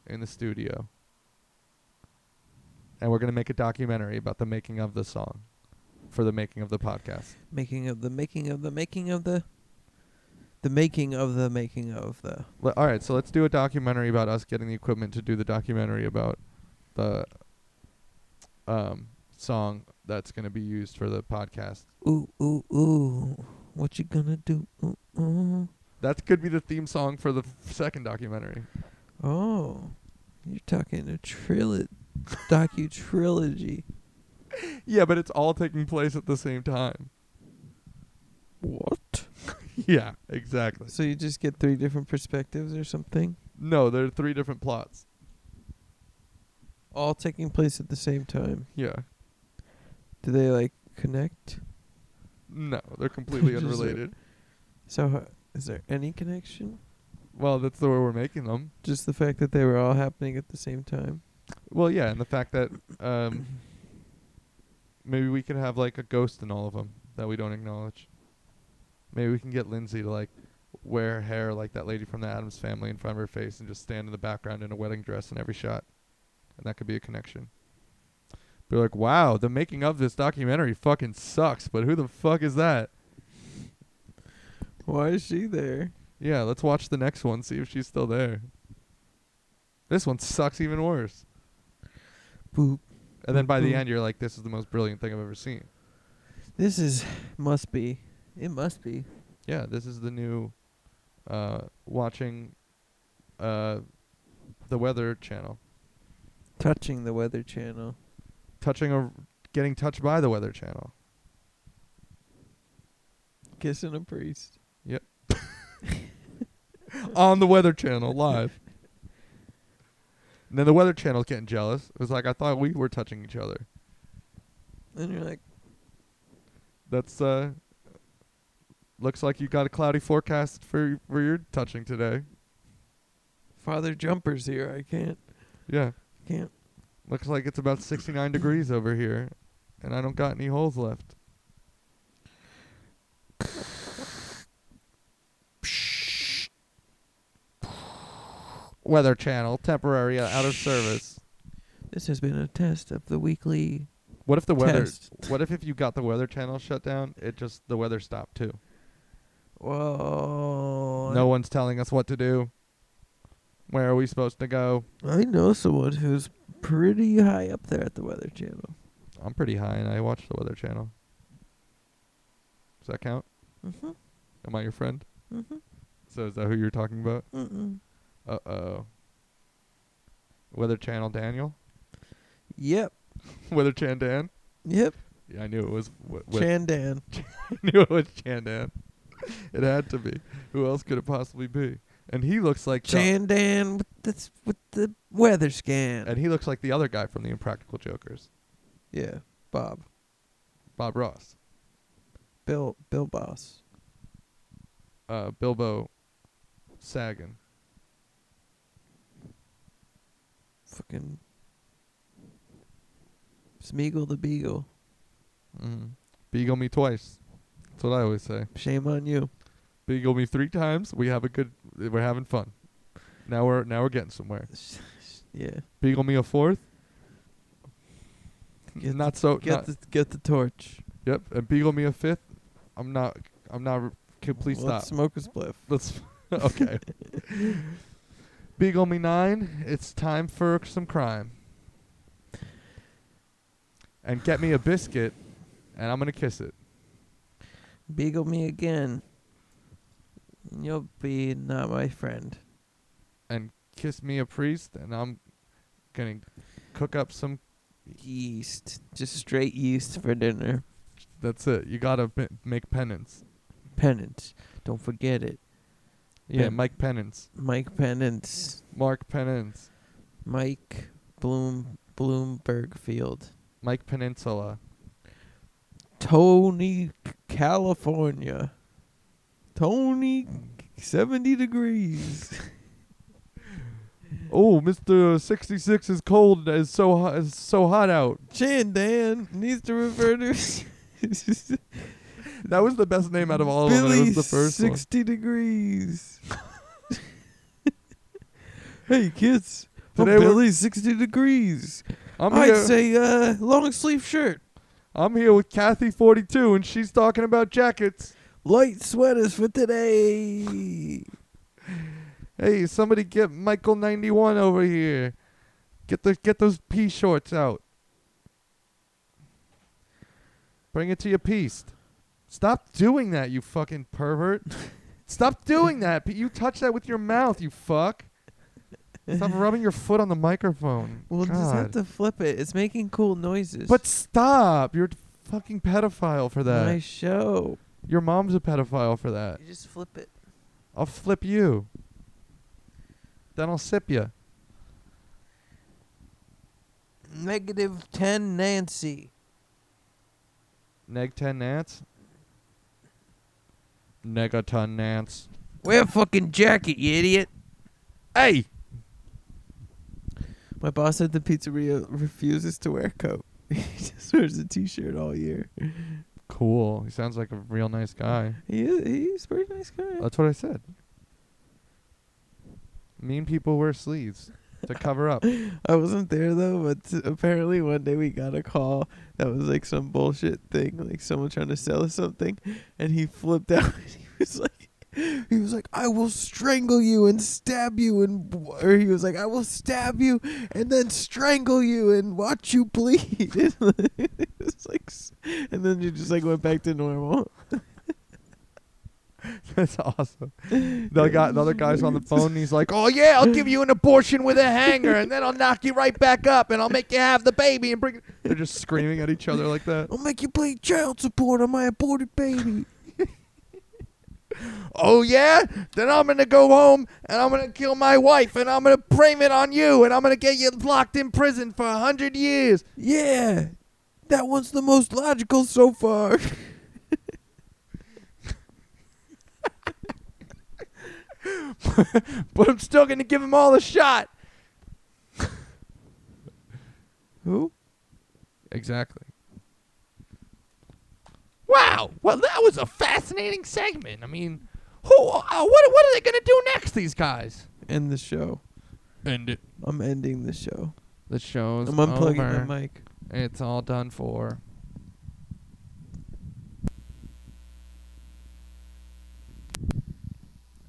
A: in the studio, and we're gonna make a documentary about the making of the song for the making of the podcast.
B: Making of the making of the making of the. The making of the making of the.
A: Le- all right, so let's do a documentary about us getting the equipment to do the documentary about the um, song that's going to be used for the podcast.
B: Ooh ooh ooh. What you gonna do? Ooh ooh.
A: That could be the theme song for the f- second documentary.
B: Oh, you're talking a trilo- docu trilogy.
A: Yeah, but it's all taking place at the same time.
B: What?
A: Yeah, exactly.
B: So you just get three different perspectives or something.
A: No, there are three different plots.
B: all taking place at the same time.
A: Yeah.
B: Do they like connect?
A: No, they're completely
B: Just, uh,
A: unrelated.
B: So ho- is there any connection?
A: Well, that's the way we're making them.
B: Just the fact that they were all happening at the same time.
A: Well, yeah, and the fact that um, maybe we could have like a ghost in all of them that we don't acknowledge. Maybe we can get Lindsay to like wear hair like that lady from the Adams family in front of her face and just stand in the background in a wedding dress in every shot, and that could be a connection. Be like, wow, the making of this documentary fucking sucks, but who the fuck is that?
B: Why is she there?
A: Yeah, let's watch the next one, see if she's still there. This one sucks even worse.
B: Boop.
A: And then by the
B: Mhm.
A: end, you're like, this is the most brilliant thing I've ever seen.
B: This is must be. It must be.
A: Yeah, this is the new uh, watching uh, the weather channel,
B: Touching the Weather Channel.
A: touching or getting touched by the weather channel.
B: Kissing a priest.
A: on the Weather Channel live. And then the Weather Channel's getting jealous. It was like, I thought we were touching each other.
B: And you're like,
A: That's, uh, looks like you got a cloudy forecast for, for your touching today.
B: Father Jumper's here. I can't.
A: Yeah.
B: Can't.
A: Looks like it's about 69 degrees over here, and I don't got any holes left. Weather Channel, temporary uh, out of service.
B: This has been a test of the weekly.
A: What if the weather?
B: Test.
A: What if if you got the Weather Channel shut down, it just the weather stopped too?
B: Whoa.
A: No one's telling us what to do. Where are we supposed to go?
B: I know someone who's pretty high up there at the Weather Channel.
A: I'm pretty high, and I watch the Weather Channel. Does that count?
B: Mm-hmm.
A: Am I your friend?
B: Mm-hmm.
A: So is that who you're talking about?
B: Mm-mm.
A: Uh oh. Weather Channel Daniel?
B: Yep.
A: Weather Chan Dan?
B: Yep.
A: Yeah, I knew it was. W- Chan.
B: Chandan.
A: knew it was Chan Dan. It had to be. Who else could it possibly be? And he looks like the-
B: Chandan with the, with the weather scan.
A: and he looks like the other guy from the Impractical Jokers,
B: yeah. Bob.
A: Bob Ross,
B: Bill. Bill Boss.
A: uh, Bilbo Sagan.
B: Fucking. Smeagol the Beagle. Mm-hmm.
A: Mm. Beagle me twice. That's what I always say.
B: Shame on you.
A: Beagle me three times. We have a good. We're having fun. Now we're now we're getting somewhere.
B: Yeah.
A: Beagle me a fourth.
B: Get
A: not so.
B: Get
A: not-
B: the get the torch.
A: Yep, and Beagle me a fifth. I'm not. I'm not. r- Can please
B: Let's
A: stop.
B: Smoke a spliff.
A: Let's. okay. Beagle me nine. It's time for some crime. And get me a biscuit, and I'm gonna kiss it.
B: Beagle me again. And you'll be not my friend.
A: And kiss me a priest, and I'm gonna cook up some.
B: Yeast. Just straight yeast for dinner.
A: That's it. You gotta b- make penance.
B: Penance. Don't forget it.
A: Yeah,
B: Pen-
A: Mike penance.
B: Mike Penance.
A: Mark penance.
B: Mike Bloom Bloomberg Field.
A: Mike Peninsula.
B: Tony C- California. Tony seventy degrees.
A: Oh, Mister Sixty Six is cold. Is so hot. Is so hot out.
B: Chandan needs to refer to
A: That was the best name out of all of them. It
B: Billy
A: was the first one.
B: 60 degrees. hey, kids. I'm
A: Today we're-
B: Billy 60 degrees.
A: I'm
B: I'd
A: here,
B: say uh, long sleeve shirt.
A: I'm here with Kathy 42, and she's talking about jackets.
B: Light sweaters for today.
A: Hey, somebody get Michael 91 over here. Get the get those pea shorts out. Bring it to your piece. Stop doing that, you fucking pervert. Stop doing that. But you touch that with your mouth, you fuck. Stop rubbing your foot on the microphone.
B: We'll just
A: God.
B: have to flip it. It's making cool noises.
A: But stop! You're a fucking pedophile for that.
B: my show?
A: Your mom's a pedophile for that.
B: You just flip it.
A: I'll flip you. Then I'll sip you.
B: Negative 10 Nancy.
A: Neg 10 Nats? Negaton Nats.
B: Wear a fucking jacket, you idiot.
A: Hey!
B: My boss at the pizzeria refuses to wear a coat. He just wears a t-shirt all year.
A: Cool. He sounds like a real nice guy.
B: He is, he's a pretty nice guy.
A: That's what I said. Mean people wear sleeves to cover up.
B: I wasn't there though, but t- apparently one day we got a call that was like some bullshit thing, like someone trying to sell us something, and he flipped out. he was like, he was like, I will strangle you and stab you, and or he was like, I will stab you and then strangle you and watch you bleed. it was like, s- and then you just like went back to normal.
A: That's awesome. The, guy, the other guy's on the phone and he's like, Oh, yeah, I'll give you an abortion with a hanger and then I'll knock you right back up and I'll make you have the baby and bring it. They're just screaming at each other like that.
B: I'll make you pay child support on my aborted baby.
A: Oh, yeah? Then I'm going to go home and I'm going to kill my wife and I'm going to frame it on you and I'm going to get you locked in prison for a 100 years.
B: yeah, that one's the most logical so far.
A: But I'm still going to give him all a shot.
B: Who?
A: Exactly. Wow. Well, that was a fascinating segment. I mean, who? Uh, what? What are they going to do next? These guys.
B: end the show.
E: End it.
B: I'm ending the show.
A: The show's
B: I'm unplugging my mic.
A: It's all done for.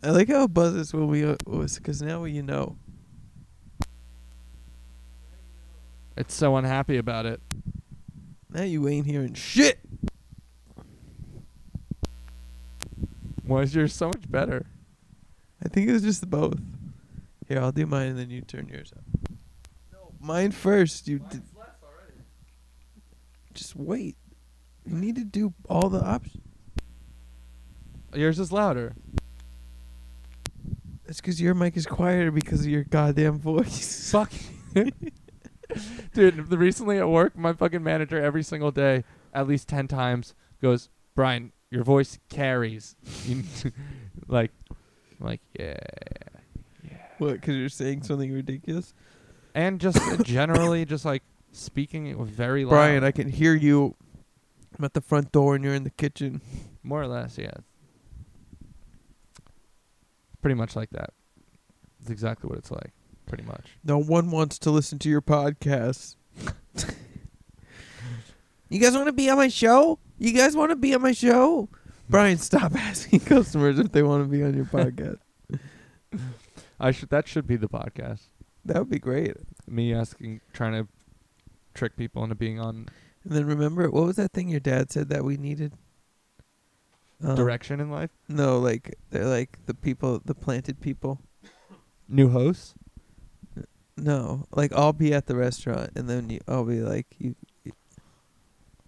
B: I like how it buzzes when we uh, was because now you know.
A: It's so unhappy about it.
B: Now you ain't hearing shit.
A: Why is yours so much better?
B: I think it was just both. Here, I'll do mine and then you turn yours up. No, mine first. You did. Just wait. You need to do all the options.
A: Yours is louder.
B: That's because your mic is quieter because of your goddamn voice.
A: Fuck. Dude, the- recently at work, my fucking manager every single day, at least 10 times, goes, Brian, your voice carries. You- like, I'm like, yeah.
B: What? Because you're saying something ridiculous.
A: And just generally, just like speaking it with very loud.
B: Brian, I can hear you. I'm at the front door and you're in the kitchen.
A: More or less, yeah. Pretty much like that. It's exactly what it's like. Pretty much.
B: No one wants to listen to your podcast. you guys want to be on my show? You guys want to be on my show? Brian, stop asking customers if they want to be on your podcast.
A: I should. That should be the podcast.
B: that would be great.
A: Me asking, trying to trick people into being on
B: And then remember, what was that thing your dad said that we needed? Um,
A: direction in life.
B: No, like they're like the people, the planted people.
A: New hosts.
B: No, like I'll be at the restaurant, and then you, I'll be like you. You,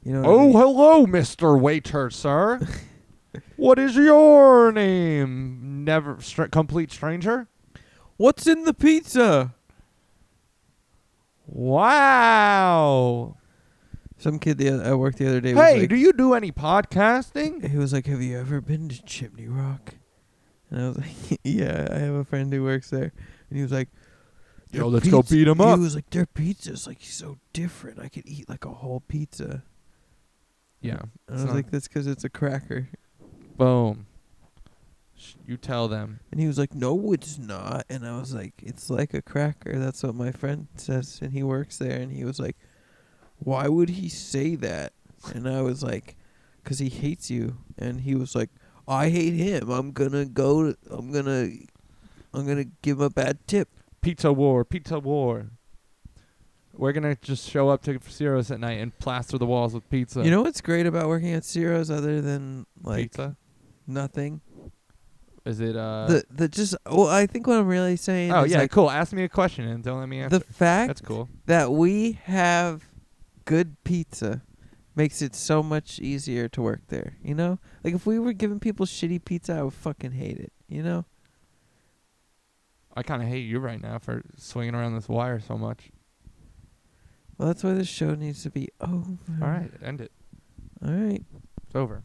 B: you know. what I
A: Oh,
B: mean?
A: hello, Mister Waiter, sir. what is your name? Never str- complete stranger.
B: what's in the pizza?
A: Wow.
B: Some kid the other, I worked the other day. was
A: Hey,
B: like,
A: do you do any podcasting?
B: he was like, "Have you ever been to Chimney Rock?" And I was like, "Yeah, I have a friend who works there." And he was like,
A: Yo,
B: "Their
A: let's go
B: pizza-"
A: beat 'em up.
B: He was like, "Their pizza's like so different. I could eat like a whole pizza."
A: Yeah.
B: And
A: It's
B: I was
A: not-
B: like, "That's because it's a cracker."
A: Boom. Sh- You tell them.
B: And he was like, "No, it's not." And I was like, "It's like a cracker." That's what my friend says, and he works there. And he was like, "Why would he say that?" And I was like, "Cause he hates you." And he was like, "I hate him. I'm gonna go. To, I'm gonna, I'm gonna give him a bad tip."
A: Pizza war, pizza war. We're gonna just show up to Ciro's at night and plaster the walls with pizza.
B: you know what's great about working at Ciro's, other than like
A: pizza?
B: nothing.
A: Is it uh?
B: the the just well, I think what I'm really saying.
A: oh
B: is
A: yeah,
B: like
A: cool. Ask me a question and don't let me answer.
B: the fact
A: That's cool.
B: that we have good pizza makes it so much easier to work there. You know, like if we were giving people shitty pizza, I would fucking hate it. You know,
A: I kind of hate you right now for swinging around this wire so much. Well, that's why this show needs to be over.
B: All right, end it.
A: All right.
B: It's over.